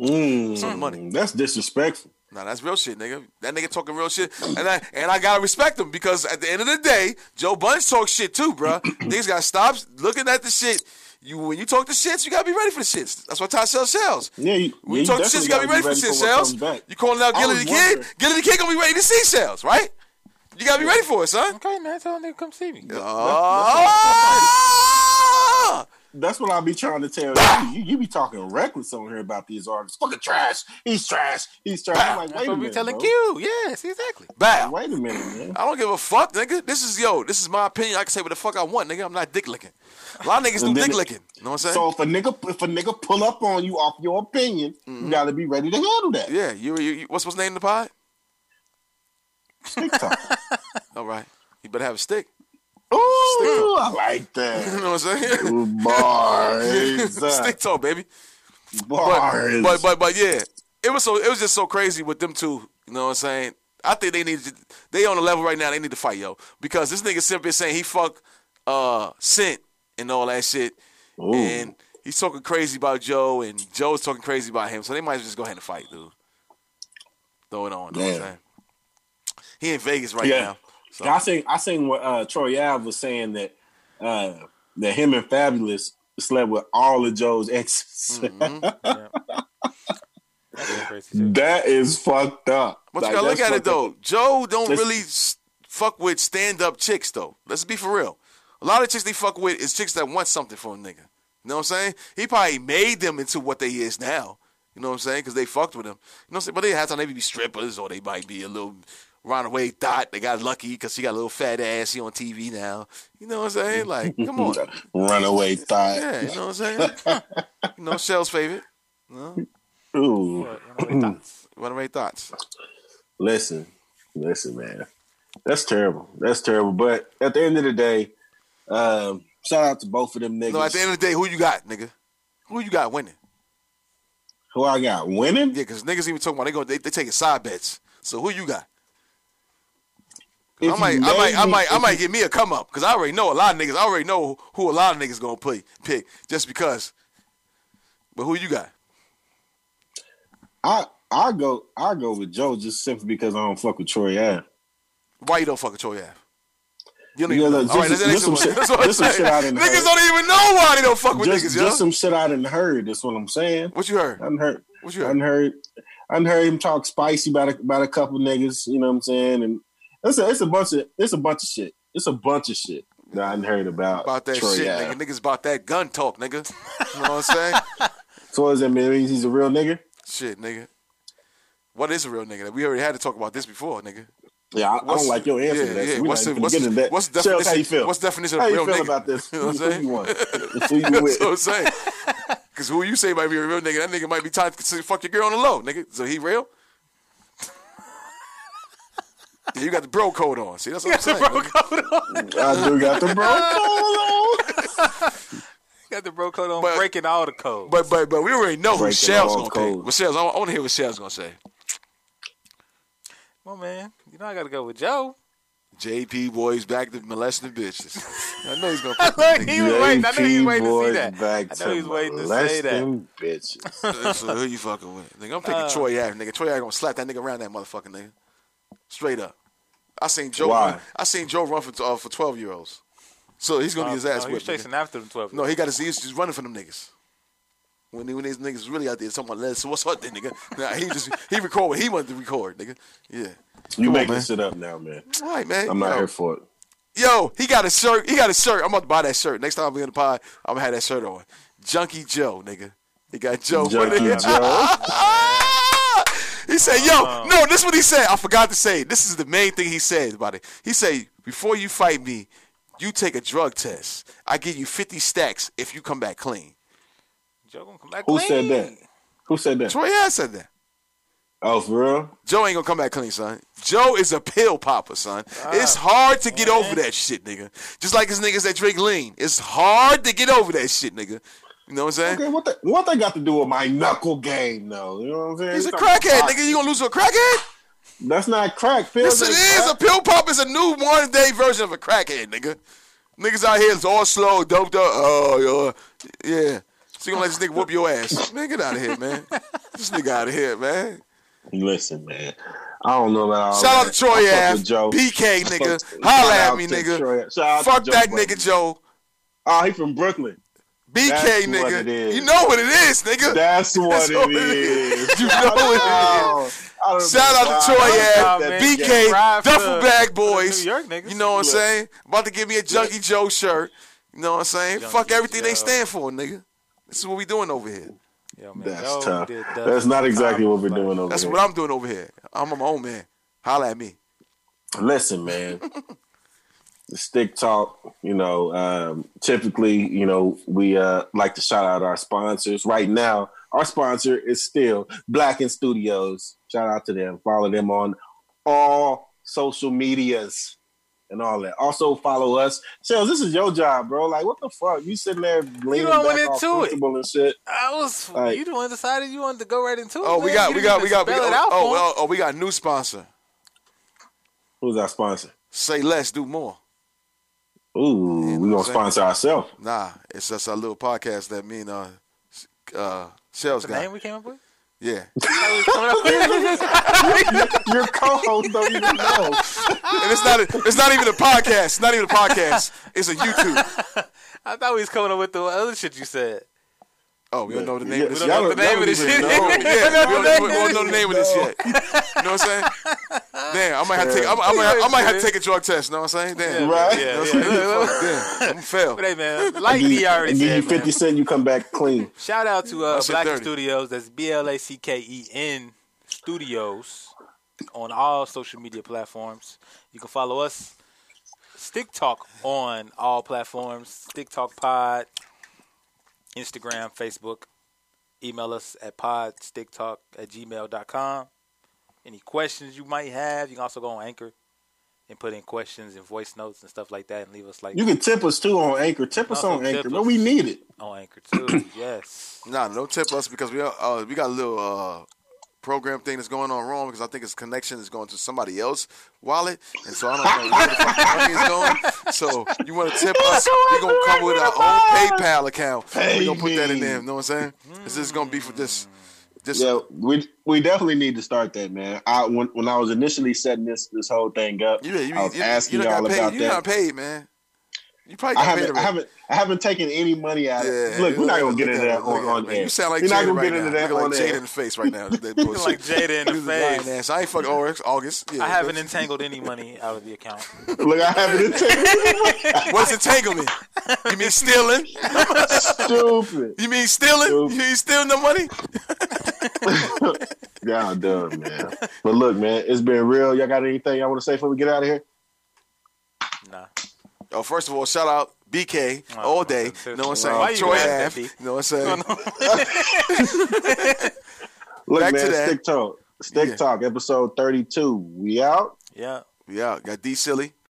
Speaker 2: saying?
Speaker 5: Mm,
Speaker 2: Some money.
Speaker 5: That's disrespectful.
Speaker 2: Nah, that's real shit, nigga. That nigga talking real shit, and I and I gotta respect him because at the end of the day, Joe Bunch talks shit too, bruh. Niggas gotta stop looking at the shit. You when you talk the shits, you gotta be ready for the shits. That's what Tysell sells.
Speaker 5: Yeah, you,
Speaker 2: When
Speaker 5: yeah,
Speaker 2: you talk the shits,
Speaker 5: definitely
Speaker 2: you gotta be ready for shit,
Speaker 5: what
Speaker 2: Sales.
Speaker 5: comes back.
Speaker 2: You calling out
Speaker 5: I
Speaker 2: Gilly
Speaker 5: was
Speaker 2: the Kid?
Speaker 5: wondering-
Speaker 2: Gilly the Kid gonna be ready to see sales, right? You gotta be ready for it, son.
Speaker 6: Okay, man. Tell them to come see me.
Speaker 2: Oh!
Speaker 5: That's what I'll be trying to tell you. you. You be talking reckless on here about these artists. Fucking trash. He's trash. He's trash. I'm like,
Speaker 6: That's
Speaker 5: wait a
Speaker 6: what we
Speaker 5: minute,
Speaker 6: telling
Speaker 5: bro.
Speaker 6: Q. Yes, exactly.
Speaker 2: Bow.
Speaker 5: Wait a minute, man.
Speaker 2: I don't give a fuck, nigga. This is yo. This is my opinion. I can say what the fuck I want, nigga. I'm not dick licking. A lot of niggas do
Speaker 5: And then
Speaker 2: dick
Speaker 5: it-
Speaker 2: licking. You know what I'm saying?
Speaker 5: So if a nigga if a nigga pull up on you off your opinion, you gotta be ready to handle that.
Speaker 2: Mm-hmm. yeah. You, you, you- What's what's name in the pod?
Speaker 5: Stick talk.
Speaker 2: All right. You better have a stick. Mm.
Speaker 5: Ooh, I like
Speaker 2: You
Speaker 5: that.
Speaker 2: know what I'm saying?
Speaker 5: Ooh, Bars.
Speaker 2: stick talk, baby.
Speaker 5: Bars.
Speaker 2: But but but yeah, it was so it was just so crazy with them two. You know what I'm saying? I think they need to, they on a level right now. They need to fight yo because this nigga simply saying he fuck uh Scent and all that shit,
Speaker 5: Ooh.
Speaker 2: and he's talking crazy about Joe and Joe's talking crazy about him. So they might as well just go ahead and fight, dude. throw it on. You know what I'm
Speaker 5: Damn.
Speaker 2: saying? He in Vegas right
Speaker 5: yeah.
Speaker 2: now. So.
Speaker 5: I seen I seen what uh, Troy Ave was saying that uh, that him and Fabulous slept with all of Joe's exes.
Speaker 2: Mm-hmm.
Speaker 5: that is fucked up.
Speaker 2: But
Speaker 5: Like,
Speaker 2: you gotta look
Speaker 5: that's
Speaker 2: at it
Speaker 5: fucked up.
Speaker 2: though. Joe don't
Speaker 5: Listen-
Speaker 2: really s- fuck with stand up chicks though. Let's be for real. A lot of chicks they fuck with is chicks that want something from a nigga. You know what I'm saying? He probably made them into what they is now. You know what I'm saying? Because they fucked with him. You know what I'm saying? But they had time they be strippers or they might be a little runaway dot. They got lucky because she got a little fat ass. She on TV now. You know what I'm saying? Like, come on.
Speaker 5: Runaway thought.
Speaker 2: Yeah, you know what I'm saying? you know, Shell's favorite. No?
Speaker 5: Ooh.
Speaker 2: Runaway thoughts.
Speaker 5: listen, listen, man. That's terrible. That's terrible. But at the end of the day, um, shout out to both of them niggas.
Speaker 2: No, at the end of the day, who you got, nigga? Who you got winning?
Speaker 5: Who I got winning?
Speaker 2: Yeah, because niggas even talking about they go they, they taking side bets. So who you got? 'Cause
Speaker 5: If
Speaker 2: I might,
Speaker 5: you
Speaker 2: I might, I
Speaker 5: made me-
Speaker 2: might, I
Speaker 5: if
Speaker 2: might
Speaker 5: you-
Speaker 2: get me a come up because I already know a lot of niggas. I already know who a lot of niggas gonna play pick just because. But who you got?
Speaker 5: I I go I go with Joe just simply because I don't fuck with Troy Ave.
Speaker 2: Why you don't fuck with Troy Ave? You
Speaker 5: Yeah,
Speaker 2: even
Speaker 5: look,
Speaker 2: All right, that's
Speaker 5: just-
Speaker 2: the next
Speaker 5: just some
Speaker 2: one.
Speaker 5: shit-
Speaker 2: That's what I'm
Speaker 5: just some
Speaker 2: saying.
Speaker 5: shit I didn't
Speaker 2: Niggas
Speaker 5: heard.
Speaker 2: don't even know why they don't fuck with
Speaker 5: Just,
Speaker 2: niggas, yo.
Speaker 5: just some Uh, shit I didn't heard. That's what I'm saying.
Speaker 2: What you heard?
Speaker 5: I done heard.
Speaker 2: What
Speaker 5: What
Speaker 2: you
Speaker 5: you
Speaker 2: heard?
Speaker 5: I done heard. I done heard him talk spicy about a, about a couple niggas. You know what I'm saying? And it's a it's a bunch of it's a bunch of shit. It's a bunch of shit that I done heard about
Speaker 2: about that
Speaker 5: Troy
Speaker 2: shit,
Speaker 5: Ave.
Speaker 2: nigga. Niggas about that gun talk, nigga. You know what I'm saying?
Speaker 5: So what does that mean? It means he's a real nigga.
Speaker 2: shit, nigga. What is a real nigga? We already had to talk about this before, nigga.
Speaker 5: Yeah, I, I
Speaker 2: What's-
Speaker 5: don't like your answer.
Speaker 2: yeah,
Speaker 5: to that.
Speaker 2: yeah.
Speaker 5: We
Speaker 2: What's
Speaker 5: not
Speaker 2: the-
Speaker 5: even
Speaker 2: what's
Speaker 5: getting
Speaker 2: the-
Speaker 5: into that.
Speaker 2: what's the
Speaker 5: Shells, how
Speaker 2: definition-
Speaker 5: you feel?
Speaker 2: what's the definition of
Speaker 5: how
Speaker 2: real
Speaker 5: you
Speaker 2: nigga?
Speaker 5: feel about this?
Speaker 2: You know what I'm
Speaker 5: Who
Speaker 2: saying?
Speaker 5: you want? Who you
Speaker 2: That's
Speaker 5: with?
Speaker 2: what I'm saying. Because who you say might be a real nigga, that nigga might be trying to consider- fuck your girl on the low, nigga. So he real? yeah, you got the bro code on. See, that's what I'm saying. nigga.
Speaker 5: I do got the bro.
Speaker 6: Got the bro code on, breaking all the codes.
Speaker 2: But but but we already know who
Speaker 5: Breaking
Speaker 2: Shell's
Speaker 5: all
Speaker 2: gonna pick.
Speaker 5: codes.
Speaker 2: What Shell's? I want to hear what Shell's gonna say.
Speaker 6: Well, man, you know I gotta go with Joe.
Speaker 2: JP boys back to molesting bitches. I know he's gonna
Speaker 6: I
Speaker 2: pick.
Speaker 6: know he was waiting. I know he was waiting to see
Speaker 5: boys
Speaker 6: that.
Speaker 5: Back
Speaker 6: I know he was waiting to say that.
Speaker 5: molesting Bitches.
Speaker 2: so who you fucking with? Nigga, I'm picking
Speaker 6: Uh.
Speaker 2: Troy Ave, nigga. Troy Ave gonna slap that nigga around that motherfucking nigga. Straight up. I seen Joe.
Speaker 5: Why?
Speaker 2: Run, I seen Joe run for uh, for twelve year olds. So he's gonna
Speaker 6: Uh,
Speaker 2: get his ass
Speaker 6: no, he was
Speaker 2: whipped. nigga.
Speaker 6: chasing after them twelve.
Speaker 2: No, he got his. He's just running from them niggas. When, when these niggas really out there talking about let's what's up, then nigga. Nah, he just he record what he wanted to record, nigga. Yeah. Come
Speaker 5: You
Speaker 2: on,
Speaker 5: making
Speaker 2: man.
Speaker 5: this shit up now, man.
Speaker 2: All right, man.
Speaker 5: I'm not
Speaker 2: Yo.
Speaker 5: here for it.
Speaker 2: Yo, he got a shirt. He got a shirt. I'm about to buy that shirt. Next time I'm in the pod, I'm gonna have that shirt on. Junkie Joe, nigga. He got Joe. put it
Speaker 5: Junkie
Speaker 2: in.
Speaker 5: Joe.
Speaker 2: He said, "Yo, no, this is what he said. I forgot to say. This is the main thing he said about it. He said, before you fight me, you take a drug test. I give you 50 stacks if you come back clean."
Speaker 6: Joe gonna come back.
Speaker 5: Who
Speaker 6: clean.
Speaker 5: said that? Who said that?
Speaker 2: Troy Ave said that.
Speaker 5: Oh, for real?
Speaker 2: Joe ain't gonna come back clean, son. Joe is a pill popper, son. it's
Speaker 5: Ah,
Speaker 2: hard to get over that shit, nigga. Just like his niggas that drink lean. It's hard to get over that shit, nigga. You know what I'm saying?
Speaker 5: Okay, what the, what they got to do with my knuckle game, though? You know what I'm saying?
Speaker 2: He's a
Speaker 5: You talking
Speaker 2: crackhead,
Speaker 5: about-
Speaker 2: nigga. You gonna lose to a crackhead?
Speaker 5: That's not crack. Phil.
Speaker 2: Yes, it
Speaker 5: That's
Speaker 2: is. A
Speaker 5: crack.
Speaker 2: pill pop is a new modern day version of a crackhead, nigga. Niggas out here is all slow, doped up. Oh, yo. yeah. So you gonna let this nigga whoop your ass? Man, get out of here, man. This nigga out of here, man.
Speaker 5: Listen, man. I don't know about all
Speaker 2: Shout out
Speaker 5: that.
Speaker 2: to Troy
Speaker 5: I fuck
Speaker 2: Ave,
Speaker 5: with Joe.
Speaker 2: BK,
Speaker 5: I fuck-
Speaker 2: nigga.
Speaker 5: shout
Speaker 2: Holla at
Speaker 5: out
Speaker 2: me,
Speaker 5: to
Speaker 2: nigga.
Speaker 5: Troy- shout out to
Speaker 2: Fuck
Speaker 5: Joe
Speaker 2: that
Speaker 5: Budden.
Speaker 2: nigga, Joe.
Speaker 5: Oh, he from Brooklyn.
Speaker 2: BK,
Speaker 5: That's
Speaker 2: nigga.
Speaker 5: what it is.
Speaker 2: You know what it is, nigga.
Speaker 5: That's what
Speaker 2: what
Speaker 5: it
Speaker 2: it
Speaker 5: is.
Speaker 2: You know what
Speaker 5: Oh, I don't
Speaker 2: it is. Shout
Speaker 5: know
Speaker 2: out to
Speaker 5: why
Speaker 2: Troy
Speaker 5: I
Speaker 2: Ave,
Speaker 5: said that
Speaker 2: BK,
Speaker 5: shit.
Speaker 6: Drive
Speaker 2: Duffel
Speaker 6: to-
Speaker 2: Bag Boys.
Speaker 6: New York niggas.
Speaker 2: You know what I'm
Speaker 5: Look.
Speaker 2: saying? About to give me a Junkie Joe shirt. You know what I'm saying?
Speaker 6: Junkie
Speaker 2: Fuck everything they
Speaker 6: Joe.
Speaker 2: stand for, nigga. This is what we doing over here.
Speaker 6: Yo, man, Joe
Speaker 5: That's tough.
Speaker 6: did
Speaker 5: That's not exactly what we're doing over
Speaker 2: That's
Speaker 5: here.
Speaker 2: what I'm doing over here. I'm my own man. Holla at me.
Speaker 5: Listen, man. the stick talk, you know, um, typically, you know, we uh, like to shout out our sponsors. Right now, our sponsor is still Black and Studios. Shout out to them. Follow them on all social medias and all that. Also follow us. Sales, this is your job, bro. Like, what the fuck? You sitting there leaning
Speaker 6: don't
Speaker 5: back
Speaker 6: went
Speaker 5: all
Speaker 6: into it.
Speaker 5: comfortable and shit.
Speaker 6: I was
Speaker 5: Like-
Speaker 6: you the one decided you wanted to go right into it.
Speaker 2: Oh, we
Speaker 6: man.
Speaker 2: got,
Speaker 6: You
Speaker 2: we
Speaker 6: didn't
Speaker 2: got, we
Speaker 6: even
Speaker 2: got, we
Speaker 6: spell
Speaker 2: got.
Speaker 6: it out
Speaker 2: Oh,
Speaker 6: for him.
Speaker 2: oh, oh, we got a new sponsor.
Speaker 5: Who's our sponsor?
Speaker 2: Say less, do more.
Speaker 5: Ooh, we
Speaker 2: what I'm
Speaker 5: gonna
Speaker 2: saying?
Speaker 5: sponsor ourselves.
Speaker 2: Nah, it's just our little podcast that me and uh, uh, Shell's
Speaker 6: the
Speaker 2: got.
Speaker 6: name we came up with.
Speaker 2: Yeah.
Speaker 5: Your co-host don't even know.
Speaker 2: And it's not. A, it's not even a podcast. It's not even a podcast. It's a YouTube.
Speaker 6: I thought we was coming up with the other shit you said.
Speaker 2: Oh, we don't know the name of
Speaker 6: We
Speaker 2: this.
Speaker 6: don't know the name of this shit.
Speaker 2: yeah, we don't, we don't know the name of this yet. You know what I'm saying? Damn, I might have to take. I might, I might, have, I might have to take a drug test. You know what I'm saying? Damn,
Speaker 5: Right.
Speaker 2: You know
Speaker 6: Yeah,
Speaker 2: what I'm saying? Fuck, damn, I'm gonna fail.
Speaker 6: But hey, man,
Speaker 5: I
Speaker 6: like
Speaker 5: give
Speaker 6: D
Speaker 5: you, I
Speaker 6: already
Speaker 5: give you
Speaker 6: said, man.
Speaker 5: fifty cent, you come back clean.
Speaker 6: Shout out to uh,
Speaker 2: That shit
Speaker 6: Black
Speaker 2: dirty.
Speaker 6: Studios. That's B L A C K E N Studios on all social media platforms. You can follow us, Stick Talk, on all platforms. Stick Talk Pod, Instagram, Facebook. Email us at podsticktalk at gmail.com. Any questions you might have, you can also go on Anchor and put in questions and voice notes and stuff like that and leave us like
Speaker 5: You can tip us too on Anchor. Tip us
Speaker 6: Also
Speaker 5: on
Speaker 6: tip
Speaker 5: Anchor,
Speaker 6: us.
Speaker 5: but we need it.
Speaker 6: on Anchor too. yes.
Speaker 2: Nah, don't tip us because we are, uh, we got a little uh, program thing that's going on wrong because I think his connection is going to somebody else's wallet, and so I don't know where the fuck money is going. So you want to tip us? We're gonna come with our own PayPal account. We're gonna put that in there. You know what I'm saying?
Speaker 6: Hmm.
Speaker 2: This is gonna be for this. This
Speaker 5: Yeah, we we definitely need to start that, man. I when, when I was initially setting this this whole thing up,
Speaker 2: you, you,
Speaker 5: I was
Speaker 2: you,
Speaker 5: asking
Speaker 2: you done
Speaker 5: y'all
Speaker 2: got
Speaker 5: about
Speaker 2: paid. You
Speaker 5: that.
Speaker 2: not paid, man. You probably
Speaker 5: I
Speaker 2: got paid
Speaker 5: haven't, I
Speaker 2: already.
Speaker 5: haven't, I haven't taken any money out of it.
Speaker 2: Yeah,
Speaker 5: Look, we're not gonna
Speaker 2: look
Speaker 5: get
Speaker 2: at
Speaker 5: into that
Speaker 2: it, look
Speaker 5: on,
Speaker 2: at it,
Speaker 5: on
Speaker 2: man.
Speaker 5: air.
Speaker 2: You sound like
Speaker 5: we're not
Speaker 2: Jada
Speaker 5: gonna
Speaker 2: right
Speaker 5: get into
Speaker 2: now.
Speaker 5: that
Speaker 2: Looking
Speaker 5: on
Speaker 2: like Jada in
Speaker 5: air.
Speaker 2: the face right now. That bullshit.
Speaker 6: like Jada in
Speaker 2: You
Speaker 6: the
Speaker 2: lying
Speaker 6: face.
Speaker 2: ass. I ain't fucking Oryx, August. Yeah,
Speaker 6: I haven't
Speaker 2: bitch.
Speaker 6: entangled any money out of the account.
Speaker 5: Look, I haven't taken
Speaker 2: What's entanglement? You mean stealing?
Speaker 5: stupid.
Speaker 2: You mean stealing?
Speaker 5: Nope.
Speaker 2: You mean stealing the money?
Speaker 5: Y'all dumb, man. But look, man, it's been real. Y'all got anything y'all want to say before we get out of here?
Speaker 6: Nah.
Speaker 2: Oh, first of all, shout out BK all day. You know what I'm
Speaker 6: Why
Speaker 2: saying?
Speaker 6: you
Speaker 2: Troy
Speaker 6: mad at
Speaker 2: Ave.
Speaker 6: me?
Speaker 2: You know what I'm saying?
Speaker 5: Look,
Speaker 2: Back
Speaker 5: man,
Speaker 2: to that.
Speaker 5: stick talk, stick
Speaker 2: Yeah.
Speaker 5: talk, episode thirty-two. We out.
Speaker 6: Yeah.
Speaker 2: Yeah, got D silly.